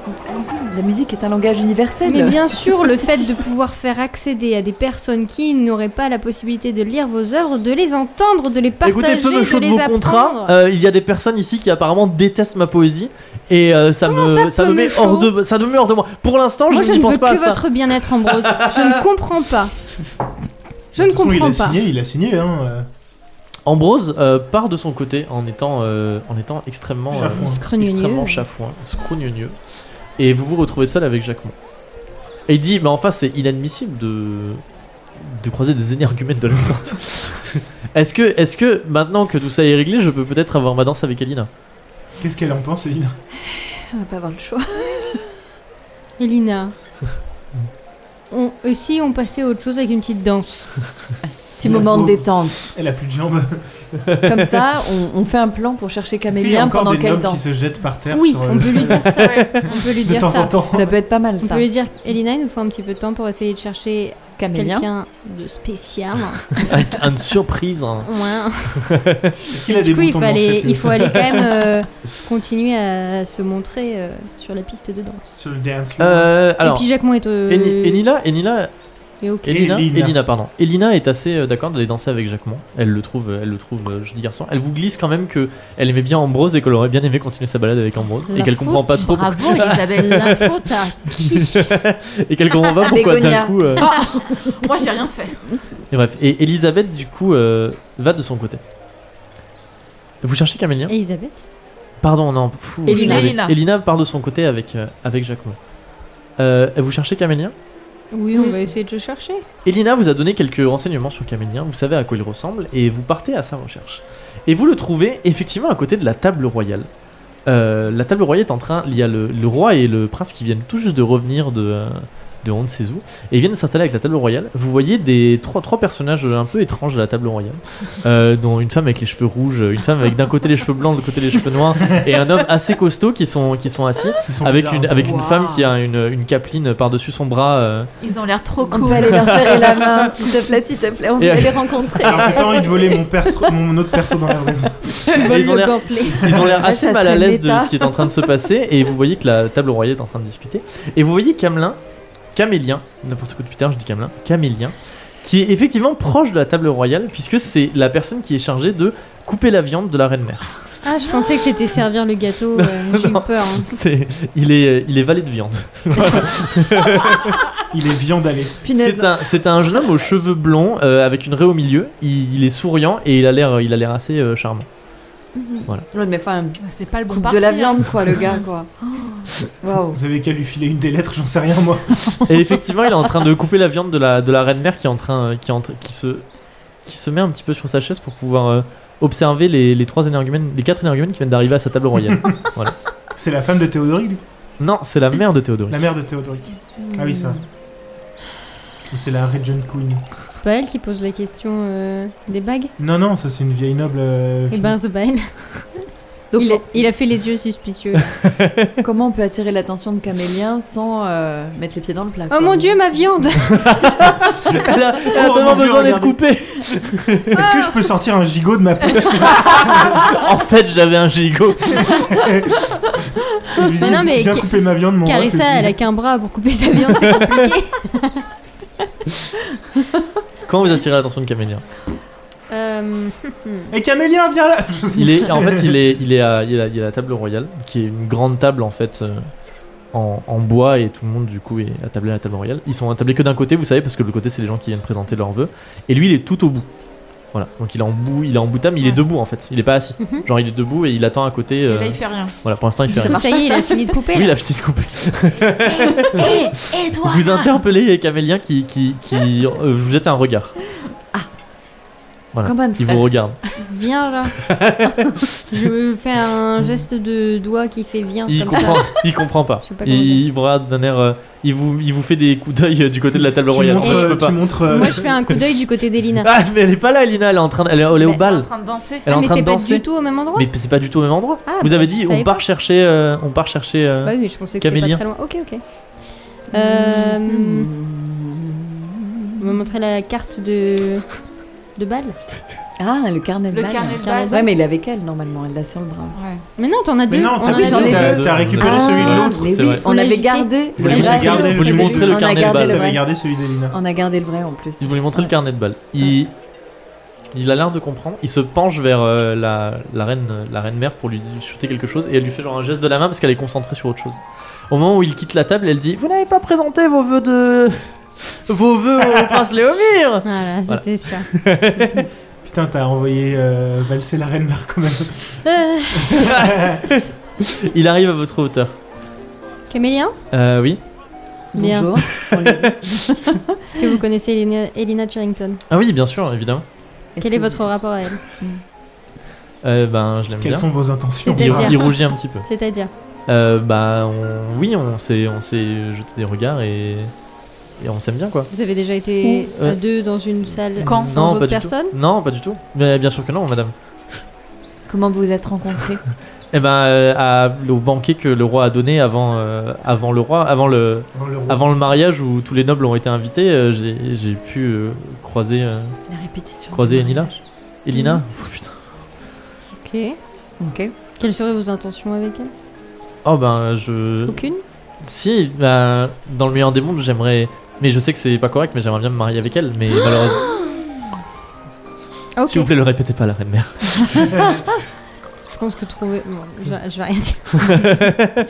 Speaker 5: La musique est un langage universel.
Speaker 3: mais bien sûr, le fait de pouvoir faire accéder à des personnes qui n'auraient pas la possibilité de lire vos œuvres, de les entendre, de les partager,
Speaker 1: Écoutez, peu me
Speaker 3: de
Speaker 1: chaud de
Speaker 3: les
Speaker 1: vos
Speaker 3: apprendre.
Speaker 1: contrats. euh, il y a des personnes ici qui apparemment détestent ma poésie. Et euh, ça, me,
Speaker 3: ça,
Speaker 1: me
Speaker 3: peu
Speaker 1: met
Speaker 3: me
Speaker 1: hors de, ça me met hors de moi. Pour l'instant,
Speaker 3: Moi,
Speaker 1: je,
Speaker 3: je
Speaker 1: n'y
Speaker 3: ne
Speaker 1: pense
Speaker 3: veux
Speaker 1: pas à
Speaker 3: que
Speaker 1: ça.
Speaker 3: votre bien-être, Ambrose. je ne comprends pas. Je
Speaker 2: De
Speaker 3: ne
Speaker 2: toute façon,
Speaker 3: comprends
Speaker 2: il a
Speaker 3: pas.
Speaker 2: Signé, il a signé, hein. euh,
Speaker 1: Ambrose euh, part de son côté en étant, euh, en étant extrêmement, euh,
Speaker 2: Chafouin.
Speaker 3: Scrogneux.
Speaker 1: extrêmement chafouin, scrogneux. Et vous vous retrouvez seul avec Jacquemont. Et il dit Mais enfin, c'est inadmissible de, de croiser des énergumènes de la sorte. <laughs> est-ce que, est que maintenant que tout ça est réglé, je peux peut-être avoir ma danse avec Elina
Speaker 2: Qu'est-ce qu'elle en pense, Elina
Speaker 5: On va pas avoir le choix.
Speaker 3: Elina. On, et si on passait à autre chose avec une petite danse
Speaker 5: Petit moment de détente.
Speaker 2: Elle a plus de jambes.
Speaker 5: Comme ça, on, on fait un plan pour chercher
Speaker 2: Est-ce qu'il y a
Speaker 3: hein,
Speaker 5: Camélien
Speaker 2: encore
Speaker 5: pendant
Speaker 2: des
Speaker 5: qu'elle
Speaker 2: nobles qui
Speaker 5: danse.
Speaker 2: se jettent par terre
Speaker 3: Oui,
Speaker 2: sur, euh,
Speaker 3: on peut
Speaker 2: <laughs>
Speaker 3: lui dire ça. On peut lui
Speaker 2: de
Speaker 3: dire
Speaker 2: temps en
Speaker 3: ça.
Speaker 2: temps
Speaker 5: Ça peut être pas mal
Speaker 3: On
Speaker 5: ça.
Speaker 3: peut lui dire, Elina, il nous faut un petit peu de temps pour essayer de chercher
Speaker 5: Camélien.
Speaker 3: quelqu'un de spécial.
Speaker 1: Avec une surprise. hein.
Speaker 3: Ouais.
Speaker 2: Est-ce qu'il a des
Speaker 3: Du coup, il,
Speaker 2: boutons de
Speaker 3: fallait,
Speaker 2: manchette,
Speaker 3: il
Speaker 2: lui
Speaker 1: <laughs>
Speaker 3: faut aller quand même euh, continuer à se montrer euh, sur la piste de danse.
Speaker 2: Sur le dance floor.
Speaker 1: Euh,
Speaker 3: Et
Speaker 1: alors,
Speaker 3: puis Jacquemont est, euh,
Speaker 1: Eni- Enila, Enila
Speaker 3: est ok.
Speaker 1: Elina,
Speaker 2: Elina.
Speaker 1: Elina, pardon. Elina est assez euh, d'accord d'aller danser avec Jacquemont. Elle le trouve, euh, elle le trouve, euh, joli garçon. Elle vous glisse quand même que elle aimait bien Ambrose et qu'elle aurait bien aimé continuer sa balade avec Ambrose et
Speaker 3: La
Speaker 1: qu'elle comprend pas
Speaker 3: faute,
Speaker 1: trop
Speaker 4: Bravo, Elisabeth.
Speaker 1: <laughs>
Speaker 3: La faute à qui
Speaker 1: et qu'elle comprend
Speaker 3: <laughs>
Speaker 1: pas
Speaker 5: À
Speaker 1: pourquoi d'un
Speaker 5: Bégonia.
Speaker 1: coup. euh,
Speaker 4: Moi, j'ai rien fait.
Speaker 1: Et bref, et Elisabeth du coup euh, va de son côté. Vous cherchez Camélien
Speaker 3: Elisabeth
Speaker 1: Pardon, non. fou, je
Speaker 4: Elina,
Speaker 1: suis
Speaker 4: Elina.
Speaker 1: désolé. Elina part de son côté avec euh, avec Jacquemont. Euh, vous cherchez Camélien
Speaker 3: Oui, on va essayer de le chercher.
Speaker 1: Elina vous a donné quelques renseignements sur Camélien, vous savez à quoi il ressemble, et vous partez à sa recherche. Et vous le trouvez effectivement à côté de la table royale. Euh, la table royale est en train, il y a le, le roi et le prince qui viennent tout juste de revenir de, euh, de on ne sait où, et ils viennent s'installer avec la table royale. Vous voyez des trois, trois personnages un peu étranges de la table royale, euh, dont une femme avec les cheveux rouges, une femme avec d'un côté les cheveux blancs, de l'autre côté les cheveux noirs, et un homme assez costaud qui sont, qui sont assis,
Speaker 2: Ils sont
Speaker 1: avec
Speaker 2: bizarres,
Speaker 1: une,
Speaker 2: hein.
Speaker 1: avec une
Speaker 4: Waouh.
Speaker 1: femme qui a une, une capeline par-dessus son bras. euh,
Speaker 4: Ils ont l'air trop
Speaker 5: On peut
Speaker 4: cool.
Speaker 5: aller leur serrer la <laughs> main, s'il te plaît, s'il te plaît. On
Speaker 1: Et-
Speaker 5: veut aller
Speaker 2: <laughs>
Speaker 5: rencontrer.
Speaker 2: Alors, j'ai pas envie de voler mon, perso- mon autre perso dans la vraie vie.
Speaker 1: et ils ont l'air- Ils ont l'air
Speaker 5: Ouais,
Speaker 1: assez
Speaker 5: ça
Speaker 1: mal à
Speaker 5: serait
Speaker 1: l'aise de
Speaker 5: méta.
Speaker 1: ce qui est en train de se
Speaker 5: <laughs>
Speaker 1: passer et vous voyez que la table royale est en train de discuter. Et vous voyez Camelin, Camélien, n'importe quoi depuis tard je dis Camelin, Camélien, qui est effectivement proche de la table royale puisque c'est la personne qui est chargée de couper la viande de la reine
Speaker 5: <laughs>
Speaker 1: mère.
Speaker 3: Ah, je pensais que c'était servir le gâteau. euh,
Speaker 1: <laughs>
Speaker 3: J'ai eu
Speaker 1: Non.
Speaker 3: peur. hein.
Speaker 1: C'est, il est, il est valet de viande.
Speaker 2: Il est viandalé.
Speaker 5: Punaise.
Speaker 1: C'est un, c'est un jeune homme aux cheveux blonds euh, avec une raie au milieu. Il, il est souriant et il a l'air, il a l'air assez euh, charmant.
Speaker 5: Ouais, mais enfin,
Speaker 4: Ah, C'est pas le bon
Speaker 5: coupe
Speaker 4: parti.
Speaker 5: de la
Speaker 4: hein.
Speaker 5: viande, quoi, le gars, <gasps> quoi. Waouh.
Speaker 2: Vous avez qu'à lui filer une des lettres, j'en sais rien moi.
Speaker 1: Et effectivement, il est en train de couper la viande de la, de la reine mère qui est en train, euh, qui, est en train- qui se, qui se met un petit peu sur sa chaise pour pouvoir euh, observer les, les trois énergumènes, les quatre énergumènes qui viennent d'arriver à sa table
Speaker 2: <laughs>
Speaker 1: royale.
Speaker 2: C'est la femme de Théodoric, du coup.
Speaker 1: non, c'est la mère de Théodoric.
Speaker 2: la mère de Théodoric. Ah oui, ça. Ou c'est la Regent Queen.
Speaker 3: C'est pas elle qui pose la question euh, des bagues
Speaker 2: Non, non, ça c'est une vieille noble. euh,
Speaker 3: Eh ben, c'est pas elle.
Speaker 5: Donc,
Speaker 3: il, a, il a fait les yeux suspicieux.
Speaker 5: Comment on peut attirer l'attention de Camélien sans euh, mettre les pieds dans le plat
Speaker 3: oh
Speaker 5: quoi
Speaker 3: mon dieu, ma viande
Speaker 1: Elle a, elle a
Speaker 2: Oh,
Speaker 1: tellement
Speaker 2: mon Dieu,
Speaker 1: besoin d'être
Speaker 2: regardez.
Speaker 1: coupée.
Speaker 2: Est-ce que je
Speaker 3: Ah
Speaker 2: peux sortir un gigot de ma
Speaker 3: <laughs>
Speaker 2: poche
Speaker 1: en fait, j'avais un gigot.
Speaker 2: Je lui
Speaker 3: Bah
Speaker 2: dis,
Speaker 3: non, mais
Speaker 2: viens
Speaker 3: Ca-
Speaker 2: couper ma viande, mon ref, et
Speaker 3: Carissa,
Speaker 2: puis-
Speaker 3: elle a qu'un bras pour couper sa viande, c'est compliqué.
Speaker 1: Comment vous attirez l'attention de Camélia <laughs>
Speaker 3: Euh,
Speaker 2: Et Camélien, viens là
Speaker 1: Il est, en fait,
Speaker 2: <laughs>
Speaker 1: il est, il est à, il est à- il est à la table royale, qui est une grande table en fait, euh, en, en bois, et tout le monde du coup est attablé à la table royale. Ils sont attablés que d'un côté, vous savez, parce que le côté c'est les gens qui viennent présenter leurs vœux, et lui il est tout au bout. Voilà, donc il est en bout, il est en bout de table, mais il est debout en fait, il est pas assis.
Speaker 3: Mhm.
Speaker 1: Genre il est debout et il attend à côté.
Speaker 4: Et
Speaker 1: euh,
Speaker 4: là, il fait rien.
Speaker 1: Voilà, pour l'instant il fait
Speaker 3: du
Speaker 1: rien.
Speaker 3: coup, ça y est, il a fini de couper.
Speaker 1: Oui,
Speaker 3: là.
Speaker 1: la petite <laughs> coupe.
Speaker 4: Et toi
Speaker 1: Vous interpellez Camélien qui, qui, qui euh, vous jette un regard,
Speaker 5: Comme un
Speaker 1: qui
Speaker 5: frère.
Speaker 1: vous regarde. <laughs>
Speaker 3: Viens là. Je fais un geste de doigt qui fait viens.
Speaker 1: Il
Speaker 3: Hein, comme ça.
Speaker 1: comprend, il comprend pas.
Speaker 3: Je sais pas comment
Speaker 1: il,
Speaker 3: dire.
Speaker 1: il vous regarde d'un air, euh, il vous, il vous fait des coups d'œil euh, du côté de la table
Speaker 2: Tu
Speaker 1: royale.
Speaker 2: montres,
Speaker 1: Moi, je peux
Speaker 2: euh,
Speaker 1: pas.
Speaker 2: tu montres. euh,
Speaker 3: Moi, je fais un coup d'œil du côté d'Elina.
Speaker 1: Ah, mais elle est pas là, Elina. Elle est en train, de- elle est, elle est au
Speaker 3: Mais-
Speaker 4: Elle est en
Speaker 1: bal.
Speaker 4: train de danser.
Speaker 1: Elle est en
Speaker 3: mais
Speaker 1: train de
Speaker 3: c'est pas du
Speaker 1: danser.
Speaker 3: tout au même endroit.
Speaker 1: Mais c'est pas du tout au même endroit.
Speaker 3: Ah,
Speaker 1: vous
Speaker 3: bah,
Speaker 1: avez
Speaker 3: je
Speaker 1: dit, on
Speaker 3: savais
Speaker 1: part
Speaker 3: pas.
Speaker 1: chercher, euh, on part chercher. euh,
Speaker 3: Bah oui, mais je pensais que c'était
Speaker 1: Camélia. Mm.
Speaker 3: pas très loin. Ok, ok. Euh,
Speaker 5: hmm.
Speaker 3: hmm. On m'a montré la carte de de balle.
Speaker 5: Ah, le carnet de
Speaker 4: Le
Speaker 5: bal.
Speaker 4: carnet de
Speaker 3: carnet de
Speaker 4: bal.
Speaker 5: Ouais, mais il est avec elle normalement, elle l'a sur le bras.
Speaker 4: Ouais.
Speaker 3: Mais non, t'en as deux.
Speaker 2: Mais non,
Speaker 3: On
Speaker 2: t'as
Speaker 3: en a
Speaker 5: oui, j'en
Speaker 3: deux.
Speaker 5: ai
Speaker 1: t'as-
Speaker 5: deux.
Speaker 1: t'as-
Speaker 2: T'as récupéré
Speaker 1: Ah,
Speaker 2: celui de l'autre.
Speaker 1: ouais,
Speaker 5: Mais
Speaker 1: c'est
Speaker 5: oui,
Speaker 1: vrai.
Speaker 3: Faut
Speaker 5: on l'avait
Speaker 3: l'agiter.
Speaker 5: gardé.
Speaker 1: Vous
Speaker 5: le
Speaker 1: l'avez
Speaker 5: vrai.
Speaker 2: gardé, vous
Speaker 5: Au
Speaker 2: lui
Speaker 5: début,
Speaker 1: montrez le
Speaker 5: on a
Speaker 1: carnet de
Speaker 5: gardé
Speaker 1: bal.
Speaker 5: le
Speaker 2: T'avais
Speaker 5: vrai.
Speaker 2: gardé celui d'Elina.
Speaker 5: On a gardé le vrai en plus.
Speaker 1: Il vous lui montrer
Speaker 5: Ouais.
Speaker 1: le carnet de balles. Il, il a l'air de comprendre. Il se penche vers euh, la, la reine, euh, la reine mère pour lui shooter quelque chose et elle lui fait genre un geste de la main parce qu'elle est concentrée sur autre chose. Au moment où il quitte la table, elle dit Vous n'avez pas présenté vos vœux de. <laughs> vos vœux au prince Léomir Voilà.
Speaker 3: Voilà, c'était ça.
Speaker 1: Ah.
Speaker 2: Putain, t'as envoyé euh, valser la reine mère quand même.
Speaker 3: Euh,
Speaker 1: Il arrive à votre hauteur.
Speaker 3: Camélien,
Speaker 1: Euh, oui.
Speaker 3: Bien.
Speaker 5: Bonjour. On lui dit,
Speaker 3: <laughs> est-ce que vous connaissez Elina, Elina Charrington
Speaker 1: Ah oui, bien sûr, évidemment.
Speaker 5: est-ce
Speaker 3: Quel
Speaker 5: que
Speaker 3: est votre rapport à elle
Speaker 1: Euh, ben, je l'aime
Speaker 2: Quelles
Speaker 1: bien.
Speaker 2: sont vos intentions
Speaker 1: Il,
Speaker 3: C'est-à-dire
Speaker 1: il rougit un petit peu.
Speaker 3: C'est-à-dire
Speaker 1: Euh, bah, on- oui, on s'est, on s'est jeté des regards et, et on s'aime bien quoi.
Speaker 3: Vous avez déjà été
Speaker 1: Où, euh,
Speaker 3: à deux dans une salle
Speaker 1: Quand
Speaker 3: sans
Speaker 1: Non,
Speaker 3: autre
Speaker 1: pas du
Speaker 3: personne
Speaker 1: tout. Non, pas du tout. Mais bien sûr que non, madame.
Speaker 5: Comment vous vous
Speaker 1: <laughs>
Speaker 5: êtes rencontrés
Speaker 1: Eh ben, euh, à- au banquet que le roi a donné avant, euh, avant le roi, avant le,
Speaker 2: Dans le roi.
Speaker 1: avant le mariage où tous les nobles ont été invités, euh, j'ai, j'ai pu euh, croiser, euh,
Speaker 5: La répétition.
Speaker 1: croiser Elina. Elina. Pff, putain.
Speaker 3: Ok.
Speaker 5: Ok.
Speaker 3: Quelles seraient vos intentions avec elle
Speaker 1: Oh ben, je.
Speaker 3: Aucune
Speaker 1: Si, bah, dans le meilleur des mondes, j'aimerais. Mais je sais que c'est pas correct, mais j'aimerais bien me marier avec elle. Mais malheureusement,
Speaker 3: Ah, Ok.
Speaker 1: s'il vous plaît, le répétez pas, la reine mère.
Speaker 3: Je pense que trouver. Bon, je, je vais rien dire.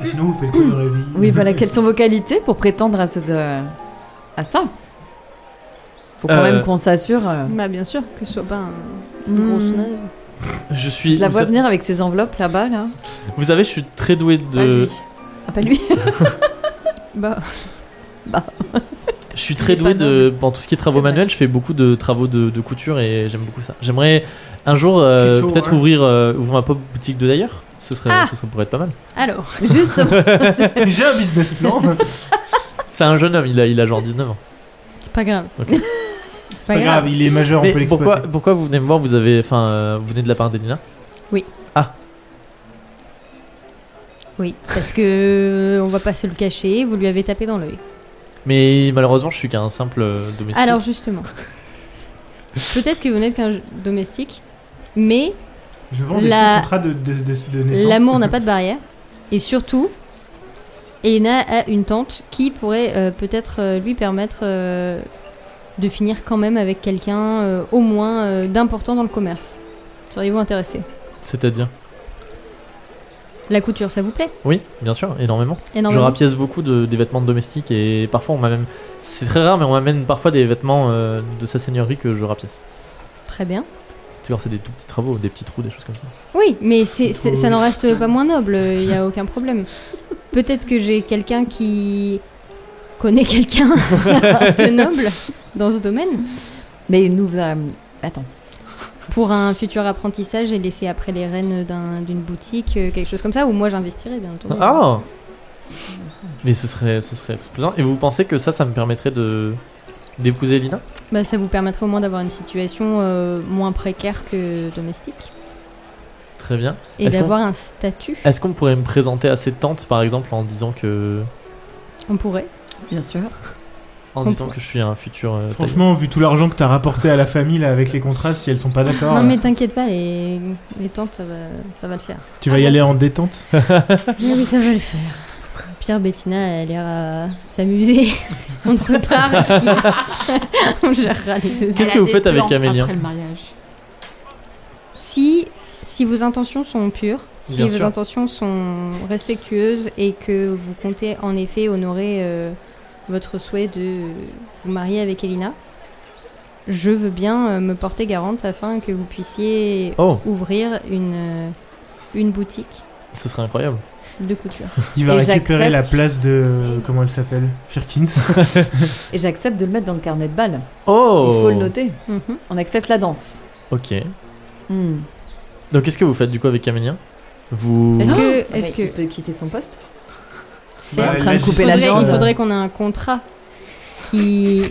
Speaker 2: Et Sinon, vous faites quoi dans la vie <laughs>
Speaker 5: Oui, voilà, quelles sont vos qualités pour prétendre à, ce de- à ça Faut quand
Speaker 1: Euh,
Speaker 5: même qu'on s'assure. euh,
Speaker 3: Bah, bien sûr, que ce soit pas un, une grosse
Speaker 5: hmm,
Speaker 3: naze.
Speaker 1: Je suis.
Speaker 5: Je la
Speaker 1: vous,
Speaker 5: vois
Speaker 1: sa-
Speaker 5: venir avec ses enveloppes là-bas, là.
Speaker 1: vous savez, je suis très doué
Speaker 5: Pas
Speaker 1: de.
Speaker 5: lui. Ah, pas lui.
Speaker 3: Bah,
Speaker 1: Je suis très
Speaker 5: est
Speaker 1: doué
Speaker 5: pas
Speaker 1: de. Bon, tout ce qui est travaux
Speaker 5: C'est vrai.
Speaker 1: manuels, je fais beaucoup de travaux de, de couture et j'aime beaucoup ça. J'aimerais un jour euh,
Speaker 2: Plutôt,
Speaker 1: peut-être
Speaker 2: hein.
Speaker 1: ouvrir, euh, ouvrir ma propre boutique de d'ailleurs. Ce serait,
Speaker 3: Ah.
Speaker 1: ce serait pourrait être pas mal.
Speaker 3: alors.
Speaker 1: <laughs>
Speaker 5: Justement.
Speaker 2: J'ai un business plan.
Speaker 1: C'est un jeune homme, il a, il a genre 19 ans.
Speaker 3: C'est pas grave.
Speaker 1: Ok.
Speaker 3: C'est
Speaker 2: Pas grave, il est majeur, on peut
Speaker 1: Mais
Speaker 2: l'exploiter.
Speaker 1: pourquoi, pourquoi vous venez me voir Vous avez, enfin, euh, vous venez de la part d'Elina
Speaker 3: Oui, parce que euh, on va pas se le cacher, vous lui avez tapé dans l'œil.
Speaker 1: Mais malheureusement, je suis qu'un simple euh, domestique.
Speaker 3: Alors justement, peut-être que vous n'êtes qu'un domestique, mais
Speaker 2: Je vends des
Speaker 3: La-
Speaker 2: sous contrats de, de, de- de naissance.
Speaker 3: l'amour n'a pas de barrière. Et surtout, Elena a une tante qui pourrait euh, peut-être euh, lui permettre euh, de finir quand même avec quelqu'un euh, au moins euh, d'important dans le commerce. Seriez-vous intéressé
Speaker 1: C'est-à-dire
Speaker 3: La couture, ça vous plaît
Speaker 1: Oui, bien sûr, énormément. Je
Speaker 3: énormément
Speaker 1: rapièce beaucoup de, des vêtements domestiques et parfois on m'amène. C'est très rare, mais on m'amène parfois des vêtements euh, de sa seigneurie que je rapièce.
Speaker 3: Très bien.
Speaker 1: C'est C'est quand c'est des tout petits travaux, des petits trous, des choses comme ça.
Speaker 3: Oui, mais c'est- c'est- ça n'en reste pas moins noble, il n'y a aucun problème. Peut-être que j'ai quelqu'un qui connaît quelqu'un <laughs> de noble dans ce domaine.
Speaker 5: Mais nous, euh, attends.
Speaker 3: Pour un futur apprentissage et laisser après les rênes d'un- d'une boutique, euh, quelque chose comme ça, où moi j'investirais bien entendu.
Speaker 1: Ah Mais ce serait, ce serait très plaisant. Et vous pensez que ça, ça me permettrait de d'épouser Lina
Speaker 3: Bah, ça vous permettrait au moins d'avoir une situation euh, moins précaire que domestique.
Speaker 1: Très bien.
Speaker 3: Et
Speaker 1: Est-ce qu'on-
Speaker 3: d'avoir un statut,
Speaker 1: Est-ce qu'on pourrait me présenter à cette tante, par exemple, en disant que,
Speaker 3: on pourrait.
Speaker 5: Bien sûr.
Speaker 1: en
Speaker 3: On
Speaker 1: disant
Speaker 3: pourrait.
Speaker 1: que je suis un futur euh,
Speaker 2: Franchement, vu tout l'argent que t'as rapporté à la famille là, avec les contrats, si elles sont pas d'accord,
Speaker 3: non
Speaker 2: euh,
Speaker 3: mais t'inquiète pas, les, les tentes ça va, ça va le faire.
Speaker 2: tu vas y aller en détente.
Speaker 3: Mais <laughs> oui, ça va le faire. Pierre Bettina elle a l'air à <laughs> s'amuser. on te repart. et <laughs> puis on gérera les deux.
Speaker 1: Qu'est-ce
Speaker 4: Elle
Speaker 1: que
Speaker 4: a
Speaker 1: vous
Speaker 4: des
Speaker 1: faites avec
Speaker 4: plans
Speaker 1: Amélien
Speaker 4: Après le mariage.
Speaker 3: Si, si vos intentions sont pures, si
Speaker 1: Bien
Speaker 3: vos
Speaker 1: sûr.
Speaker 3: intentions sont respectueuses et que vous comptez en effet honorer euh, votre souhait de vous marier avec Elina, je veux bien euh, me porter garante afin que vous puissiez
Speaker 1: Oh,
Speaker 3: ouvrir une, euh, une boutique
Speaker 1: ce serait incroyable.
Speaker 3: de
Speaker 1: <laughs>
Speaker 3: couture.
Speaker 2: Il va
Speaker 5: Et
Speaker 2: récupérer
Speaker 5: j'accepte.
Speaker 2: la place de. Comment elle s'appelle Firkins.
Speaker 5: Et j'accepte de le mettre dans le carnet de balles.
Speaker 1: Oh
Speaker 5: Il faut le noter.
Speaker 3: Mhm.
Speaker 5: On accepte la danse.
Speaker 1: Ok.
Speaker 5: Hmm.
Speaker 1: Donc qu'est-ce que vous faites du coup avec Amélien Vous...
Speaker 3: Est-ce que-
Speaker 5: Ah,
Speaker 3: est-ce
Speaker 5: mais
Speaker 3: que-
Speaker 5: Il peut quitter son poste.
Speaker 3: C'est
Speaker 5: en
Speaker 2: elle
Speaker 5: train
Speaker 2: l'a
Speaker 5: de
Speaker 2: dit,
Speaker 5: couper
Speaker 3: Il
Speaker 5: la
Speaker 3: faudrait-
Speaker 5: viande.
Speaker 3: Il faudrait qu'on ait un contrat qui.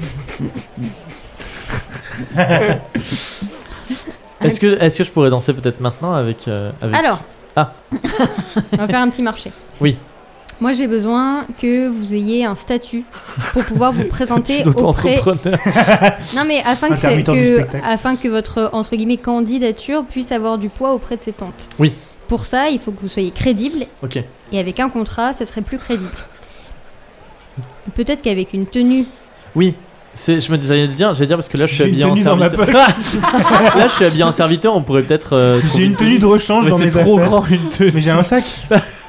Speaker 1: Est-ce que, est-ce que je pourrais danser peut-être maintenant avec... euh, avec-
Speaker 3: Alors
Speaker 1: Ah.
Speaker 3: <laughs> On va faire un petit marché.
Speaker 1: Oui.
Speaker 3: Moi, j'ai besoin que vous ayez un statut pour
Speaker 1: <laughs>
Speaker 3: pouvoir vous présenter auprès.
Speaker 1: D'auto-entrepreneur.
Speaker 3: Non, mais afin que, c'est-
Speaker 2: Intermittent du
Speaker 3: que-
Speaker 2: spectacle.
Speaker 3: afin que votre entre guillemets candidature puisse avoir du poids auprès de ces tentes.
Speaker 1: Oui.
Speaker 3: Pour ça, il faut que vous soyez crédible
Speaker 1: <laughs> Ok.
Speaker 3: et avec un contrat, ce serait plus crédible. Peut-être qu'avec une tenue
Speaker 1: Oui. C'est, je me disais, j'allais le dire, j'allais dire parce que là je suis
Speaker 2: J'ai une
Speaker 1: habillé en
Speaker 2: tenue dans ma
Speaker 1: serviteur. <laughs> là je suis habillé en serviteur, on pourrait peut-être. euh, trouver-
Speaker 2: J'ai une tenue de rechange
Speaker 1: Mais
Speaker 2: dans
Speaker 1: c'est
Speaker 2: mes
Speaker 1: trop
Speaker 2: affaires.
Speaker 1: grand une tenue.
Speaker 2: Mais j'ai un sac.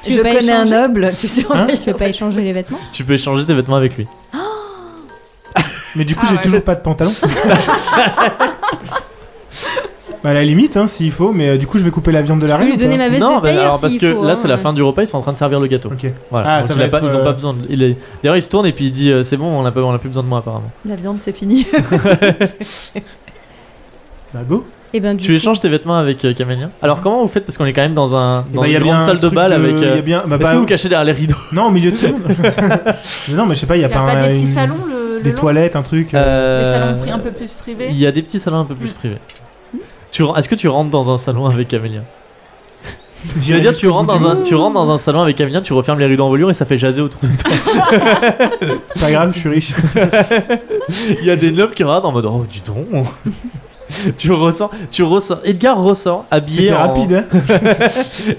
Speaker 3: Tu
Speaker 5: je
Speaker 3: veux pas
Speaker 5: connais un
Speaker 3: échanger
Speaker 5: noble, tu sais. on
Speaker 2: Hein
Speaker 5: va-
Speaker 3: Tu veux pas échanger les vêtements
Speaker 1: Tu peux échanger tes vêtements avec lui.
Speaker 2: Mais du coup,
Speaker 4: Ah
Speaker 2: j'ai
Speaker 4: ouais.
Speaker 2: toujours pas de pantalon. bah, à la limite, hein, s'il faut, mais euh, du coup, je vais couper la viande de la
Speaker 1: Ah
Speaker 3: Je peux
Speaker 2: reine.
Speaker 3: lui
Speaker 2: ou
Speaker 3: donner
Speaker 2: pas
Speaker 3: ma veste
Speaker 1: non,
Speaker 3: de
Speaker 1: mais
Speaker 3: tailleur
Speaker 1: alors parce
Speaker 3: s'il
Speaker 1: que
Speaker 3: faut,
Speaker 1: là
Speaker 3: hein.
Speaker 1: c'est la fin du repas, ils sont en train de servir le gâteau.
Speaker 2: Ok.
Speaker 1: Voilà.
Speaker 2: Ah,
Speaker 1: Donc
Speaker 2: ça
Speaker 1: il
Speaker 2: va
Speaker 1: a pas-
Speaker 2: être,
Speaker 1: ils ont
Speaker 2: euh,
Speaker 1: pas besoin. de- il est- D'ailleurs il se tourne et puis il dit euh, c'est bon, on a pas, on a plus besoin de moi apparemment.
Speaker 5: La viande, c'est fini.
Speaker 2: Bah, go.
Speaker 3: Eh ben, du
Speaker 1: Tu échanges tes vêtements avec euh, Camélien. Alors comment vous faites parce qu'on est quand même dans un
Speaker 2: Et
Speaker 1: dans
Speaker 2: bah,
Speaker 1: une grande
Speaker 2: un
Speaker 1: salle de
Speaker 2: truc
Speaker 1: bal avec.
Speaker 2: il y
Speaker 1: euh,
Speaker 2: a bien- bah,
Speaker 1: Est-ce
Speaker 2: bah,
Speaker 1: que vous cachez derrière les rideaux
Speaker 2: Non, au milieu de tout le monde. Mais non, mais je sais pas, il y
Speaker 4: Il
Speaker 2: a
Speaker 4: n'y a
Speaker 2: pas,
Speaker 4: pas
Speaker 2: un-
Speaker 4: des petits
Speaker 2: une-
Speaker 4: salons le, le
Speaker 2: des
Speaker 4: long
Speaker 2: toilettes, un truc. euh,
Speaker 4: Des
Speaker 1: Euh,
Speaker 4: salons pri- un peu plus privés
Speaker 1: Il y a des petits salons un peu plus
Speaker 4: Mm.
Speaker 1: privés.
Speaker 3: Hmm
Speaker 1: Tu ren- Est-ce que tu rentres dans un salon avec Camélien Je
Speaker 2: j'irai
Speaker 1: veux dire, tu
Speaker 2: jusqu'au
Speaker 1: rentres,
Speaker 2: bout du
Speaker 1: dans un,
Speaker 2: monde.
Speaker 1: tu rentres dans un salon avec Camélien, tu refermes les rideaux en volure et ça fait jaser autour de toi.
Speaker 2: Pas grave, je suis riche.
Speaker 1: Il y a des nobles qui regardent en mode Oh, dis donc <laughs> Tu ressors, tu ressors. Edgar ressort habillé
Speaker 2: C'était
Speaker 1: en.
Speaker 2: rapide, hein.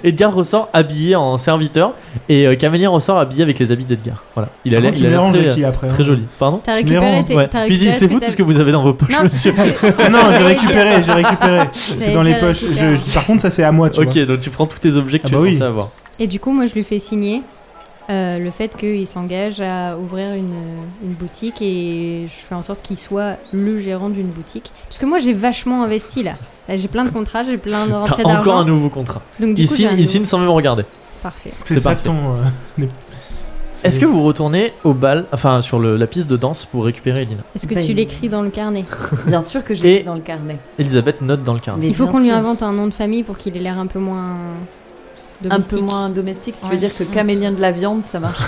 Speaker 1: Edgar ressort habillé en serviteur et euh, Camélien ressort habillé avec les habits d'Edgar. Voilà. Il a
Speaker 2: Par
Speaker 1: l'air il
Speaker 2: contre, il
Speaker 1: a
Speaker 2: est
Speaker 1: l'air
Speaker 2: rangé
Speaker 1: très,
Speaker 2: qui après. hein.
Speaker 1: très joli. Pardon
Speaker 3: T'as
Speaker 2: Tu
Speaker 3: récupéré
Speaker 2: les
Speaker 3: tes.
Speaker 1: Ouais.
Speaker 3: t'as
Speaker 1: Puis il dit C'est
Speaker 3: récupéré ce que
Speaker 1: vous tout
Speaker 3: t'as-
Speaker 1: ce que vous avez dans vos poches,
Speaker 3: Non,
Speaker 1: monsieur.
Speaker 3: c'est-
Speaker 2: Ah non, j'ai
Speaker 3: J'allais dire.
Speaker 2: récupéré, j'ai récupéré. C'est dans les
Speaker 3: dire,
Speaker 2: poches. Je-
Speaker 3: récupère.
Speaker 2: je- par contre, ça c'est à moi, Ah, tu
Speaker 1: Ok, donc tu prends tous tes objets que
Speaker 2: Ah
Speaker 1: tu
Speaker 2: bah
Speaker 1: es
Speaker 2: oui.
Speaker 1: censé avoir.
Speaker 3: Et du coup, moi, je lui fais signer euh, le fait qu'il s'engage à ouvrir une, une boutique et je fais en sorte qu'il soit le gérant d'une boutique. Parce que moi, j'ai vachement investi là. Là, j'ai plein de contrats, j'ai plein de
Speaker 1: T'as
Speaker 3: rentrées
Speaker 1: encore un
Speaker 3: d'argent.
Speaker 1: nouveau contrat.
Speaker 3: Donc, du
Speaker 1: Il
Speaker 3: coup, j'ai
Speaker 1: signe,
Speaker 3: un
Speaker 1: il
Speaker 3: nouveau-
Speaker 1: signe sans même regarder.
Speaker 3: Parfait.
Speaker 2: vois. C'est
Speaker 1: c'est
Speaker 2: ça
Speaker 1: parfait.
Speaker 2: ton. euh, les-
Speaker 1: Est-ce que vous retournez au bal, enfin sur le- la piste de danse pour récupérer Elina
Speaker 3: Est-ce que
Speaker 5: Ben,
Speaker 3: tu
Speaker 5: il-
Speaker 3: l'écris dans le carnet
Speaker 5: Bien sûr que je
Speaker 1: Et-
Speaker 5: l'ai mis dans le carnet.
Speaker 1: Elisabeth note dans le carnet.
Speaker 5: Mais
Speaker 3: Il faut
Speaker 5: bien
Speaker 3: qu'on lui
Speaker 5: sûr.
Speaker 3: invente un nom de famille pour qu'il ait l'air un peu moins.
Speaker 5: un peu
Speaker 3: domestique. Mm.
Speaker 5: moins domestique. Tu
Speaker 4: Ouais.
Speaker 5: veux dire que camélien de la viande, ça marche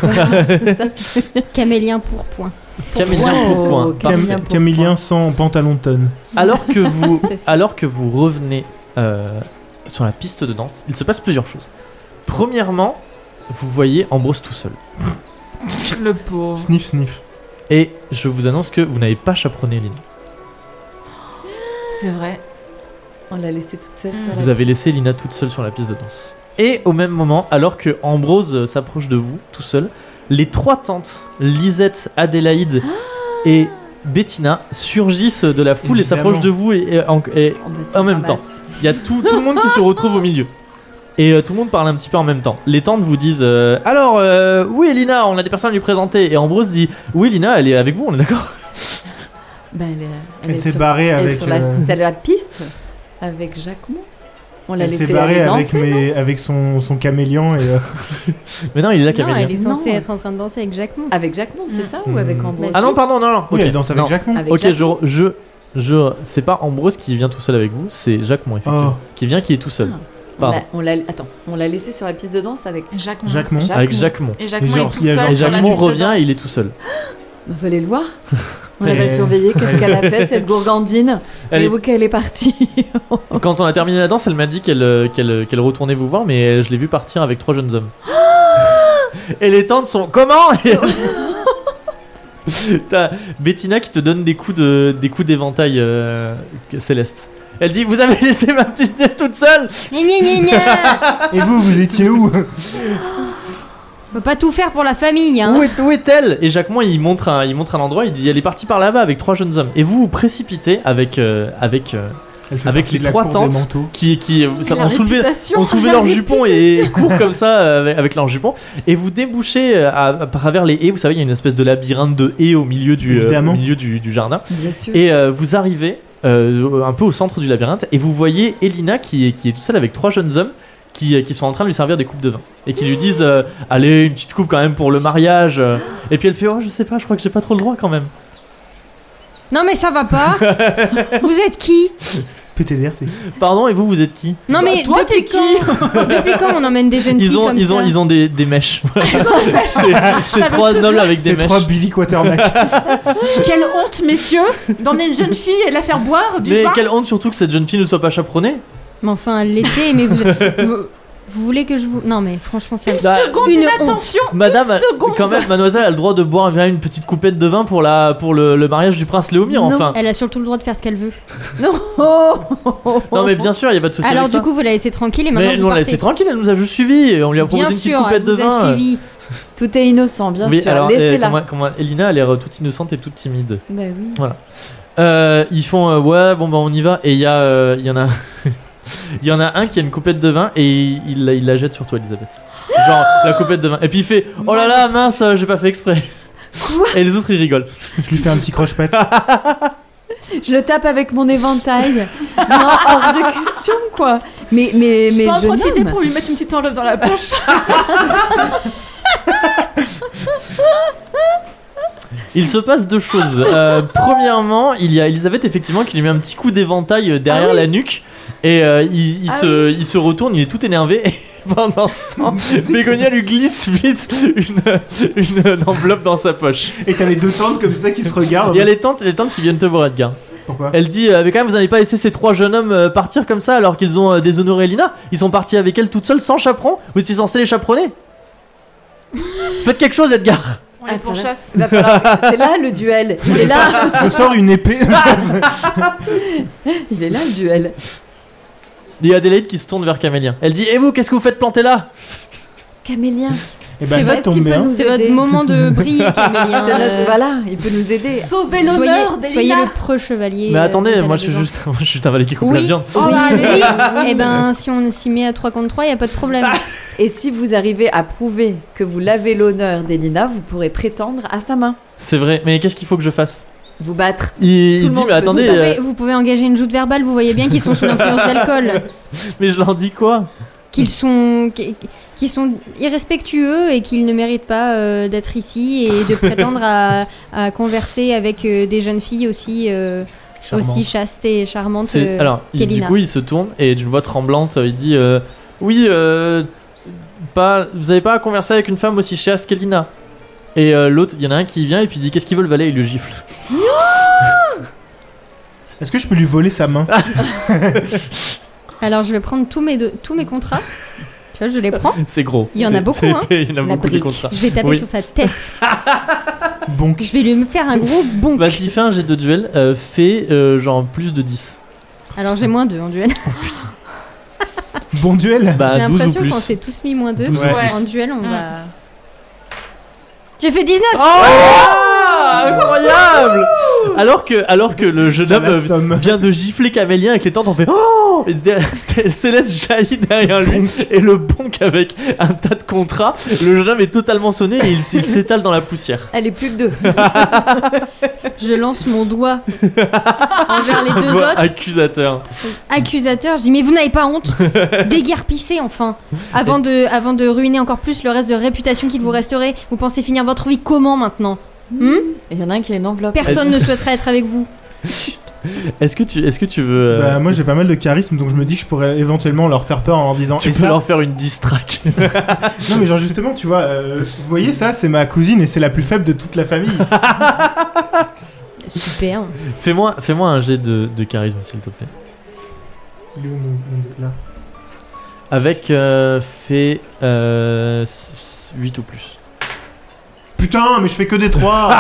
Speaker 3: Camélien pour point.
Speaker 1: Camélien
Speaker 5: Wow.
Speaker 1: pour point.
Speaker 5: Cam-
Speaker 1: Parfait.
Speaker 5: Camélien
Speaker 2: Cam- Camélien sans pantalon de tonne.
Speaker 1: Alors que vous, alors que vous revenez euh, sur la piste de danse, il se passe plusieurs choses. Premièrement, vous voyez Ambrose tout seul.
Speaker 4: Le pauvre.
Speaker 2: Sniff, sniff.
Speaker 1: Et je vous annonce que vous n'avez pas chaperonné Elina.
Speaker 4: C'est vrai.
Speaker 5: On l'a laissée toute seule.
Speaker 3: Mm.
Speaker 5: sur la
Speaker 1: Vous avez laissé Elina toute seule sur la piste de danse. Et au même moment, alors que Ambrose euh, s'approche de vous tout seul, les trois tantes, Lisette, Adélaïde et Bettina, surgissent de la foule et
Speaker 2: Évidemment.
Speaker 1: s'approchent de vous et- et en- et
Speaker 5: On va se
Speaker 1: En même
Speaker 5: ramasser.
Speaker 1: Il y a tout, tout le monde qui se retrouve au milieu. Et euh, tout le monde parle un petit peu en même temps. Les tantes vous disent euh, Alors, euh, où est Lina On a des personnes à lui présenter. Et Ambrose dit Oui, Lina, elle est avec vous, on est d'accord
Speaker 5: Bah, elle est- elle
Speaker 2: Elle
Speaker 5: est
Speaker 2: s'est
Speaker 5: sur-
Speaker 2: barrée
Speaker 5: elle est
Speaker 2: avec.
Speaker 5: sur la,
Speaker 2: euh,
Speaker 5: c'est la piste. avec Jacquemont. On l'a
Speaker 2: Elle s'est
Speaker 5: laissé aller
Speaker 2: barrée avec,
Speaker 5: danser.
Speaker 2: mes... avec son, son caméléon et. euh,
Speaker 1: Mais non, il est là,
Speaker 3: Non,
Speaker 1: Camélia.
Speaker 3: elle est censée
Speaker 5: Non. Ah.
Speaker 3: être en train de danser avec Jacquemont.
Speaker 5: Avec Jacquemont, c'est
Speaker 4: Mm.
Speaker 5: ça Ou avec
Speaker 2: Mm.
Speaker 5: Ambrose
Speaker 1: Ah non, pardon, non, non.
Speaker 2: Oui,
Speaker 1: ok,
Speaker 2: elle danse avec
Speaker 1: non.
Speaker 2: Jacquemont.
Speaker 5: Avec
Speaker 1: Ok,
Speaker 5: Jacques-
Speaker 1: je, je, je- c'est pas Ambrose qui vient tout seul avec vous, c'est Jacquemont effectivement, qui vient, qui est tout seul.
Speaker 5: Ah. on
Speaker 1: Pardon.
Speaker 5: l'a- on l'a attends, on l'a laissé sur la piste de danse avec
Speaker 4: Jacques.
Speaker 2: Jacquemont.
Speaker 5: Jacques.
Speaker 1: Avec Jacquemont.
Speaker 4: Et
Speaker 2: Et
Speaker 4: Jacquemont
Speaker 2: genre,
Speaker 4: est tout
Speaker 2: il y a
Speaker 4: seul
Speaker 2: genre-
Speaker 1: Et
Speaker 4: sur la
Speaker 1: Jacquemont
Speaker 4: piste de
Speaker 1: revient,
Speaker 4: danse.
Speaker 1: et il est tout seul.
Speaker 5: On va Bah, aller le <laughs> voir. On
Speaker 2: Mais-
Speaker 5: l'avait
Speaker 2: <laughs>
Speaker 5: surveillée. Qu'est-ce qu'elle a fait, cette gourgandine
Speaker 1: Elle
Speaker 5: Mais
Speaker 1: est-
Speaker 5: où qu'elle est partie
Speaker 1: Et Quand on a terminé la danse, elle m'a dit qu'elle euh, qu'elle qu'elle retournait vous voir, mais je l'ai vu partir avec trois jeunes hommes.
Speaker 5: Ah
Speaker 1: et les tantes sont
Speaker 5: <laughs>
Speaker 1: comment <laughs> T'as Bettina qui te donne des coups de des coups d'éventail euh, céleste. Elle dit vous avez <laughs> laissé ma petite nièce toute seule.
Speaker 3: Gna, gna, gna,
Speaker 5: <laughs>
Speaker 3: gna.
Speaker 2: Et vous, vous étiez où
Speaker 3: On peut pas tout faire pour la famille, hein.
Speaker 1: Où est- où est-elle Et Jacquemont il montre un il montre un endroit. Il dit elle est partie par là-bas avec trois jeunes hommes. Et vous vous précipitez avec euh, avec euh,
Speaker 2: Elle fait
Speaker 1: Avec
Speaker 2: partie
Speaker 1: les
Speaker 2: de la
Speaker 1: trois
Speaker 2: cour
Speaker 1: tantes.
Speaker 2: des manteaux.
Speaker 1: qui qui ça
Speaker 4: La
Speaker 1: ont soulevé
Speaker 4: réputation.
Speaker 1: on soulevait leurs jupons et ils courent comme ça euh, avec, avec leurs jupons et vous débouchez euh, à, à travers les haies vous savez il y a une espèce de labyrinthe de haies au milieu du, euh,
Speaker 2: Évidemment.
Speaker 1: au milieu du, du jardin
Speaker 5: <laughs> Bien sûr.
Speaker 1: et euh, vous arrivez euh, un peu au centre du labyrinthe et vous voyez Elina qui est, qui est toute seule avec trois jeunes hommes qui, qui sont en train de lui servir des coupes de vin et qui lui disent euh, allez une petite coupe quand même pour le mariage euh. et puis elle fait oh je sais pas je crois que j'ai pas trop le droit quand même
Speaker 3: Non, mais ça va
Speaker 5: <laughs>
Speaker 3: pas. Vous êtes qui
Speaker 2: PTDR, c'est.
Speaker 1: pardon et vous vous êtes qui
Speaker 3: Non,
Speaker 4: Bah,
Speaker 3: mais
Speaker 4: toi,
Speaker 3: depuis
Speaker 4: t'es <laughs>
Speaker 3: quand Depuis quand on emmène des jeunes filles
Speaker 1: ils ont,
Speaker 3: comme
Speaker 1: ils, ont,
Speaker 3: ça
Speaker 1: ils ont des, des mèches. <laughs> c'est c'est
Speaker 4: veut
Speaker 1: trois
Speaker 4: tout
Speaker 1: nobles
Speaker 4: dire.
Speaker 1: avec des
Speaker 2: C'est
Speaker 1: mèches.
Speaker 2: trois
Speaker 1: <laughs>
Speaker 2: Billy Quatermack.
Speaker 4: Quelle honte, messieurs, d'emmener une jeune fille et la faire boire du
Speaker 1: Mais
Speaker 4: vin.
Speaker 1: quelle honte surtout que cette jeune fille ne soit pas chaperonnée.
Speaker 3: Mais enfin, l'été, mais vous... vous... vous voulez que je vous... Non, mais franchement, ça...
Speaker 1: Bah,
Speaker 4: Seconde
Speaker 3: Une
Speaker 4: inattention.
Speaker 1: Madame,
Speaker 4: Une seconde.
Speaker 1: quand même, mademoiselle a le droit de boire bien une petite coupette de vin pour, la, pour le, le mariage du prince Léomir,
Speaker 3: Non,
Speaker 1: enfin.
Speaker 3: elle a surtout le droit de faire ce qu'elle veut.
Speaker 5: Non Oh
Speaker 1: Non, mais bien sûr, il n'y a pas de souci
Speaker 3: Alors
Speaker 1: avec
Speaker 3: du
Speaker 1: ça.
Speaker 3: coup, vous la laissez tranquille et maintenant
Speaker 1: mais
Speaker 3: vous
Speaker 1: nous, on l'a
Speaker 3: partez.
Speaker 1: laissée tranquille, elle nous a juste suivis, et on lui a proposé
Speaker 3: Bien
Speaker 1: une petite
Speaker 3: sûr,
Speaker 1: coupette
Speaker 3: elle
Speaker 1: de
Speaker 3: vous
Speaker 1: vin.
Speaker 3: a
Speaker 1: euh.
Speaker 3: suivi.
Speaker 5: Tout est innocent, bien
Speaker 1: Oui,
Speaker 5: sûr.
Speaker 1: alors, euh,
Speaker 5: Laissez-la.
Speaker 1: comment- comment- Elina, elle a l'air toute innocente et toute timide.
Speaker 5: Bah oui.
Speaker 1: Euh, ils font euh, ouais bon bah on y va et il y a euh, il y en a <laughs> il y en a un qui a une coupette de vin et il, la- il la jette sur toi Elisabeth genre la coupette de vin et puis il
Speaker 3: <gasps>
Speaker 1: fait oh là là mince euh, j'ai pas fait exprès et les autres ils rigolent
Speaker 2: Je lui fais un petit croche-patte.
Speaker 5: Je le tape avec mon éventail. non, hors de question, quoi. Mais, mais,
Speaker 4: Je
Speaker 5: mais
Speaker 4: peux en
Speaker 5: jeune
Speaker 4: profiter
Speaker 5: homme.
Speaker 4: pour lui mettre une petite enveloppe dans la poche.
Speaker 1: il se passe deux
Speaker 5: <laughs>
Speaker 1: choses Euh, premièrement il y a Elisabeth effectivement qui lui met un petit coup d'éventail euh, derrière
Speaker 5: Ah oui.
Speaker 1: la nuque et euh, il, il
Speaker 4: Ah
Speaker 1: se, il se retourne il est tout énervé et <laughs> pendant ce temps Bégonia lui glisse vite une, une, une enveloppe dans sa poche
Speaker 2: Et t'as les deux tantes comme ça qui se regardent.
Speaker 1: il y a les tantes les tantes qui viennent te voir Edgar
Speaker 2: Pourquoi
Speaker 1: Elle dit euh, mais quand même vous n'allez pas laisser ces trois jeunes hommes euh, partir comme ça alors qu'ils ont euh, déshonoré Lina. Ils sont partis avec elle toute seule sans chaperon. Vous étiez censé les
Speaker 5: <laughs>
Speaker 1: chaperonner. Faites quelque chose Edgar.
Speaker 4: On
Speaker 5: Ah,
Speaker 4: les
Speaker 5: faut la-
Speaker 4: pourchasse.
Speaker 5: Va falloir- C'est là le duel. <laughs> Il est là.
Speaker 2: Je sors une épée.
Speaker 5: Ah, Il est là le duel.
Speaker 1: Il y a Adélaïde qui se tourne vers Camélien. Elle dit et vous qu'est-ce que vous faites planter là
Speaker 5: Camélien.
Speaker 2: <laughs> Et bah
Speaker 5: C'est
Speaker 2: ça
Speaker 5: vrai, est-ce
Speaker 2: tombe
Speaker 5: qu'il peut
Speaker 2: bien.
Speaker 5: nous
Speaker 3: C'est votre
Speaker 5: aider
Speaker 3: moment
Speaker 4: <laughs>
Speaker 3: de briller, Camélien.
Speaker 5: C'est
Speaker 3: Euh,
Speaker 5: notre- Voilà, il peut nous aider.
Speaker 4: Sauver
Speaker 3: Soyez,
Speaker 4: l'honneur
Speaker 3: soyez
Speaker 4: d'Elina.
Speaker 3: le preux-chevalier.
Speaker 1: Mais
Speaker 3: euh,
Speaker 1: attendez,
Speaker 3: dont elle
Speaker 1: moi
Speaker 3: a
Speaker 1: je suis
Speaker 3: besoin.
Speaker 1: juste, <laughs> moi, je suis juste un valet qui coupe
Speaker 3: Oui.
Speaker 1: la viande.
Speaker 4: Oh là, allez.
Speaker 3: Eh ben, si on s'y met à 3 contre 3, y a pas de problème.
Speaker 1: Ah,
Speaker 5: Et si vous arrivez à prouver que vous lavez l'honneur d'Elina, vous pourrez prétendre à sa main.
Speaker 1: C'est vrai. Mais qu'est-ce qu'il faut que je fasse
Speaker 5: Vous battre.
Speaker 1: Il, il
Speaker 5: le
Speaker 1: dit
Speaker 5: monde
Speaker 1: mais
Speaker 5: peut-
Speaker 1: attendez.
Speaker 3: vous,
Speaker 1: euh,
Speaker 3: pouvez, vous pouvez engager une joute verbale, vous voyez bien qu'ils sont sous l'influence d'alcool.
Speaker 1: mais je leur dis quoi
Speaker 3: qu'ils sont qui- qui sont irrespectueux et qu'ils ne méritent pas euh, d'être ici
Speaker 1: <laughs>
Speaker 3: et de prétendre à, à converser avec euh, des jeunes filles aussi euh, aussi chastes et charmantes.
Speaker 1: C'est
Speaker 3: euh.
Speaker 1: alors il- du
Speaker 3: Kélina.
Speaker 1: coup il se tourne et d'une voix tremblante il dit euh, oui euh, pas vous avez pas à converser avec une femme aussi chaste qu'Elina. Et euh, l'autre, il y en a un qui vient et puis il dit qu'est-ce qu'il veut le valet, il le gifle. <laughs>
Speaker 2: Est-ce que je peux lui voler sa main
Speaker 3: Alors je vais prendre tous mes deux- tous
Speaker 1: <laughs>
Speaker 3: mes contrats. tu vois, je les prends.
Speaker 1: C'est gros.
Speaker 3: Il y en a
Speaker 1: C'est-
Speaker 3: beaucoup,
Speaker 1: c'est
Speaker 3: hein.
Speaker 1: épais, Il y en a
Speaker 5: La
Speaker 1: beaucoup des
Speaker 5: brique.
Speaker 1: contrats.
Speaker 3: Je vais taper
Speaker 1: Oui.
Speaker 3: sur sa tête.
Speaker 2: Bon.
Speaker 3: Je vais lui faire un
Speaker 1: <laughs>
Speaker 3: gros bon.
Speaker 1: Vas-y, fais un jet de duel. euh, fais euh, genre plus de 10.
Speaker 3: Alors j'ai moins 2 en duel.
Speaker 2: Bon duel
Speaker 3: j'ai
Speaker 1: Bah, 12 ou
Speaker 3: l'impression qu'on
Speaker 1: plus.
Speaker 3: s'est tous mis moins 2.
Speaker 1: 12
Speaker 2: ou
Speaker 3: En
Speaker 1: plus.
Speaker 3: duel, on
Speaker 4: Ouais.
Speaker 3: va. J'ai fait 19
Speaker 1: Oh Ah, Incroyable Alors que, alors que le jeune
Speaker 2: Ça
Speaker 1: homme
Speaker 2: la
Speaker 1: euh,
Speaker 2: somme.
Speaker 1: vient de gifler Camélien avec les tentes, on fait Oh non Et der- der- Céleste jaillit derrière lui et le bonk avec un tas de contrats. Le jeune homme est totalement sonné et il, s- il s'étale dans la poussière.
Speaker 5: Elle est plus que deux.
Speaker 3: <laughs> Je lance mon doigt envers les deux
Speaker 1: Doigt
Speaker 3: autres.
Speaker 1: accusateur.
Speaker 3: Accusateur, je dis mais vous n'avez pas honte Déguerpissez enfin avant de, avant de ruiner encore plus le reste de réputation qu'il vous resterait, vous pensez finir votre vie comment maintenant Hmm
Speaker 5: Il y en a un qui a une enveloppe.
Speaker 3: Personne ne souhaiterait être avec vous.
Speaker 1: Est-ce que tu, est-ce que tu veux, euh,
Speaker 2: Bah, moi j'ai pas mal de charisme donc je me dis que je pourrais éventuellement leur faire peur en leur disant
Speaker 1: tu
Speaker 2: et
Speaker 1: peux
Speaker 2: ça
Speaker 1: leur faire une
Speaker 2: <laughs>
Speaker 1: distrack
Speaker 2: non mais genre justement tu vois euh, vous voyez ça c'est ma cousine et c'est la plus faible de toute la famille
Speaker 3: Super.
Speaker 1: Fais-moi, fais-moi un jet de, de charisme s'il te plaît.
Speaker 2: Il est où, mon- mon- là
Speaker 1: Avec euh, fait euh, 8 ou plus.
Speaker 2: putain mais je fais que des 3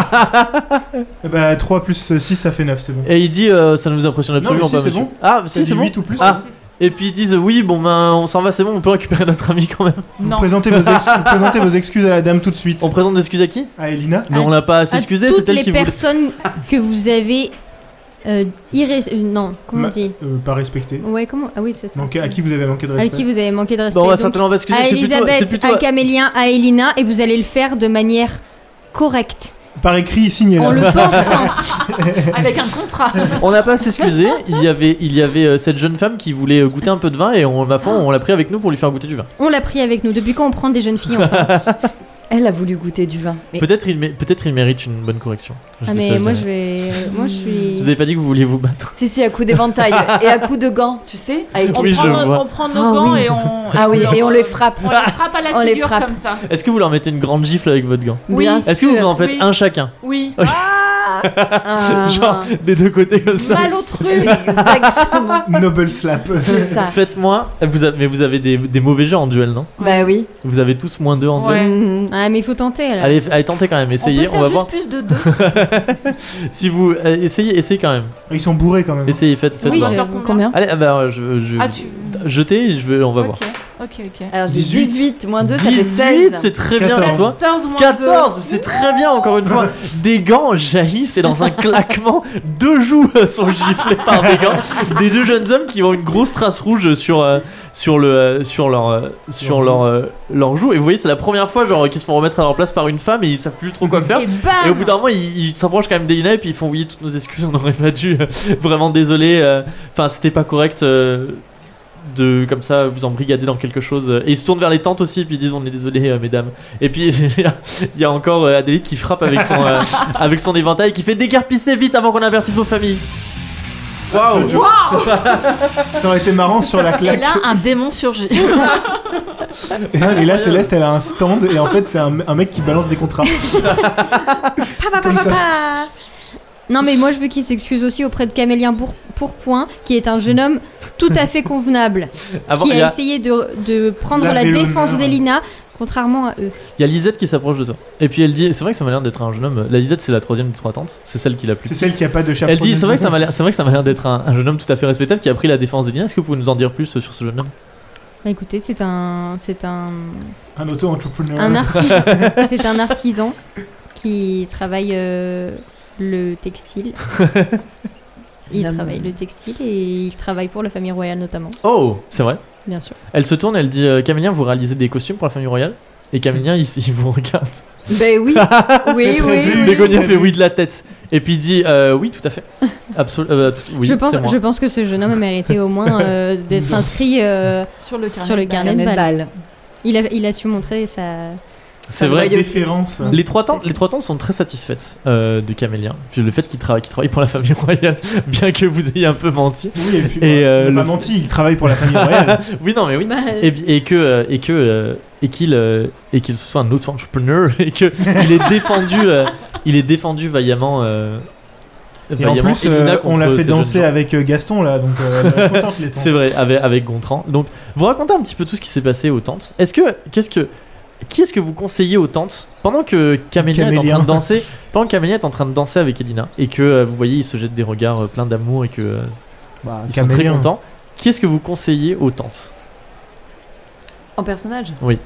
Speaker 2: bah 3 plus 6 ça fait 9 c'est bon
Speaker 1: Et il dit euh, ça ne vous impressionne
Speaker 2: Non, mais
Speaker 1: absolument
Speaker 2: si,
Speaker 1: pas
Speaker 2: c'est
Speaker 1: monsieur.
Speaker 2: bon.
Speaker 1: Ah
Speaker 2: T'as
Speaker 1: si
Speaker 2: dit
Speaker 1: c'est bon.
Speaker 2: huit ou plus
Speaker 1: Ah. Et puis ils disent oui bon ben on s'en va c'est bon on peut récupérer notre ami quand même.
Speaker 2: vous,
Speaker 4: Non.
Speaker 2: présentez vos
Speaker 3: <laughs>
Speaker 2: ex- vous présentez vos excuses à la dame tout de suite
Speaker 1: On présente des excuses à qui
Speaker 2: à Elina
Speaker 1: Mais on l'a pas à <laughs>
Speaker 3: À
Speaker 1: s'excuser
Speaker 3: toutes
Speaker 1: c'est elle
Speaker 3: les
Speaker 1: qui voulait.
Speaker 3: personnes que vous avez euh, irré- euh, non comment
Speaker 2: Ma-
Speaker 3: on dit
Speaker 2: euh, pas respectée
Speaker 3: ouais comment ah oui c'est ça
Speaker 2: donc à qui vous avez manqué de
Speaker 3: avec
Speaker 2: respect
Speaker 3: qui vous avez manqué de respect
Speaker 1: Bon, on va
Speaker 3: donc,
Speaker 1: certainement pas s'excuser
Speaker 3: à
Speaker 1: c'est plutôt, c'est
Speaker 3: Elisabeth
Speaker 1: plutôt
Speaker 3: à Camélien à Elina et vous allez le faire de manière correcte
Speaker 2: par écrit signé
Speaker 3: en
Speaker 2: là
Speaker 3: le pensant
Speaker 4: Avec un contrat.
Speaker 1: On n'a pas à s'excuser. Il y avait, il y avait euh, cette jeune femme qui voulait euh, goûter un peu de vin et on, ma foi, on l'a pris avec nous pour lui faire goûter du vin.
Speaker 3: on l'a pris avec nous depuis quand on prend des jeunes filles enfin
Speaker 5: Elle a voulu goûter du vin. Mais
Speaker 1: Peut-être il, mé- peut-être il mérite une bonne correction. Je
Speaker 3: ah,
Speaker 1: dis
Speaker 3: mais
Speaker 1: ça,
Speaker 3: moi
Speaker 1: je-
Speaker 3: je vais euh, moi je
Speaker 1: Vous
Speaker 3: suis
Speaker 1: avez pas dit que vous vouliez vous battre.
Speaker 5: si, si, à coup d'éventail et à coup de gants, tu sais. Avec...
Speaker 4: On,
Speaker 1: Oui,
Speaker 4: prend
Speaker 1: je
Speaker 4: nos,
Speaker 1: vois.
Speaker 4: on prend nos
Speaker 5: Ah
Speaker 4: gants
Speaker 5: oui.
Speaker 4: et on.
Speaker 5: Ah oui, et on les frappe.
Speaker 4: On les frappe à la
Speaker 5: On les
Speaker 4: figure
Speaker 5: frappe.
Speaker 4: comme ça.
Speaker 1: Est-ce que vous leur mettez une grande gifle avec votre gant
Speaker 4: Oui.
Speaker 5: Bien
Speaker 1: Est-ce que vous en faites
Speaker 4: oui.
Speaker 1: un chacun <laughs>
Speaker 4: Oui.
Speaker 1: Ok.
Speaker 4: Ah
Speaker 5: <laughs> Ah,
Speaker 1: Genre des deux côtés comme ça. <laughs>
Speaker 4: Malotru
Speaker 5: Exactement.
Speaker 2: <laughs> noble slap
Speaker 5: C'est ça.
Speaker 1: Faites-moi. Vous avez, mais vous avez des, des mauvais jets en duel, non
Speaker 5: Bah oui.
Speaker 1: Vous avez tous moins deux en duel.
Speaker 4: Ouais.
Speaker 5: Mmh.
Speaker 3: ah mais il faut tenter alors
Speaker 1: Allez, allez, tentez quand même, essayez,
Speaker 4: on, peut
Speaker 1: on,
Speaker 4: faire
Speaker 1: va
Speaker 4: juste
Speaker 1: voir.
Speaker 4: plus de deux.
Speaker 1: Si vous. euh, essayez, essayez quand même.
Speaker 2: Ah, ils sont bourrés quand même
Speaker 1: Essayez, faites, faites
Speaker 3: oui
Speaker 1: voir.
Speaker 4: je-
Speaker 3: j'ai-
Speaker 4: Faire combien
Speaker 5: Combien
Speaker 1: Allez, ah bah, je. je
Speaker 4: Ah, tu.
Speaker 1: Jetez, et je vais, on va voir.
Speaker 4: Ok, ok, ok.
Speaker 5: Alors j'ai
Speaker 2: 18.
Speaker 5: 18, moins 2, ça fait
Speaker 1: 18,
Speaker 5: 16.
Speaker 1: c'est très bien bien,
Speaker 2: 14.
Speaker 1: toi.
Speaker 4: 14 moins
Speaker 1: 14, c'est très bien encore une fois. Des gants jaillissent et dans un claquement, deux joues euh, sont giflées par des gants. Des deux jeunes hommes qui ont une grosse trace rouge sur euh, sur le euh, sur leur euh, sur
Speaker 2: Leur
Speaker 1: leur euh, leur joue. Et vous voyez, c'est la première fois genre qu'ils se font remettre à leur place par une femme et ils savent plus trop quoi faire.
Speaker 4: deux. Et bam
Speaker 1: Et au bout d'un moment, ils ils s'approchent quand même d'Elina et puis ils font oui, toutes nos excuses, on aurait pas dû. euh, Vraiment désolé. euh, Enfin, c'était pas correct euh, de comme ça vous embrigader dans quelque chose. Et ils se tournent vers les tentes aussi et puis ils disent on est désolé, euh, mesdames. Et puis <laughs> il y a- il y a encore euh, Adélie qui frappe avec son euh, avec son éventail qui fait dégarpissez vite avant qu'on avertisse vos familles.
Speaker 2: waouh Oh, <laughs> ça aurait été marrant sur la
Speaker 4: Et
Speaker 2: claque
Speaker 3: <laughs>
Speaker 4: là, un
Speaker 1: <laughs>
Speaker 4: démon surgit.
Speaker 2: Et là, Céleste, elle a un stand et en fait, c'est un, un mec qui balance des contrats.
Speaker 3: Pa, pa, pa,
Speaker 2: Comme
Speaker 3: pa,
Speaker 2: ça.
Speaker 3: pa. Non mais moi je veux qu'il s'excuse aussi auprès de Camélien Bour- Pourpoint, qui est un jeune homme tout à fait convenable,
Speaker 1: Avant
Speaker 3: qui
Speaker 1: il y
Speaker 3: Ah, a
Speaker 1: a,
Speaker 3: essayé de, de prendre
Speaker 2: Laver
Speaker 3: la défense
Speaker 2: l'honneur.
Speaker 3: d'Elina, contrairement à eux.
Speaker 1: il y a Lisette qui s'approche de toi. Et puis elle dit c'est vrai que ça m'a l'air d'être un jeune homme. La Lisette c'est la troisième des trois tentes. C'est celle qui l'a plus.
Speaker 2: C'est celle qui a pas de chapeau.
Speaker 1: Elle dit, c'est vrai que ça m'a l'air, c'est vrai que ça m'a l'air d'être un, un jeune homme tout à fait respectable qui a pris la défense d'Elina. Est-ce que vous pouvez nous en dire plus euh, sur ce jeune homme
Speaker 3: Bah, écoutez, c'est un, c'est un,
Speaker 2: Un auto-entrepreneur.
Speaker 3: un artisan, c'est un artisan qui travaille euh, le textile. Il
Speaker 5: Non, mais-
Speaker 3: travaille le textile et il travaille pour la famille royale notamment,
Speaker 1: Oh, c'est vrai.
Speaker 3: bien sûr.
Speaker 1: Elle se tourne, elle dit, euh, Camélien, vous réalisez des costumes pour la famille royale Et Camélien, il, il vous regarde.
Speaker 5: Ben oui. Oui,
Speaker 2: C'est
Speaker 5: oui,
Speaker 2: prévu.
Speaker 5: oui.
Speaker 1: Bégonia fait oui de la tête. Et puis il dit, euh, oui, tout à fait.
Speaker 3: <laughs>
Speaker 1: Absolument. oui,
Speaker 3: je pense,
Speaker 1: c'est moi.
Speaker 3: je pense que ce jeune homme a mérité au moins euh, d'être inscrit euh,
Speaker 4: Sur le carnet.
Speaker 3: sur le carnet de
Speaker 5: Carnet de
Speaker 3: bal.
Speaker 5: balle.
Speaker 3: Il a, il a su montrer sa.
Speaker 1: C'est
Speaker 5: ça
Speaker 1: vrai.
Speaker 5: voyait-
Speaker 2: Déférence.
Speaker 1: Les trois, tantes, les trois tantes sont très satisfaites euh, de Camélien. Puis le fait qu'il travaille, qu'il travaille pour la famille royale, <laughs> bien que vous ayez un peu menti.
Speaker 2: Oui, et puis.
Speaker 1: <laughs> Et,
Speaker 2: ouais,
Speaker 1: euh,
Speaker 2: il a
Speaker 1: le-
Speaker 2: pas menti, il travaille pour la
Speaker 1: <laughs>
Speaker 2: famille royale.
Speaker 1: Oui, non, mais oui.
Speaker 3: Bah,
Speaker 1: et, bi- et que euh, et que euh, et qu'il euh, et qu'il soit un autre entrepreneur <laughs> et que il est défendu euh, il est défendu vaillamment euh,
Speaker 2: Et en
Speaker 1: vaillamment
Speaker 2: plus,
Speaker 1: Elina
Speaker 2: euh, on
Speaker 1: contre
Speaker 2: l'a
Speaker 1: ces
Speaker 2: fait
Speaker 1: jeunes
Speaker 2: danser
Speaker 1: gens.
Speaker 2: avec euh, Gaston là, donc euh, elle est contente, les tantes.
Speaker 1: c'est vrai avec, avec Gontran donc vous racontez un petit peu tout ce qui s'est passé aux tentes est-ce que qu'est-ce que qui est-ce que vous conseillez aux tantes pendant que Camélia est en
Speaker 2: Camélien.
Speaker 1: train de danser pendant que Camélia est en train de danser avec Elina et que euh, vous voyez ils se jettent des regards euh, pleins d'amour et que euh,
Speaker 2: Bah,
Speaker 1: ils sont très
Speaker 2: Camélien.
Speaker 1: contents qui est-ce que vous conseillez aux tantes
Speaker 5: En personnage
Speaker 1: Oui.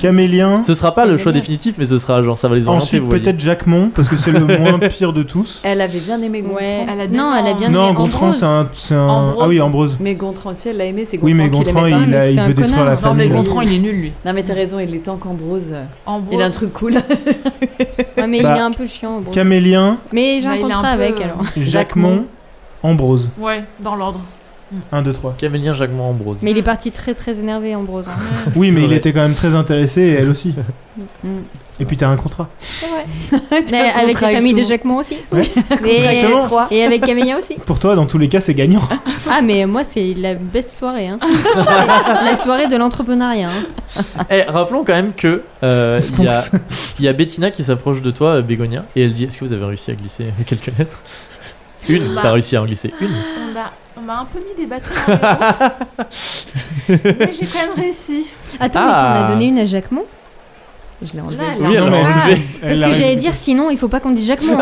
Speaker 2: Camélien.
Speaker 1: Ce sera pas le choix
Speaker 5: Camélien.
Speaker 1: définitif, mais ce sera genre ça va les orienter.
Speaker 2: Ensuite,
Speaker 1: vous voyez.
Speaker 2: peut-être Jacquemont, parce que c'est
Speaker 1: <laughs>
Speaker 2: le moins pire de tous.
Speaker 5: Elle avait bien aimé Gontran.
Speaker 3: Ouais,
Speaker 4: elle a bien
Speaker 3: non, elle a bien
Speaker 2: non,
Speaker 3: aimé
Speaker 2: Gontran,
Speaker 3: Ambrose.
Speaker 2: c'est un, c'est un-
Speaker 5: Ambrose.
Speaker 2: Ah oui, Ambrose.
Speaker 5: Mais Gontran, si elle l'a aimé, c'est Gontran
Speaker 2: Oui, mais Gontran,
Speaker 5: qui l'aimait
Speaker 2: il,
Speaker 5: pas,
Speaker 2: a-
Speaker 5: mais
Speaker 2: il
Speaker 5: c'était un
Speaker 2: veut détruire
Speaker 5: connard.
Speaker 2: la
Speaker 4: Non,
Speaker 2: famille.
Speaker 4: mais
Speaker 5: Gontran,
Speaker 4: Gontran, il est nul, lui.
Speaker 5: Non, mais t'as raison, il est temps qu'Ambrose... euh,
Speaker 4: Ambrose.
Speaker 5: Il a un truc cool. <laughs>
Speaker 3: Ouais, Ah, mais
Speaker 2: Bah,
Speaker 3: il est un peu chiant, Ambrose.
Speaker 2: Camélien,
Speaker 3: Mais j'ai
Speaker 4: Bah,
Speaker 3: un
Speaker 4: il est un
Speaker 3: contrat
Speaker 4: peu-
Speaker 2: <laughs>
Speaker 3: avec, alors.
Speaker 2: Jacquemont, Ambrose.
Speaker 4: Ouais, dans l'ordre.
Speaker 2: 1,
Speaker 1: <laughs>
Speaker 2: 2, 3.
Speaker 1: Camélien Jacquemont Ambrose.
Speaker 3: Mais il est parti très très énervé, Ambrose. hein.
Speaker 2: Oui,
Speaker 1: C'est
Speaker 2: mais il
Speaker 1: vrai.
Speaker 2: était quand même très intéressé, et elle aussi.
Speaker 5: Mm.
Speaker 2: Et puis t'as un contrat.
Speaker 3: Mais
Speaker 5: T'as un
Speaker 3: avec
Speaker 5: contrat
Speaker 3: la famille
Speaker 5: tout
Speaker 3: de
Speaker 5: le monde.
Speaker 3: Jacquemont aussi.
Speaker 2: Ouais.
Speaker 3: Mais-
Speaker 2: Exactement.
Speaker 3: Et avec Camélien aussi.
Speaker 2: Pour toi, dans tous les cas, c'est gagnant.
Speaker 3: Ah, mais moi, c'est la best soirée. Hein. la soirée de l'entrepreneuriat. hein.
Speaker 1: Eh, rappelons quand même que
Speaker 2: <laughs>
Speaker 1: euh, il y, a-
Speaker 2: Stonks.
Speaker 1: <laughs> il y a Bettina qui s'approche de toi, euh, Bégonia, et elle dit Est-ce que vous avez réussi à glisser quelques lettres Une,
Speaker 4: Bah.
Speaker 1: t'as réussi à en glisser une.
Speaker 4: On a, on m'a un peu mis des bâtons dans les roues. Mais j'ai quand même réussi.
Speaker 3: Attends, mais
Speaker 1: Ah.
Speaker 3: t'en as donné une à Jacquemont Je l'ai enlevée.
Speaker 4: Là, elle a-
Speaker 1: Oui, elle l'a
Speaker 2: Non, mais
Speaker 1: refusé.
Speaker 2: elle- elle
Speaker 3: Parce
Speaker 2: l'a
Speaker 3: que j'allais
Speaker 2: réussi.
Speaker 3: dire, sinon, il faut pas qu'on dise Jacquemont.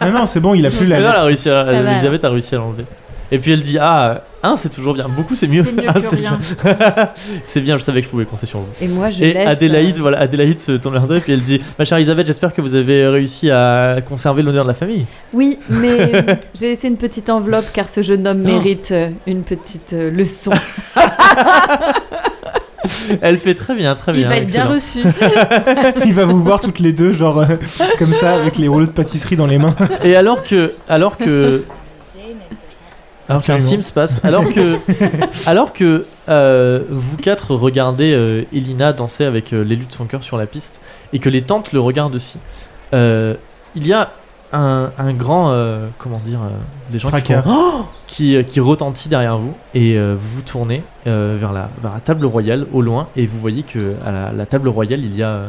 Speaker 2: Ah non, c'est bon, il a plus
Speaker 1: Mais non, elle
Speaker 2: la.
Speaker 1: a réussi à,
Speaker 3: Ça va,
Speaker 1: Elisabeth a réussi à l'enlever. Et puis elle dit Ah, un, c'est toujours bien. Beaucoup, c'est mieux.
Speaker 4: C'est mieux
Speaker 1: Un,
Speaker 4: que
Speaker 1: c'est
Speaker 4: rien.
Speaker 1: bien. <laughs> c'est bien, je savais que je pouvais compter sur vous.
Speaker 5: Et moi, je
Speaker 1: Et
Speaker 5: laisse...
Speaker 1: Adélaïde,
Speaker 5: euh,
Speaker 1: voilà, Adélaïde se tourne vers toi et puis elle dit Ma chère Elisabeth, j'espère que vous avez réussi à conserver l'honneur de la famille.
Speaker 5: Oui, mais euh, <laughs> j'ai laissé une petite enveloppe car ce jeune homme mérite euh, une petite euh, leçon.
Speaker 1: Elle fait très bien, très
Speaker 4: Il
Speaker 1: bien.
Speaker 4: va être bien
Speaker 1: excellent.
Speaker 4: reçu.
Speaker 2: Il va vous voir toutes les deux, genre, euh, comme ça, avec les rouleaux de pâtisserie dans les mains.
Speaker 1: Et alors que. Alors que. Alors qu'un
Speaker 2: Absolument.
Speaker 1: Ah, Sims passe, alors
Speaker 2: <laughs>
Speaker 1: que, alors que euh, vous quatre regardez euh, Elina danser avec euh, l'élu de son cœur sur la piste et que les tantes le regardent aussi, euh, il y a un, un grand, euh, comment dire, euh, des gens qui
Speaker 2: Fracas.
Speaker 1: font- Oh qui, euh, qui retentit derrière vous et euh, vous vous tournez euh, vers, la, vers la table royale au loin et vous voyez que à la, la table royale il y a euh,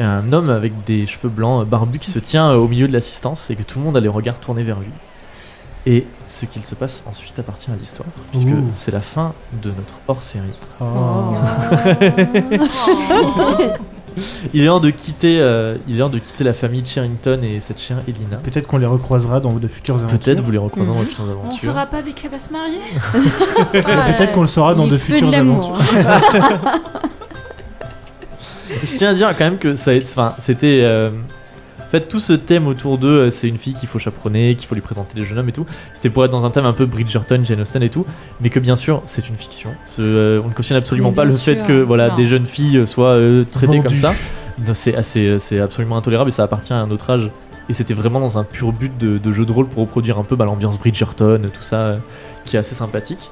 Speaker 1: un homme avec des cheveux blancs euh, barbus qui se tient euh, au milieu de l'assistance et que tout le monde a les regards tournés vers lui. Et ce qu'il se passe ensuite appartient à l'histoire puisque
Speaker 2: Ouh.
Speaker 1: c'est la fin de notre hors-série.
Speaker 2: Oh.
Speaker 4: Oh.
Speaker 1: Il est l'heure de quitter, euh, il est l'heure de quitter la famille Sherrington et cette chère Elina.
Speaker 2: Peut-être qu'on les recroisera dans de futures aventures.
Speaker 1: Peut-être vous les recroisez dans vos futures
Speaker 4: Mhm. On
Speaker 1: aventures.
Speaker 4: saura pas avec qui elle va se marier.
Speaker 2: Et <laughs> Peut-être qu'on le saura dans
Speaker 3: Les
Speaker 2: de
Speaker 3: feux de
Speaker 2: futures
Speaker 3: l'amour.
Speaker 2: aventures.
Speaker 1: <laughs> Je tiens à dire quand même que ça, a été- enfin, c'était. euh, en fait, tout ce thème autour d'eux, euh, c'est une fille qu'il faut chaperonner, qu'il faut lui présenter les jeunes hommes et tout. C'était pour être dans un thème un peu Bridgerton, Jane Austen et tout, mais que bien sûr, c'est une fiction. Ce, euh, on ne cautionne absolument
Speaker 3: Mais
Speaker 1: pas le
Speaker 3: bien
Speaker 1: fait
Speaker 3: sûr,
Speaker 1: que voilà
Speaker 4: non.
Speaker 1: des jeunes filles soient euh, traitées
Speaker 2: Vendues.
Speaker 1: comme ça. Non, C'est assez, euh, c'est absolument intolérable et ça appartient à un autre âge. Et c'était vraiment dans un pur but de, de jeu de rôle pour reproduire un peu bah, l'ambiance Bridgerton, tout ça, euh, qui est assez sympathique.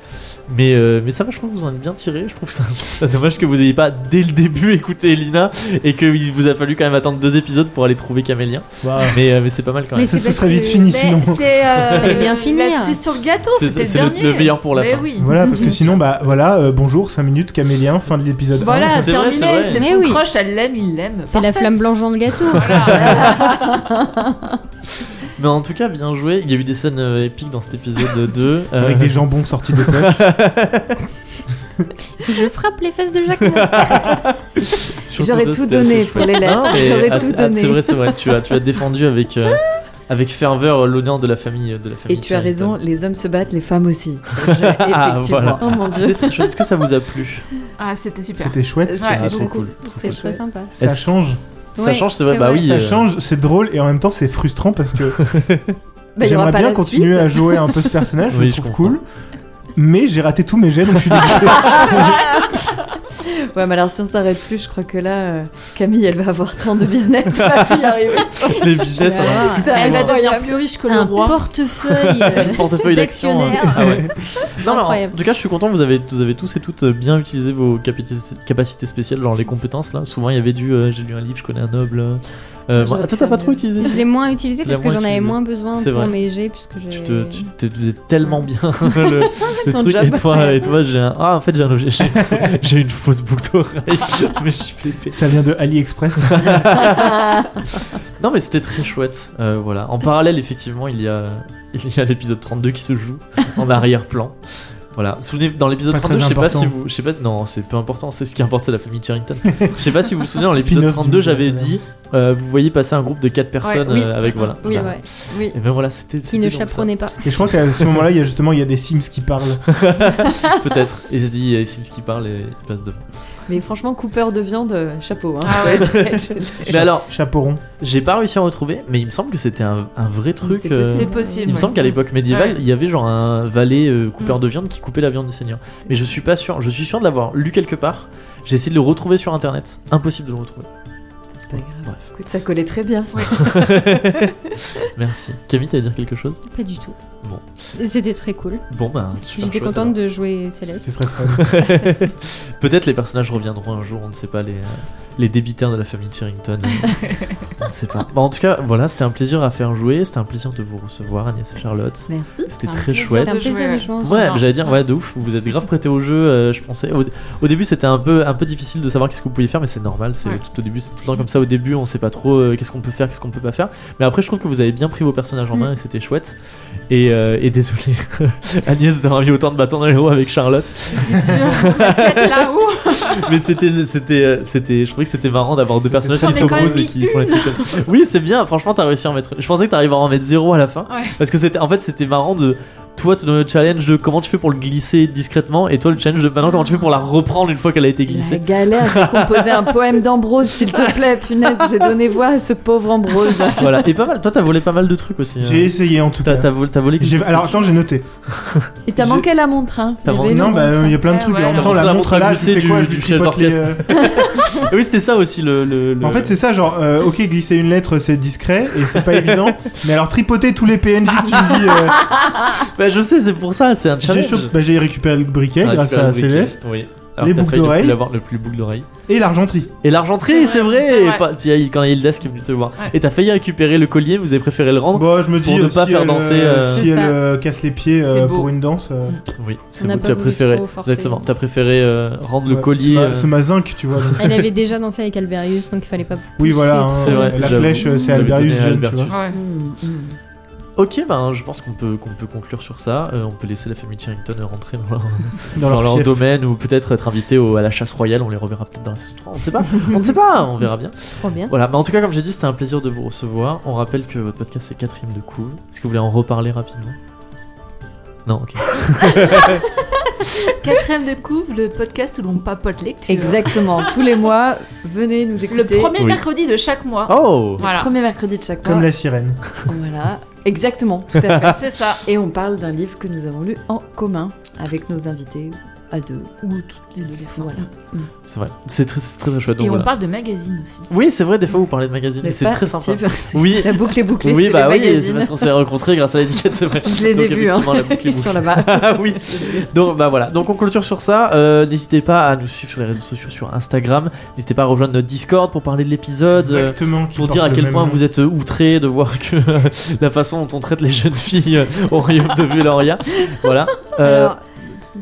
Speaker 1: Mais, euh, mais ça va, je trouve que vous en êtes bien tiré. Je trouve que ça, <laughs> je trouve ça dommage que vous n'ayez pas, dès le début, <laughs> écouté Elina et qu'il vous a fallu quand même attendre deux épisodes pour aller trouver Camélien.
Speaker 2: Bah,
Speaker 1: Mais, euh, mais c'est pas mal quand
Speaker 3: Mais
Speaker 1: même.
Speaker 2: ce
Speaker 3: c'est parce
Speaker 2: serait vite
Speaker 3: que-
Speaker 2: fini sinon.
Speaker 4: Mais c'est euh,
Speaker 3: Fallait bien finir.
Speaker 4: La cerise sur le gâteau,
Speaker 1: C'est-
Speaker 4: c'était le
Speaker 1: c'est le-
Speaker 4: dernier.
Speaker 1: le meilleur pour la
Speaker 4: Mais
Speaker 1: fin.
Speaker 4: Oui.
Speaker 2: Voilà, parce que sinon, bah voilà, euh, bonjour, 5 minutes, camélien, fin de l'épisode.
Speaker 4: Voilà,
Speaker 1: C'est vrai, c'est
Speaker 4: terminé.
Speaker 1: vrai.
Speaker 4: C'est
Speaker 3: Mais
Speaker 4: son
Speaker 3: oui.
Speaker 4: crush, elle l'aime, il l'aime.
Speaker 3: C'est la flamme blanchante de gâteau.
Speaker 4: <laughs> Voilà.
Speaker 1: Mais en tout cas, bien joué. Il y a eu des scènes euh, épiques dans cet épisode 2.
Speaker 2: un.
Speaker 1: euh,
Speaker 2: Avec des jambons sortis
Speaker 1: <laughs>
Speaker 2: de poche.
Speaker 3: Je frappe les fesses de Jacquemont.
Speaker 1: Surtout
Speaker 5: J'aurais
Speaker 1: ça,
Speaker 5: tout
Speaker 1: c'était
Speaker 5: donné
Speaker 1: assez
Speaker 5: pour les
Speaker 1: chouette.
Speaker 5: lettres.
Speaker 1: Non, mais
Speaker 5: J'aurais
Speaker 1: ah,
Speaker 5: tout
Speaker 1: c'est- ah,
Speaker 5: donné.
Speaker 1: C'est vrai, c'est vrai. Tu as, tu as défendu avec, euh, avec ferveur l'honneur de la famille. euh, De la famille
Speaker 5: Et tu as
Speaker 1: Sherrington.
Speaker 5: raison, les hommes se battent, les femmes aussi. Je- effectivement.
Speaker 1: voilà.
Speaker 5: Oh mon dieu.
Speaker 1: Ah, C'était très chouette. Est-ce que ça vous a plu
Speaker 4: Ah, c'était super.
Speaker 2: C'était chouette.
Speaker 1: Ah,
Speaker 4: Ouais.
Speaker 1: trop cool. trop
Speaker 3: C'était
Speaker 1: cool.
Speaker 3: très sympa.
Speaker 2: Ça
Speaker 1: Est-ce-
Speaker 2: change.
Speaker 1: Ça
Speaker 3: Ouais,
Speaker 1: change, c'est vrai.
Speaker 3: c'est
Speaker 1: Bah
Speaker 3: vrai.
Speaker 1: oui.
Speaker 2: Ça
Speaker 1: euh,
Speaker 2: change, c'est drôle et en même temps c'est frustrant parce que
Speaker 5: Bah, il y aura
Speaker 2: j'aimerais
Speaker 5: pas
Speaker 2: bien
Speaker 5: la
Speaker 2: continuer
Speaker 5: suite.
Speaker 2: à jouer un peu ce personnage, je
Speaker 1: Oui,
Speaker 2: le
Speaker 1: je
Speaker 2: trouve
Speaker 1: comprends.
Speaker 2: cool. Mais j'ai raté tous mes jets donc je
Speaker 1: <laughs>
Speaker 2: suis dégoûté.
Speaker 5: Ouais, mais alors si on s'arrête plus, je crois que là, euh, Camille, elle va avoir tant de business. Elle va plus y arriver.
Speaker 1: <laughs> Les business.
Speaker 3: Ah,
Speaker 1: hein.
Speaker 4: Elle va
Speaker 5: Incroyable.
Speaker 4: devenir plus riche que le
Speaker 3: Un
Speaker 4: roi.
Speaker 1: <laughs>
Speaker 3: portefeuille. euh,
Speaker 1: Portefeuille d'action. hein.
Speaker 3: D'actionnaire.
Speaker 1: Ah ouais. Non, mais en- en
Speaker 3: Incroyable.
Speaker 1: tout cas, je suis content. Vous avez, vous avez tous et toutes euh, bien utilisé vos capacités, capacités spéciales, genre les compétences là. Souvent, il y avait du euh, j'ai lu un livre, je connais un noble. euh, Euh,
Speaker 5: J'aurais
Speaker 1: bon,
Speaker 5: pu
Speaker 1: toi, t'as pas
Speaker 5: faire
Speaker 1: trop
Speaker 5: mieux. <laughs>
Speaker 1: utilisé
Speaker 3: je
Speaker 1: ça
Speaker 3: l'ai moins utilisé
Speaker 1: Tu l'as
Speaker 3: parce que
Speaker 1: moins
Speaker 3: j'en avais
Speaker 1: utilisé.
Speaker 3: moins besoin
Speaker 1: C'est
Speaker 3: pour
Speaker 1: vrai.
Speaker 3: mes jets puisque j'ai.
Speaker 1: tu
Speaker 2: Euh.
Speaker 1: te, tu te- vous êtes tellement bien <laughs> le,
Speaker 2: <laughs>
Speaker 1: le
Speaker 5: Ton
Speaker 1: truc
Speaker 5: job.
Speaker 1: et toi et toi j'ai un ah en fait j'ai un objet j'ai une, fausse- j'ai une fausse boucle d'oreille <laughs> mais je suis pépé.
Speaker 2: Ça vient de AliExpress.
Speaker 1: non mais c'était très chouette euh, voilà en parallèle effectivement il y a <laughs> il y a l'épisode 32 qui se joue en arrière-plan voilà souvenez dans l'épisode
Speaker 2: Pas très
Speaker 1: 32 je sais pas
Speaker 2: important.
Speaker 1: si vous je sais pas non c'est peu important c'est ce qui importe c'est la famille Charrington je sais pas si vous vous souvenez
Speaker 2: <laughs>
Speaker 1: dans l'épisode
Speaker 2: Spin-off du
Speaker 1: 32 j'avais
Speaker 2: Mandalorian.
Speaker 1: dit euh, vous voyez passer un groupe de 4 personnes
Speaker 5: oui.
Speaker 1: euh, avec voilà
Speaker 5: Oui,
Speaker 1: ça.
Speaker 5: ouais. Oui.
Speaker 1: et ben voilà c'était
Speaker 3: Qui ne chaperonnait pas.
Speaker 2: <laughs> Et je crois qu'à ce moment-là, il y a justement il y a des Sims qui parlent.
Speaker 1: Peut-être. Et je dis, il y a les Sims qui parlent et ils passent devant.
Speaker 5: Mais franchement, coupeur de viande, euh, chapeau. Hein.
Speaker 4: Ah ouais.
Speaker 1: Mais alors,
Speaker 2: Chapeau rond.
Speaker 5: Bah
Speaker 1: j'ai pas réussi à en retrouver, mais il me semble que c'était un, un vrai truc.
Speaker 5: C'était-
Speaker 1: euh,
Speaker 4: C'est possible.
Speaker 1: Il me
Speaker 4: ouais.
Speaker 1: semble qu'à l'époque médiévale,
Speaker 4: Ouais.
Speaker 1: il y avait genre un valet euh, coupeur
Speaker 4: Mm.
Speaker 1: de viande qui coupait la viande du Seigneur. Mais je suis pas sûr, je suis sûr de l'avoir lu quelque part. J'ai essayé de le retrouver sur internet, impossible de le retrouver.
Speaker 5: <laughs> C'est pas grave.
Speaker 1: Bref.
Speaker 5: Écoute, ça collait très bien. ça.
Speaker 1: Merci. Camille, t'allais dire quelque chose
Speaker 3: Pas du tout.
Speaker 1: Bon.
Speaker 3: C'était très cool.
Speaker 1: Bon bah, super
Speaker 3: J'étais
Speaker 1: chouette,
Speaker 3: contente de jouer Céleste.
Speaker 2: Ce serait fun.
Speaker 1: alors. <laughs> Peut-être les personnages reviendront un jour, on ne sait pas les. euh, Les débitaires de la famille Charrington. on ne sait
Speaker 4: <laughs>
Speaker 1: pas. Bah, en tout cas, voilà, c'était un plaisir à faire jouer. C'était un plaisir de vous recevoir, Agnès et Charlotte.
Speaker 5: Merci.
Speaker 1: C'était
Speaker 4: un
Speaker 1: très
Speaker 4: plaisir
Speaker 1: chouette.
Speaker 3: C'était un
Speaker 4: de jouer,
Speaker 3: plaisir
Speaker 4: ouais.
Speaker 3: d'échanger.
Speaker 1: Ouais,
Speaker 4: Non.
Speaker 1: j'allais dire,
Speaker 4: Ouais.
Speaker 1: ouais, de ouf, vous êtes grave prêté au jeu, euh, je pensais. Au, au début, c'était un peu, un peu difficile de savoir qu'est-ce que vous pouviez faire, mais c'est normal, c'est
Speaker 4: Ouais.
Speaker 1: tout au début, c'est tout le temps comme ça. Au début, on sait pas trop euh, qu'est-ce qu'on peut faire, qu'est-ce qu'on peut pas faire. Mais après, je trouve que vous avez bien pris vos personnages en main et c'était chouette. Et, euh, et désolé, <laughs> Agnès, d'avoir mis autant de bâtons dans les roues avec Charlotte,
Speaker 4: Dis-tu, <laughs> la tête là-haut.
Speaker 1: mais c'était, c'était, euh, c'était, je trouvais que c'était marrant d'avoir deux personnages qui
Speaker 4: très bien.
Speaker 1: s'opposent
Speaker 4: J'en ai
Speaker 1: et
Speaker 4: quand
Speaker 1: qui font des trucs comme ça. Oui, c'est bien, franchement, t'as réussi à en mettre. Je pensais que t'arrives à en mettre zéro à la fin.
Speaker 4: Ouais.
Speaker 1: Parce que c'était, en fait, c'était marrant de. Toi, tu donnes le challenge de comment tu fais pour le glisser discrètement, et toi, le challenge de maintenant, comment tu fais pour la reprendre une fois qu'elle a été
Speaker 5: La
Speaker 1: glissée.
Speaker 5: galère, j'ai composé un poème d'Ambrose, s'il te plaît, punaise, j'ai donné voix à ce pauvre Ambrose.
Speaker 1: Voilà, et pas mal. Toi, t'as volé pas mal de trucs aussi.
Speaker 2: J'ai
Speaker 1: hein.
Speaker 2: essayé en tout
Speaker 1: T'as,
Speaker 2: cas.
Speaker 1: t'as volé, t'as volé
Speaker 2: J'ai-
Speaker 1: quelques
Speaker 2: Alors
Speaker 1: trucs.
Speaker 2: attends, j'ai noté.
Speaker 5: Et t'as
Speaker 1: J'ai-
Speaker 5: manqué la montre, hein
Speaker 1: T'as
Speaker 5: Il y
Speaker 1: manqué-
Speaker 5: avait
Speaker 2: non,
Speaker 5: le
Speaker 2: bah
Speaker 5: montre.
Speaker 2: il y a plein de
Speaker 4: Ah,
Speaker 2: trucs.
Speaker 4: ouais,
Speaker 2: et en même
Speaker 4: la
Speaker 2: temps, la
Speaker 1: montre, la
Speaker 2: montre
Speaker 1: montre
Speaker 2: là,
Speaker 1: glissée
Speaker 2: c'était quoi
Speaker 1: du-
Speaker 2: Je lui
Speaker 1: du chef
Speaker 2: tripote les,
Speaker 1: d'orchestre.
Speaker 2: euh,
Speaker 1: Et Oui, c'était ça aussi le. le- le-
Speaker 2: En fait, c'est ça, genre, euh, ok, glisser une lettre, c'est discret et c'est
Speaker 1: <laughs>
Speaker 2: pas évident, mais alors tripoter tous les PNJ, tu me dis, euh,
Speaker 1: Bah, je sais, c'est pour ça, c'est un <laughs>
Speaker 2: j'ai
Speaker 1: challenge.
Speaker 2: chopé- bah, j'ai récupéré le briquet
Speaker 1: Ah, tu
Speaker 2: grâce
Speaker 1: peux
Speaker 2: à
Speaker 1: avouer que-
Speaker 2: Céleste
Speaker 1: Oui. t'as
Speaker 2: les boucles
Speaker 1: failli ne plus
Speaker 2: d'oreilles.
Speaker 1: l'avoir, Le plus boucle d'oreille.
Speaker 2: et l'argenterie.
Speaker 1: Et l'argenterie, c'est
Speaker 4: C'est
Speaker 1: vrai.
Speaker 4: vrai, c'est vrai.
Speaker 1: pas- t'y as- quand il y a Hildas qui est venue te voir.
Speaker 4: Ouais.
Speaker 1: Et t'as failli récupérer le collier, vous avez préféré le rendre.
Speaker 2: Bon, je me dis,
Speaker 1: Oh, Pour ne
Speaker 2: euh,
Speaker 1: pas
Speaker 2: si
Speaker 1: faire
Speaker 2: elle,
Speaker 1: danser,
Speaker 2: euh,
Speaker 1: euh,
Speaker 2: si
Speaker 3: C'est
Speaker 2: elle
Speaker 3: ça.
Speaker 2: euh, casse les pieds euh,
Speaker 4: C'est beau.
Speaker 2: pour une danse. euh,
Speaker 1: Oui, c'est
Speaker 3: On n'a
Speaker 1: vous
Speaker 3: pas
Speaker 1: qui as
Speaker 3: voulu
Speaker 1: préféré.
Speaker 3: trop forcer.
Speaker 1: Exactement, t'as préféré euh, rendre le
Speaker 2: ouais,
Speaker 1: collier.
Speaker 2: c'est ma-
Speaker 1: euh,
Speaker 2: C'est ma zinc,
Speaker 1: <laughs>
Speaker 2: tu vois. donc.
Speaker 3: Elle avait déjà dansé avec Alberius, donc il fallait pas.
Speaker 2: Oui,
Speaker 3: pousser
Speaker 2: voilà, hein,
Speaker 3: dessus.
Speaker 1: C'est vrai,
Speaker 2: la
Speaker 1: j'avoue.
Speaker 2: flèche, euh, c'est
Speaker 1: Vous l'avez
Speaker 2: Alberius
Speaker 1: donné à
Speaker 2: jeune, tu
Speaker 1: Albertus.
Speaker 2: vois.
Speaker 4: Ouais.
Speaker 5: Mmh, mmh.
Speaker 1: Ok, ben je pense qu'on peut qu'on peut conclure sur ça. Euh, on peut laisser la famille Charrington rentrer dans leur,
Speaker 2: Dans
Speaker 1: dans leur
Speaker 2: fief.
Speaker 1: domaine ou peut-être être invité au- à la chasse royale. On les reverra peut-être dans la saison 3. On ne sait pas. On ne sait pas. On verra bien.
Speaker 3: Trop bien.
Speaker 1: Voilà. Mais en tout cas, comme j'ai dit, c'était un plaisir de vous recevoir. On rappelle que votre podcast c'est quatrième de couve. Est-ce que vous voulez en reparler rapidement Non. Ok.
Speaker 4: Quatrième de couvre, le podcast où l'on papote lecture.
Speaker 5: Exactement, tous les mois, venez nous
Speaker 4: Le
Speaker 5: écouter.
Speaker 4: premier
Speaker 1: Oui.
Speaker 4: mercredi de chaque mois.
Speaker 1: Oh.
Speaker 4: Voilà.
Speaker 5: Premier mercredi de chaque
Speaker 2: Comme
Speaker 5: mois.
Speaker 2: la sirène.
Speaker 5: Voilà, exactement, tout à fait.
Speaker 4: C'est ça.
Speaker 5: Et on parle d'un livre que nous avons lu en commun avec nos invités à deux.
Speaker 4: Ou toutes les deux des fois.
Speaker 5: Voilà.
Speaker 1: C'est vrai. C'est très c'est très, très chouette.
Speaker 4: Et
Speaker 1: Donc,
Speaker 4: on
Speaker 1: voilà.
Speaker 4: parle de magazine aussi.
Speaker 1: Oui, c'est vrai. Des fois, vous parlez de magazines. et
Speaker 5: N'est-ce
Speaker 1: C'est
Speaker 5: pas,
Speaker 1: très sympa.
Speaker 5: Steve <laughs>
Speaker 1: Oui.
Speaker 5: La boucle est bouclée.
Speaker 1: Oui,
Speaker 5: c'est
Speaker 1: bah
Speaker 5: les
Speaker 1: oui, c'est
Speaker 5: magazines.
Speaker 1: parce qu'on s'est rencontrés grâce à l'étiquette, c'est vrai.
Speaker 5: Je les ai
Speaker 1: Donc,
Speaker 5: vus, hein.
Speaker 1: effectivement, la
Speaker 5: <laughs>
Speaker 1: boucle est
Speaker 5: ils sont
Speaker 1: bouclée.
Speaker 5: là-bas.
Speaker 1: <laughs> Ah oui. Donc bah voilà. Donc on clôture sur ça. Euh, N'hésitez pas à nous suivre sur les réseaux sociaux, sur Instagram. N'hésitez pas à rejoindre notre Discord pour parler de l'épisode. euh,
Speaker 2: Exactement. qui
Speaker 1: Pour
Speaker 2: porte
Speaker 1: dire à
Speaker 2: le
Speaker 1: quel
Speaker 2: même
Speaker 1: point
Speaker 2: nom.
Speaker 1: vous êtes outré de voir que <laughs> la façon dont on traite les jeunes filles euh, au royaume de Veloria. Voilà. Euh,
Speaker 3: Alors,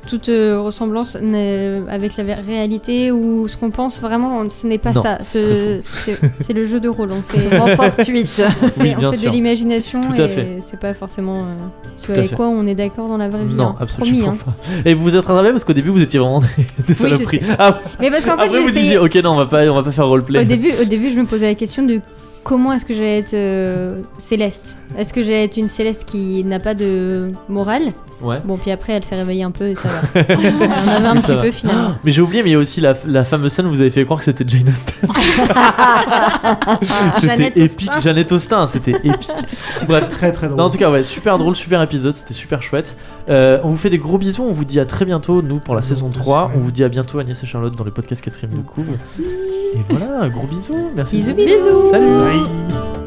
Speaker 3: toute euh, ressemblance n'est- avec la vé- réalité ou ce qu'on pense, vraiment, on- ce n'est pas
Speaker 1: Non,
Speaker 3: ça.
Speaker 1: c'est
Speaker 3: Ce- C'est c'est le jeu de rôle. On
Speaker 1: <laughs>
Speaker 3: fait,
Speaker 5: En fortuite.
Speaker 3: on fait-
Speaker 1: oui,
Speaker 3: on
Speaker 1: bien
Speaker 3: fait
Speaker 1: sûr.
Speaker 3: de l'imagination
Speaker 1: Tout à fait.
Speaker 3: et c'est pas forcément euh, ce
Speaker 1: à
Speaker 3: avec
Speaker 1: fait.
Speaker 3: quoi on est d'accord dans la vraie vie.
Speaker 1: non,
Speaker 3: hein.
Speaker 1: absolument
Speaker 3: Promis, hein.
Speaker 1: pas. Et vous vous êtes rattrapé parce qu'au début vous étiez vraiment <laughs> des, des
Speaker 3: je
Speaker 1: saloperies.
Speaker 3: sais.
Speaker 1: Ah,
Speaker 3: Mais parce qu'en fait,
Speaker 1: après
Speaker 3: j'ai
Speaker 1: vous
Speaker 3: essayé-
Speaker 1: disiez ok non on va pas on va pas faire roleplay.
Speaker 3: Au début, au début, je me posais la question de comment est-ce que j'allais être euh, céleste. Est-ce que j'allais être une céleste qui n'a pas de morale
Speaker 1: Ouais.
Speaker 3: Bon, puis après, elle s'est réveillée un peu et
Speaker 1: <laughs>
Speaker 3: ça va. On en avait un
Speaker 1: Oui, ça
Speaker 3: petit
Speaker 1: va.
Speaker 3: peu
Speaker 1: <gasps>
Speaker 3: finalement.
Speaker 1: Mais j'ai oublié mais il y a aussi la, la fameuse scène où vous avez fait croire que c'était Jane
Speaker 3: <laughs>
Speaker 1: Austen. c'était
Speaker 3: Jeannette
Speaker 1: épique.
Speaker 3: Austen.
Speaker 1: Jeannette Austen c'était épique. Bref
Speaker 2: Très très drôle.
Speaker 1: Non, en tout cas, ouais, super drôle, super épisode, c'était super chouette. Euh, on vous fait des gros bisous, on vous dit à très bientôt, nous, pour la saison 3. On vous dit à bientôt, Agnès et Charlotte, dans le podcast 4ème de Couve. Et voilà, gros bisous, merci.
Speaker 3: Bisous, bisous.
Speaker 1: Salut.
Speaker 2: Bye.